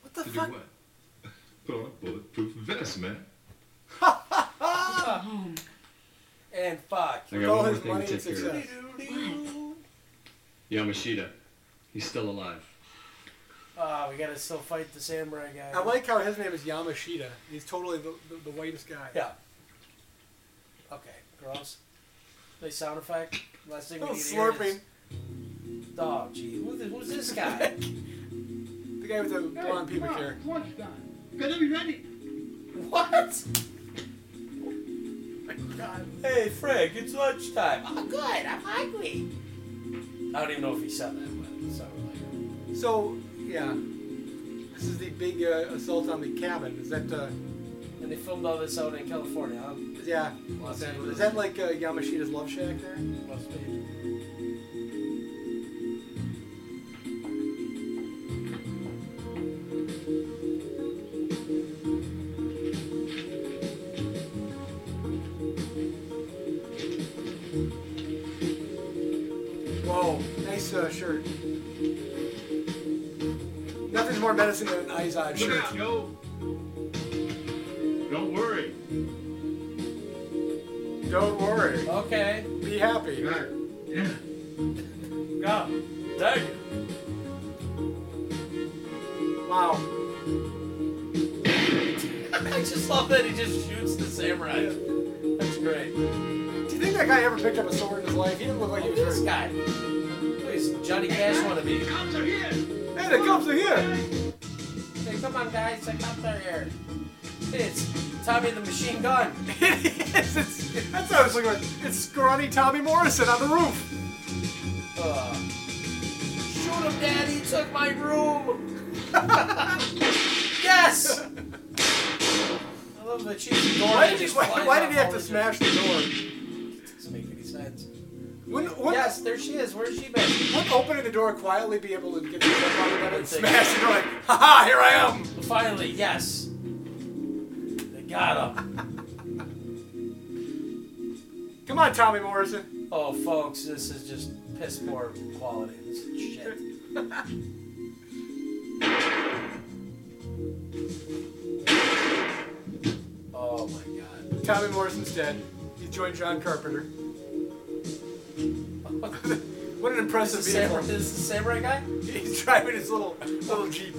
Speaker 2: What the
Speaker 14: To do
Speaker 2: fuck?
Speaker 14: what?
Speaker 6: Put on a bulletproof vest, man.
Speaker 1: And fuck.
Speaker 14: I
Speaker 2: With
Speaker 14: got
Speaker 2: all
Speaker 14: one more
Speaker 2: his
Speaker 14: thing
Speaker 2: money
Speaker 14: to
Speaker 2: and
Speaker 14: take care of.
Speaker 2: success.
Speaker 1: Doo-doo-doo.
Speaker 14: Yamashita. He's still alive.
Speaker 1: Ah, we gotta still fight the samurai guy.
Speaker 2: I like how his name is Yamashita. He's totally the, the, the whitest guy.
Speaker 1: Yeah. Okay, girls. Play sound effect. Last thing we
Speaker 2: Oh,
Speaker 1: need to hear is-
Speaker 2: slurping.
Speaker 1: Oh, gee, who, the- who's this guy? [laughs]
Speaker 2: The guy with the blonde pubic
Speaker 1: come on,
Speaker 2: hair.
Speaker 1: it's
Speaker 8: Gonna be ready.
Speaker 1: What? Hey, Frank, it's lunchtime. Oh, good. I'm hungry. I don't even know if he said that, but it's not really.
Speaker 2: So, yeah. This is the big uh, assault on the cabin. Is that, uh,
Speaker 1: And they filmed all this out in California, huh?
Speaker 2: yeah.
Speaker 1: Los Angeles.
Speaker 2: Is that like uh, Yamashita's love shack there?
Speaker 1: Must be.
Speaker 2: Whoa, nice uh, shirt. Nothing's more medicine than an Izod
Speaker 20: Look
Speaker 2: shirt.
Speaker 20: out, Joe. Don't worry.
Speaker 2: Don't worry.
Speaker 1: Okay.
Speaker 2: Be happy.
Speaker 1: Go. Dang [laughs] it.
Speaker 2: Wow.
Speaker 1: I just love that he just shoots the samurai. That's great.
Speaker 2: Do you think that guy ever picked up a sword in his life? He didn't look like he was
Speaker 1: This guy. Please, Johnny Cash wannabe. The cops are here!
Speaker 2: Hey, the cops are here!
Speaker 1: Hey, come on, guys, the cops are here. It's Tommy the Machine Gun. [laughs]
Speaker 2: it's, it's, that's what I was looking at. It's scrawny Tommy Morrison on the roof.
Speaker 1: Uh, shoot him, Dad, he took my room! [laughs] yes! I love the cheesy door.
Speaker 2: Why
Speaker 1: that
Speaker 2: did he,
Speaker 1: just
Speaker 2: why,
Speaker 1: flies
Speaker 2: why
Speaker 1: off
Speaker 2: did he have
Speaker 1: all
Speaker 2: to
Speaker 1: the-
Speaker 2: smash the door?
Speaker 1: Doesn't make any sense.
Speaker 2: Wouldn't, wouldn't,
Speaker 1: Yes, there she is. Where's she been?
Speaker 2: wouldn't opening the door quietly be able to get [laughs] the stuff out of it and smash the door like, haha, here I am!
Speaker 1: Finally, yes. They got him.
Speaker 2: Come on, Tommy Morrison.
Speaker 1: Oh, folks, this is just piss poor quality. This is shit. oh my god.
Speaker 2: Tommy Morrison's dead. He joined John Carpenter. [laughs] what an impressive
Speaker 1: Is the samurai,
Speaker 2: vehicle.
Speaker 1: is this the samurai guy?
Speaker 2: He's driving his little little jeep.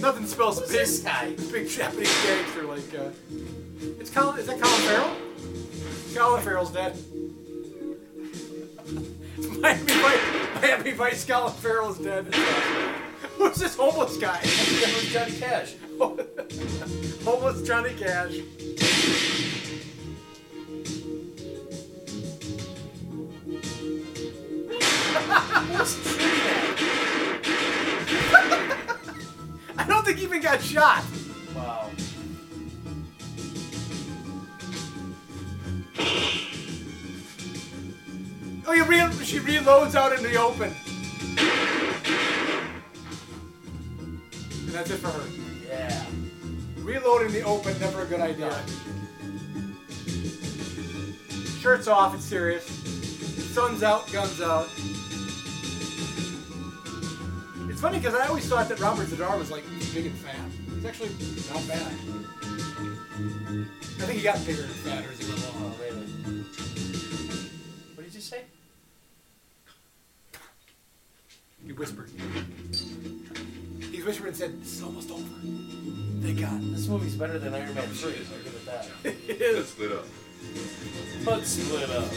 Speaker 2: Nothing spells
Speaker 1: Who's
Speaker 2: big
Speaker 1: this guy?
Speaker 2: big Japanese gangster like. Uh, it's Colin. Is that Colin Farrell? Colin Farrell's dead. [laughs] Miami Vice, Miami Vice Colin Farrell's dead. Who's this homeless guy?
Speaker 1: That was Johnny Cash.
Speaker 2: [laughs] homeless Johnny Cash. [laughs] I don't think he even got shot.
Speaker 1: Wow.
Speaker 2: Oh, you re- she reloads out in the open. And that's it for her.
Speaker 1: Yeah.
Speaker 2: Reload in the open, never a good idea. Shirts off, it's serious. Sun's out, guns out. It's funny because I always thought that Robert Zadar was like big and fat. He's actually not bad. I think he got bigger and fatter as he went along.
Speaker 1: Oh, wait a minute. What did you say?
Speaker 2: He whispered. He whispered and said, "This is almost over." Thank God.
Speaker 1: This movie's better than Iron Man 3. so Look at that.
Speaker 2: It is.
Speaker 6: Split up.
Speaker 1: Let's split up.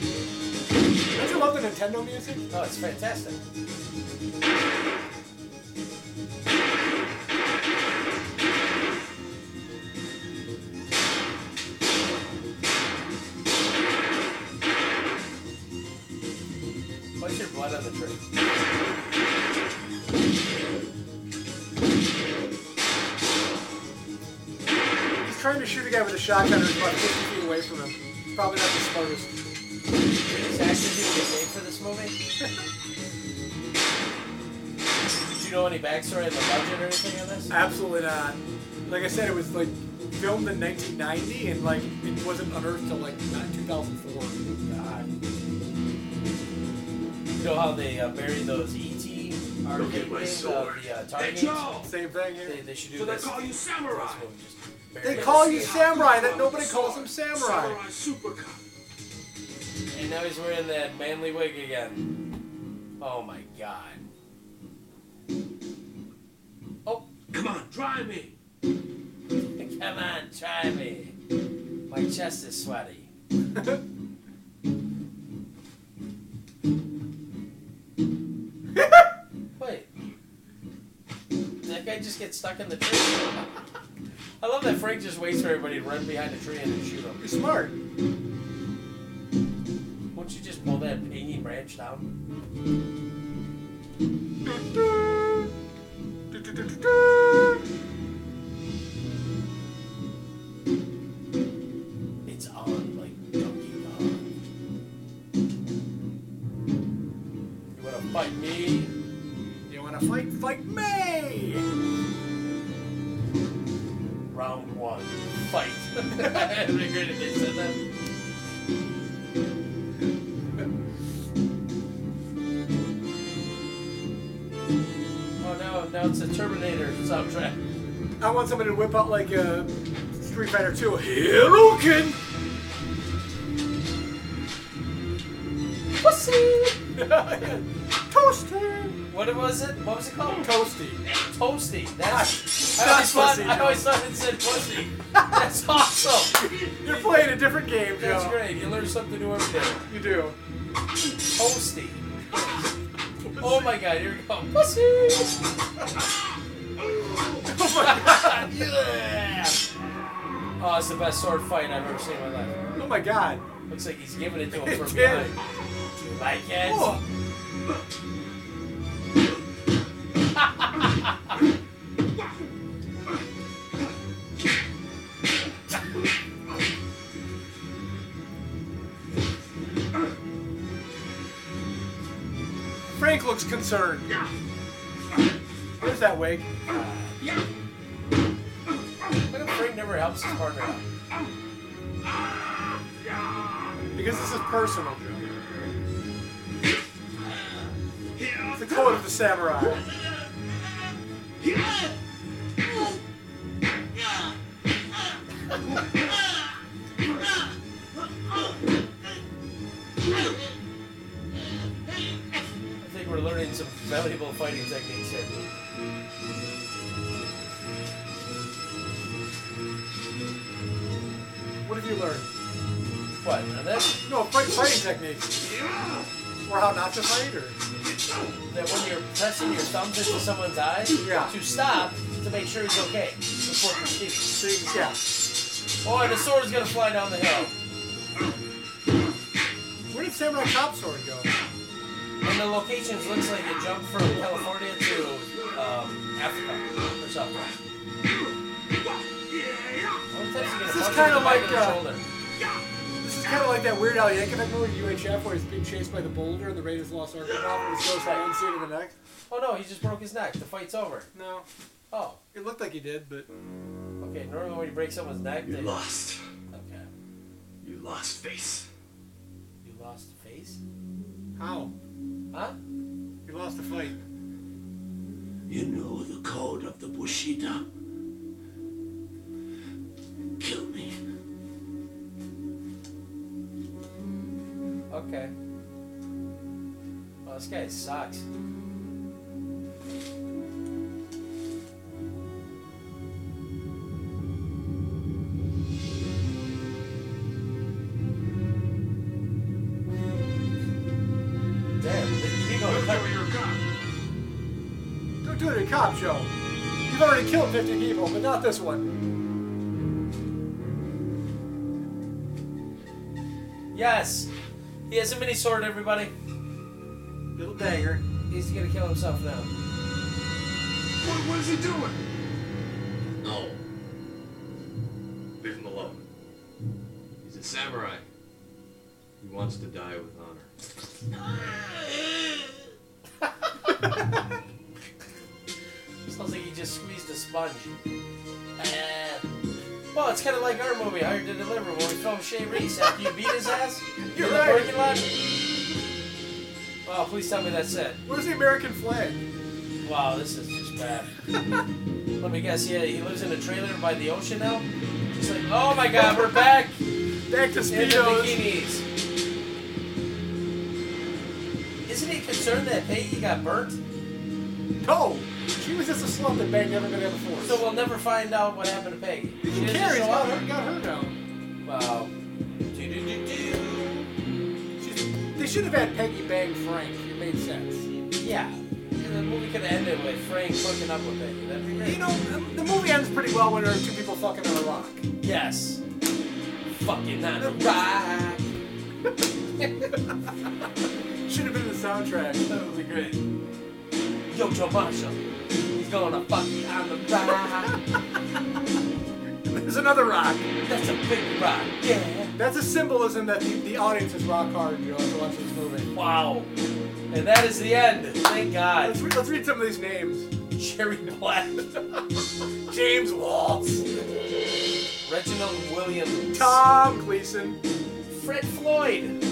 Speaker 2: Don't you love the Nintendo music?
Speaker 1: Oh, it's fantastic. What's your blood on the tree?
Speaker 2: He's trying to shoot a guy with a shotgun who's about 50 feet away from him. Probably not the smartest.
Speaker 1: Is actor people get paid for this movie? [laughs] Do you know any backstory on the budget or anything on this?
Speaker 2: Absolutely not. Like I said, it was like filmed in 1990, and like it wasn't unearthed till like not 2004.
Speaker 1: God. You know how they uh, buried those ET arcade
Speaker 20: my
Speaker 1: games
Speaker 20: sword.
Speaker 1: of the uh,
Speaker 20: Hey,
Speaker 1: targets?
Speaker 20: Joe!
Speaker 2: Same
Speaker 1: They,
Speaker 2: thing here.
Speaker 1: they should do
Speaker 20: So they
Speaker 1: this.
Speaker 20: call you samurai.
Speaker 2: They call you samurai. That nobody calls him samurai.
Speaker 20: Samurai super cop.
Speaker 1: And now he's wearing that manly wig again. Oh my god.
Speaker 3: Come on, try me.
Speaker 1: Come on, try me. My chest is sweaty. Wait. Did that guy just get stuck in the tree? I love that Frank just waits for everybody to run behind a tree and shoot him. You're smart. Won't you just pull that pingy branch down? It's on like Donkey Kong. You wanna fight me?
Speaker 2: You wanna fight? Fight me!
Speaker 1: Round one. Fight. [laughs] I regretted they said that. [laughs] Oh no, now it's a Terminator soundtrack.
Speaker 2: I want somebody to whip out like a Street Fighter 2. Hello, kid!
Speaker 1: Pussy! [laughs]
Speaker 2: Toasty!
Speaker 1: What was it? What was it called?
Speaker 2: Toasty.
Speaker 1: Toasty. That's. I
Speaker 2: Not
Speaker 1: always thought.
Speaker 2: pussy,
Speaker 1: I
Speaker 2: no.
Speaker 1: always thought it said pussy. That's awesome.
Speaker 2: You're playing a different game, Joe.
Speaker 1: That's great. You learn something new every day.
Speaker 2: You do.
Speaker 1: Toasty. Oh my god, here we go. [laughs] Pussy!
Speaker 2: Oh my god!
Speaker 1: yeah! Oh, it's the best sword fight I've ever seen in my life.
Speaker 2: Oh my god.
Speaker 1: Looks like he's giving it to him
Speaker 2: It
Speaker 1: from
Speaker 2: did.
Speaker 1: behind. Do you like it?
Speaker 2: Oh. Frank looks concerned. Where's that wig?
Speaker 1: How come Frank never helps his partner out?
Speaker 2: Because this is personal. It's the code of the samurai.
Speaker 1: I think we're learning some valuable fighting techniques here.
Speaker 2: What have you learned?
Speaker 1: What? Now that,
Speaker 2: No, fight, fighting techniques. Or how not to fight, or
Speaker 1: that when you're pressing your thumbs into someone's eyes,
Speaker 2: Yeah.
Speaker 1: to stop to make sure he's okay before proceeding.
Speaker 2: things, yeah.
Speaker 1: Oh, and the sword's gonna fly down the hill.
Speaker 2: Where did Samurai Cop Sword go?
Speaker 1: And the locations looks like it jumped from California to um, Africa or something.
Speaker 2: This is kinda like, uh, This is kind of like that Weird Al Yankovic movie, UHF, where he's being chased by the boulder and the Raiders lost Ark Cop and he goes from one scene to the next.
Speaker 1: Oh no, he just broke his neck. The fight's over.
Speaker 2: No,
Speaker 1: Oh,
Speaker 2: it looked like he did, but
Speaker 1: okay. Normally when you break someone's neck,
Speaker 3: You
Speaker 1: they
Speaker 3: lost.
Speaker 1: Okay.
Speaker 3: You lost face.
Speaker 1: You lost face?
Speaker 2: how?
Speaker 1: Huh?
Speaker 2: He lost the fight.
Speaker 3: You know the code of the Bushido. Kill me.
Speaker 1: Okay. Well, this guy sucks. Damn, you go cover your
Speaker 2: Don't do it in a cop show. You've already killed 50 people, but not this one.
Speaker 1: Yes! He has a mini sword, everybody.
Speaker 2: Little dagger.
Speaker 1: He's gonna kill himself now.
Speaker 16: What, what is he doing?
Speaker 3: No. Leave him alone. He's a samurai. He wants to die with honor.
Speaker 1: Sounds like he just squeezed a sponge. Eh. Well, it's kind of like our movie, Hired to Deliver, when we filmed Shay Reese after you beat his ass.
Speaker 2: You're
Speaker 1: in the
Speaker 2: right.
Speaker 1: parking lot. Oh, please tell me that's it.
Speaker 2: Where's the American flag?
Speaker 1: Wow, this is just bad. Let me guess. Yeah, he lives in a trailer by the ocean now.
Speaker 2: [laughs]
Speaker 1: Just like, oh my God, we're back
Speaker 2: Back to
Speaker 1: in the
Speaker 2: Speedos.
Speaker 1: bikinis. Isn't he concerned that Peggy got burnt?
Speaker 2: No! She was just a slump that Bang never gonna ever force.
Speaker 1: So we'll never find out what happened to Peggy. She
Speaker 2: Who
Speaker 1: didn't
Speaker 2: cares?
Speaker 1: show
Speaker 2: Got
Speaker 1: up.
Speaker 2: her, got her down.
Speaker 1: Wow. Do-do-do-do.
Speaker 2: They should have had Peggy bang Frank. It made sense.
Speaker 1: Yeah. And the movie could have ended with Frank hooking up with Peggy. That'd be great.
Speaker 2: You know, the movie ends pretty well when there are two people fucking on a rock.
Speaker 1: Yes. Fucking on the rock.
Speaker 2: Should have been the soundtrack.
Speaker 1: That would be great. Yo, Joe Marshall. He's gonna fuck you on the rock.
Speaker 2: There's another rock.
Speaker 1: That's a big rock. Yeah.
Speaker 2: That's a symbolism that the, the audience is rock hard, you know, to watch this movie.
Speaker 1: Wow. And that is the end. Thank God.
Speaker 2: Let's, re- let's read some of these names.
Speaker 1: Jerry Black.
Speaker 2: James Waltz.
Speaker 1: Reginald Williams.
Speaker 2: Tom Gleason.
Speaker 1: Fred Floyd.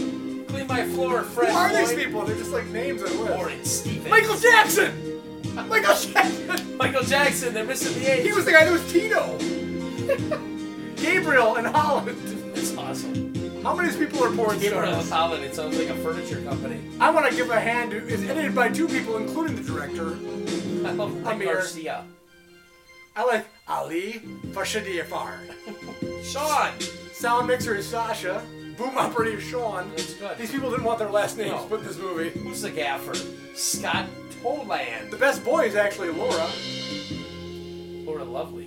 Speaker 1: Clean my floor, Fred
Speaker 2: Who are
Speaker 1: Floyd.
Speaker 2: these people? They're just like names on a list.
Speaker 1: Lawrence Stevens.
Speaker 2: Michael Jackson! Michael Jackson! [laughs]
Speaker 1: Michael Jackson. They're missing the
Speaker 2: He
Speaker 1: H.
Speaker 2: was the guy that was Tito! [laughs] Gabriel in Holland.
Speaker 1: That's awesome.
Speaker 2: How many people are poor in
Speaker 1: Gabriel
Speaker 2: Gabriel?
Speaker 1: Holland. It sounds like a furniture company. [laughs]
Speaker 2: I want to give a hand to is edited by two people, including the director.
Speaker 1: I love Rick
Speaker 2: Amir.
Speaker 1: Garcia.
Speaker 2: I like Ali Fashadifar.
Speaker 1: Sean.
Speaker 2: Sound mixer is Sasha. Boom operator is Sean.
Speaker 1: That's good.
Speaker 2: These people didn't want their last names
Speaker 1: No.
Speaker 2: put in this movie.
Speaker 1: Who's the gaffer? Scott Toland.
Speaker 2: The best boy is actually Laura.
Speaker 1: Laura
Speaker 2: [laughs]
Speaker 1: Lovely.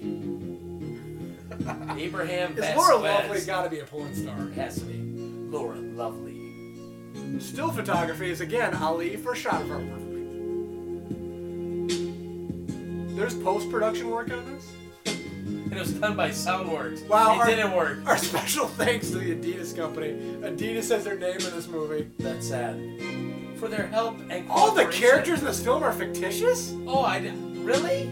Speaker 1: Abraham
Speaker 2: Is Laura
Speaker 1: Vasquez.
Speaker 2: Lovely gotta be a porn star?
Speaker 1: Has to be. Laura Lovely.
Speaker 2: Still photography is again Ali for shot of There's post production work on this?
Speaker 1: And it was done by Soundworks.
Speaker 2: Wow,
Speaker 1: It
Speaker 2: our-
Speaker 1: didn't work.
Speaker 2: Our special thanks to the Adidas company. Adidas says their name in this movie.
Speaker 1: That's sad. For their help and
Speaker 2: All the
Speaker 1: cooperation.
Speaker 2: characters in this film are fictitious?
Speaker 1: Oh, I didn't. Really?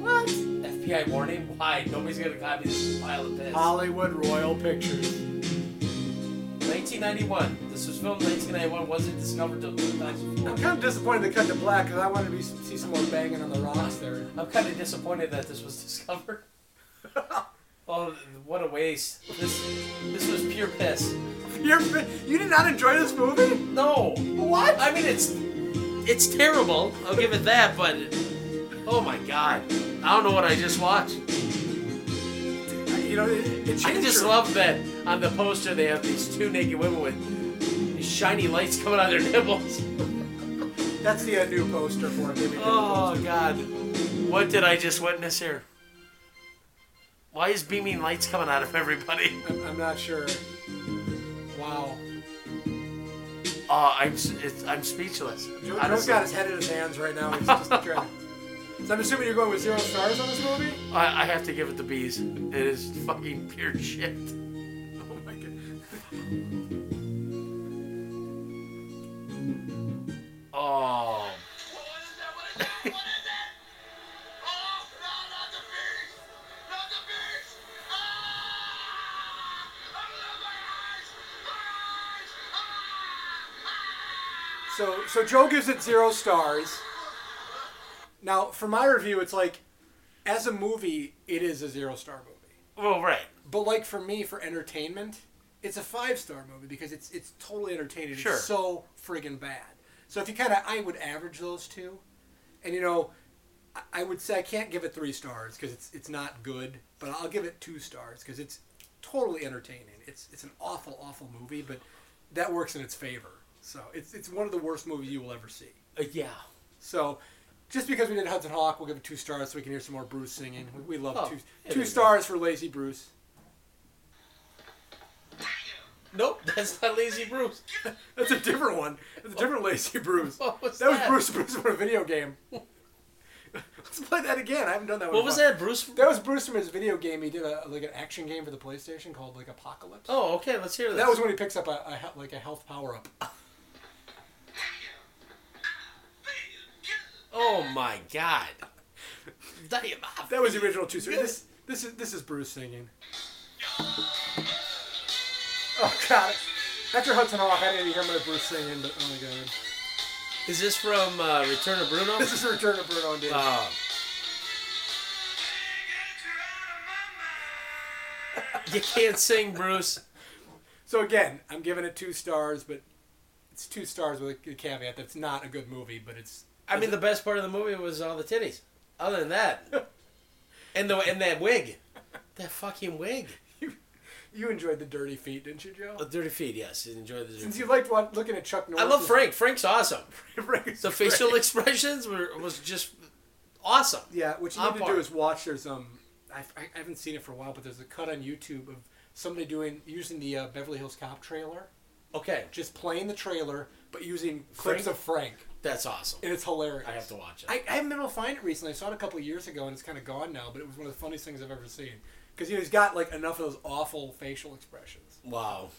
Speaker 2: What?
Speaker 1: FBI warning? Why? Nobody's gonna copy this pile of piss.
Speaker 2: Hollywood Royal Pictures.
Speaker 1: 1991. This was filmed in 1991. Wasn't discovered till
Speaker 2: I'm
Speaker 1: 2004.
Speaker 2: kind of disappointed they cut to black because I wanted to be, see some more banging on the rocks there.
Speaker 1: I'm kind of disappointed that this was [laughs] discovered. oh, what a waste. This this was pure piss.
Speaker 2: [laughs] You're, you did not enjoy this movie?
Speaker 1: No.
Speaker 2: What?
Speaker 1: I mean, it's it's terrible. I'll give it that, but oh my god, I don't know what I just watched.
Speaker 2: You know, it, it
Speaker 1: I just love that on the poster they have these two naked women with these shiny lights coming out of their nipples.
Speaker 2: That's the uh, new poster for it. They made a new
Speaker 1: Oh
Speaker 2: poster.
Speaker 1: god, what did I just witness here? Why is beaming lights coming out of everybody?
Speaker 2: I'm, I'm not sure. Wow.
Speaker 1: Oh, I'm s- it's, I'm speechless.
Speaker 2: Joe, Joe's
Speaker 1: Honestly.
Speaker 2: got his head in his hands right now.
Speaker 1: [laughs]
Speaker 2: He's just trying. to- So I'm assuming you're going with zero stars on this movie.
Speaker 1: I, I have to give it the bees. It is fucking pure shit. [laughs]
Speaker 2: Oh my god.
Speaker 1: Oh.
Speaker 2: So so Joe gives it zero stars. Now for my review, it's like, as a movie, it is a zero star movie.
Speaker 1: Well, right.
Speaker 2: But like for me, for entertainment, it's a five star movie because it's it's totally entertaining.
Speaker 1: Sure.
Speaker 2: It's so friggin' bad. So if you kind of, I would average those two, and you know, I, I would say I can't give it three stars because it's it's not good, but I'll give it two stars because it's totally entertaining. It's it's an awful awful movie, but that works in its favor. So it's it's one of the worst movies you will ever see.
Speaker 1: Uh, yeah.
Speaker 2: So. Just because we did Hudson Hawk, we'll give it two stars so we can hear some more Bruce singing. We, we love
Speaker 1: Oh,
Speaker 2: two
Speaker 1: yeah, there
Speaker 2: two
Speaker 1: you go.
Speaker 2: stars for Lazy Bruce.
Speaker 1: Nope, that's not Lazy Bruce.
Speaker 2: That's a different one. That's a different Lazy Bruce.
Speaker 1: What was
Speaker 2: that was
Speaker 1: that?
Speaker 2: Bruce Bruce from a video game. Let's play that again. I haven't done that one.
Speaker 1: What
Speaker 2: in a
Speaker 1: was
Speaker 2: while.
Speaker 1: that, Bruce?
Speaker 2: That was Bruce from his video game. He did a like an action game for the PlayStation called like Apocalypse.
Speaker 1: Oh, okay. Let's hear this.
Speaker 2: That was when he picks up a, a he- like a health power up.
Speaker 1: Oh my god. Damn.
Speaker 2: That was the original two. series. This this is this is Bruce singing. Oh god. After Hudson Hawk, I didn't even hear my Bruce singing, but oh my god.
Speaker 1: Is this from uh, Return of Bruno?
Speaker 2: This is the Return of Bruno and Dave.
Speaker 1: Oh. You can't sing, Bruce.
Speaker 2: So again, I'm giving it two stars, but it's two stars with a caveat that's not a good movie, but it's.
Speaker 1: I mean, the best part of the movie was all the titties. Other than
Speaker 2: [laughs]
Speaker 1: that, and the and that wig, that fucking wig.
Speaker 2: You enjoyed the dirty feet, didn't you, Joe?
Speaker 1: The dirty feet, yes. You enjoy the dirty
Speaker 2: Since
Speaker 1: feet.
Speaker 2: you liked wa- looking at Chuck Norris.
Speaker 1: I love
Speaker 2: [laughs]
Speaker 1: Frank. Frank's awesome. the facial expressions were was just awesome.
Speaker 2: Yeah, what you
Speaker 1: On
Speaker 2: need to
Speaker 1: par.
Speaker 2: do is watch. There's um, I, I- I haven't seen it for a while, but there's a cut on YouTube of somebody doing using the uh, Beverly Hills Cop trailer.
Speaker 1: Okay.
Speaker 2: Just playing the trailer, but using clips
Speaker 1: Frank?
Speaker 2: of Frank,
Speaker 1: That's awesome.
Speaker 2: and it's hilarious.
Speaker 1: I have to watch it.
Speaker 2: I, I haven't been able to find it recently. I saw it a couple of years ago, and it's kind of gone now. But it was one of the funniest things I've ever seen because you know, he's got like enough of those awful facial expressions.
Speaker 1: Wow.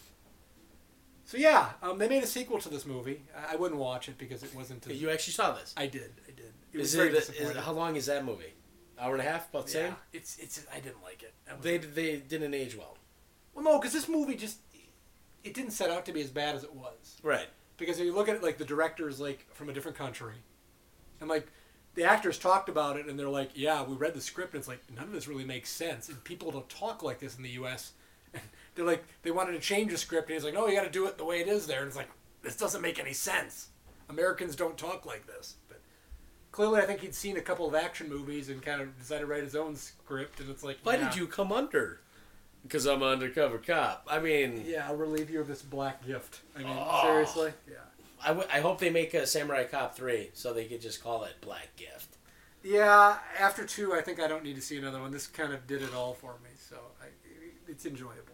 Speaker 2: So yeah, um, they made a sequel to this movie. I, I wouldn't watch it because it wasn't. as-
Speaker 1: You actually saw this?
Speaker 2: I did. I did. It was
Speaker 1: Is
Speaker 2: very
Speaker 1: it, is
Speaker 2: disappointing.
Speaker 1: it- how long is that movie? Hour and a half, about the
Speaker 2: Yeah,
Speaker 1: same.
Speaker 2: It's it's. I didn't like it. I was-
Speaker 1: They they didn't age well.
Speaker 2: Well, no, because this movie just it didn't set out to be as bad as it was.
Speaker 1: Right.
Speaker 2: Because if you look at it, like the director is like from a different country, and like the actors talked about it, and they're like, "Yeah, we read the script, and it's like none of this really makes sense, and people don't talk like this in the U.S." they're like, they wanted to change the script, and he's like, "No, you got to do it the way it is there." And it's like, this doesn't make any sense. Americans don't talk like this. But clearly, I think he'd seen a couple of action movies and kind of decided to write his own script, and it's like,
Speaker 1: Why
Speaker 2: yeah.
Speaker 1: did you come under? Because I'm an undercover cop. I mean,
Speaker 2: Yeah, I'll relieve you of this black gift. I mean,
Speaker 1: Oh.
Speaker 2: seriously. Yeah.
Speaker 1: I, w- I hope they make a Samurai Cop three so they could just call it Black Gift.
Speaker 2: Yeah. After two, I think I don't need to see another one. This kind of did it all for me, so I, it's enjoyable.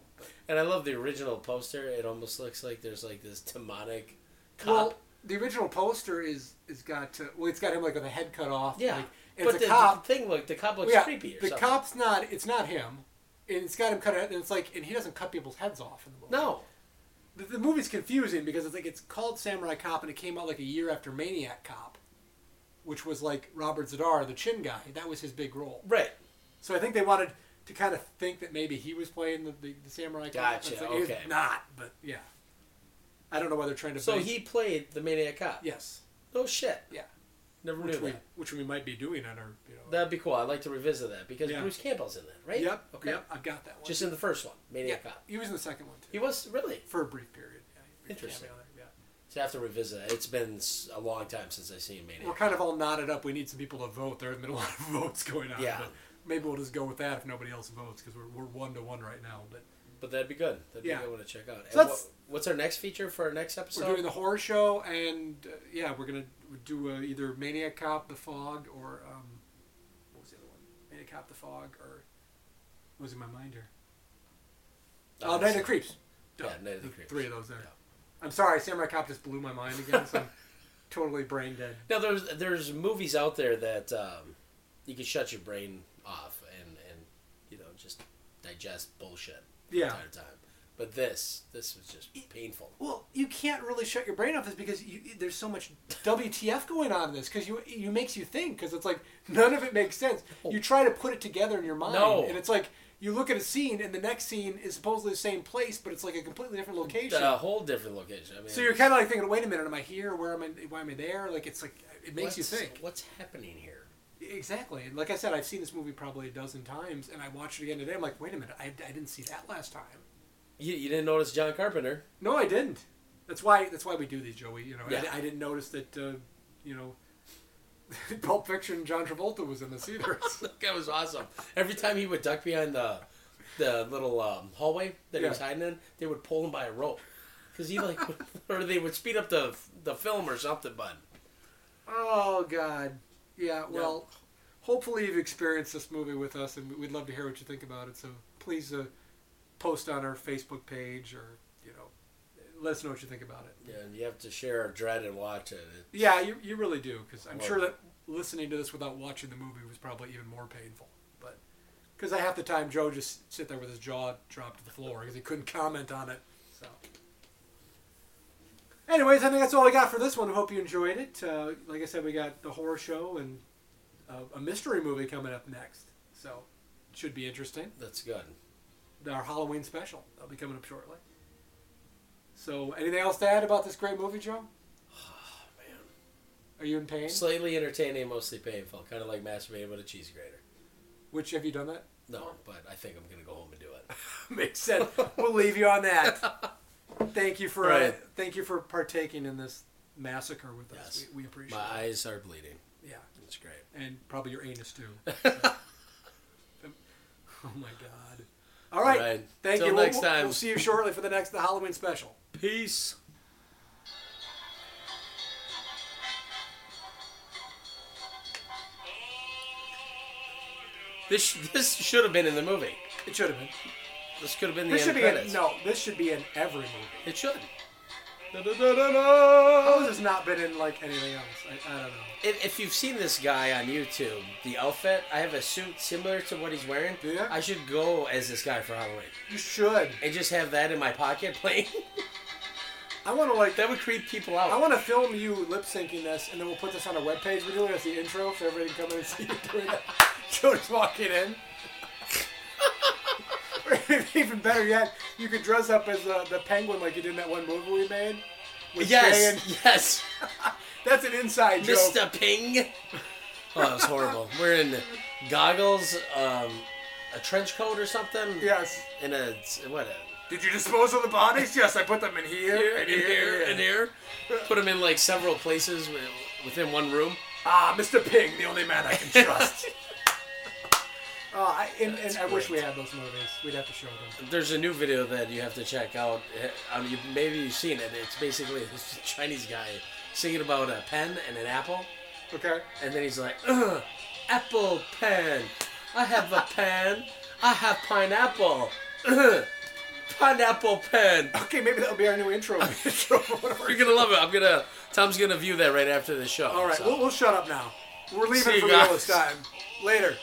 Speaker 1: And I love the original poster. It almost looks like there's like this demonic cop.
Speaker 2: Well, uh, the original poster is is got uh, well, it's got him like with a head cut off.
Speaker 1: yeah,
Speaker 2: like, and
Speaker 1: but
Speaker 2: it's a
Speaker 1: the,
Speaker 2: cop.
Speaker 1: the thing look the cop looks
Speaker 2: yeah,
Speaker 1: creepy. Or
Speaker 2: the
Speaker 1: something.
Speaker 2: cop's not. It's not him. And it's got him cut out, and it's like, and he doesn't cut people's heads off in the movie.
Speaker 1: No.
Speaker 2: The, the movie's confusing because it's like it's called Samurai Cop, and it came out like a year after Maniac Cop, which was like Robert Zadar, the chin guy. That was his big role.
Speaker 1: Right.
Speaker 2: So I think they wanted to kind of think that maybe he was playing the, the, the samurai. cop.
Speaker 1: Gotcha,
Speaker 2: It's like, he's
Speaker 1: okay.
Speaker 2: Not, but yeah. I don't know why they're trying to.
Speaker 1: So
Speaker 2: base-
Speaker 1: he played the maniac cop.
Speaker 2: Yes.
Speaker 1: No shit.
Speaker 2: Yeah.
Speaker 1: Never
Speaker 2: which
Speaker 1: knew
Speaker 2: we,
Speaker 1: that.
Speaker 2: Which we might be doing on our. You know,
Speaker 1: That'd be cool. I'd like to revisit that because
Speaker 2: Yeah.
Speaker 1: Bruce Campbell's in that, right?
Speaker 2: Yep.
Speaker 1: Okay.
Speaker 2: Yep. I've got that one.
Speaker 1: Just in the first one, Maniac
Speaker 2: Yeah,
Speaker 1: Cop.
Speaker 2: He was in the second one too.
Speaker 1: He was really
Speaker 2: for a brief period. Yeah, he was a
Speaker 1: Interesting.
Speaker 2: cameo there,
Speaker 1: So I have to revisit that. It's been s- a long time since I've seen
Speaker 2: yeah.
Speaker 1: Maniac.
Speaker 2: We're kind of all knotted up. We need some people to vote. There have been a lot of [laughs] votes going on.
Speaker 1: Yeah.
Speaker 2: But maybe we'll just go with that if nobody else votes because we're we're one to one right now. But
Speaker 1: But that'd be good. That'd
Speaker 2: Yeah.
Speaker 1: be good one to check out. And
Speaker 2: So that's-
Speaker 1: what- what's our next feature for our next episode?
Speaker 2: We're doing the horror show, and uh, yeah, we're gonna do uh, either Maniac Cop, The Fog, or um, what was the other one? Maniac Cop, The Fog, or what was in my mind here? Oh, Night of the Creeps.
Speaker 1: Yeah, Night of the
Speaker 2: The
Speaker 1: Creeps.
Speaker 2: Three of those there. I'm sorry, Samurai Cop just blew my mind again.
Speaker 1: [laughs]
Speaker 2: So I'm totally brain dead.
Speaker 1: Now there's there's movies out there that um, you can shut your brain off and and you know just digest bullshit from
Speaker 2: Yeah. E-,
Speaker 1: time to time. But this this was just painful.
Speaker 2: Well, you can't really shut your brain off this because you, there's so much WTF going on in this because you you makes you think because it's like none of it makes sense. You try to put it together in your mind,
Speaker 1: No.
Speaker 2: and it's like you look at a scene and the next scene is supposedly the same place, but it's like a completely different location.
Speaker 1: A whole different location. I mean,
Speaker 2: so you're kind of like thinking, wait a minute, am I here? Where am I? Why am I there? Like it's like it makes you
Speaker 1: What's-
Speaker 2: think.
Speaker 1: What's happening here?
Speaker 2: Exactly, and like I said, I've seen this movie probably a dozen times, and I watched it again today. I'm like, wait a minute, I, I didn't see that last time.
Speaker 1: You, you didn't notice John Carpenter.
Speaker 2: No, I didn't. That's why. That's why we do these, Joey. You know,
Speaker 1: Yeah.
Speaker 2: I, I didn't notice that. Uh, you know, [laughs] Pulp Fiction. John Travolta was in this either. [laughs]
Speaker 1: That guy was awesome. Every time he would duck behind the the little um, hallway that he was
Speaker 2: Yeah.
Speaker 1: hiding in, they would pull him by a rope because he like, [laughs] would- or they would speed up the the film or something. But
Speaker 2: oh God. Yeah. Well, hopefully you've experienced this movie with us, and we'd love to hear what you think about it. So please uh, post on our Facebook page, or you know, let us know what you think about it.
Speaker 1: yeah, and you have to share our dread and watch it. It-
Speaker 2: Yeah, you, you really do, because I'm
Speaker 1: Well-
Speaker 2: sure that listening to this without watching the movie was probably even more painful. But because half the time Joe just sit there with his jaw dropped to the floor because he couldn't comment on it. So, anyways, I think that's all I got for this one. I hope you enjoyed it. Uh, like I said, we got the horror show and uh, a mystery movie coming up next, so should be interesting.
Speaker 1: that's good.
Speaker 2: Our Halloween special that'll be coming up shortly. So, anything else to add about this great
Speaker 1: [sighs]
Speaker 2: movie, Joe? Are you in pain?
Speaker 1: Slightly entertaining, mostly painful, kind of like masturbating with a cheese grater.
Speaker 2: Which have you
Speaker 1: [laughs]
Speaker 2: done that?
Speaker 1: No, but I think I'm gonna go home and do it.
Speaker 2: Makes sense. We'll leave you on that. [laughs] Thank you for uh,
Speaker 1: Right.
Speaker 2: thank you for partaking in this massacre with us. We, we appreciate
Speaker 1: My
Speaker 2: it.
Speaker 1: eyes are bleeding.
Speaker 2: Yeah.
Speaker 1: It's great.
Speaker 2: And probably your
Speaker 1: [laughs]
Speaker 2: anus too. [laughs] oh my god. All right.
Speaker 1: All right.
Speaker 2: Thank
Speaker 1: Till
Speaker 2: you. We'll-
Speaker 1: next
Speaker 2: we'll-
Speaker 1: time.
Speaker 2: We'll see you shortly for the next the Halloween special.
Speaker 1: Peace. This sh- this should have been in the movie.
Speaker 2: It should have been.
Speaker 1: This could have been the
Speaker 2: This
Speaker 1: end
Speaker 2: should be
Speaker 1: credits.
Speaker 2: in, no. This should be in every movie.
Speaker 1: It should.
Speaker 2: How has this not been in like anything else? I, I don't know.
Speaker 1: If, if you've seen this guy on YouTube, the outfit, I have a suit similar to what he's wearing. Yeah. I should go as this guy for Halloween.
Speaker 2: You should.
Speaker 1: And just have that in my pocket playing. [laughs]
Speaker 2: I want to like
Speaker 1: that would creep people out.
Speaker 2: I want to film you lip syncing this, and then we'll put this on our webpage. We're doing it as the intro, so everybody can come in and see you doing it. [laughs] Jody's walking in. [laughs] Or Even better yet, you could dress up as uh, the penguin like you did in that one movie we made.
Speaker 1: Yes, yes.
Speaker 2: [laughs] That's an inside joke.
Speaker 1: Mr. Ping. [laughs] Oh, that was horrible. Wearing goggles, um, a trench coat or something.
Speaker 2: Yes.
Speaker 1: And a what? A,
Speaker 2: Did you dispose of the bodies? Yes, I put them in here,
Speaker 1: and here, and here. Put them in like several places wi- within one room.
Speaker 2: Ah, Mr. Ping, the only man I can trust. Uh, I, and and I wish we had those movies. We'd have to show them. [laughs]
Speaker 1: There's a new video that you have to check out. Eh, Um, you, maybe you've seen it. It's basically [laughs] this Chinese guy singing about a pen and an apple.
Speaker 2: Okay.
Speaker 1: And then he's like, Ugh, apple pen. I have a pen. I have pineapple. Ugh, pineapple pen.
Speaker 2: Okay, maybe that'll be our new [laughs] intro. You're
Speaker 1: gonna love it. I'm gonna. Tom's gonna view that right after the show.
Speaker 2: All right,
Speaker 1: so.
Speaker 2: we'll, we'll shut up now. We're
Speaker 1: See
Speaker 2: leaving
Speaker 1: you
Speaker 2: for real
Speaker 1: guys.
Speaker 2: this time. Later.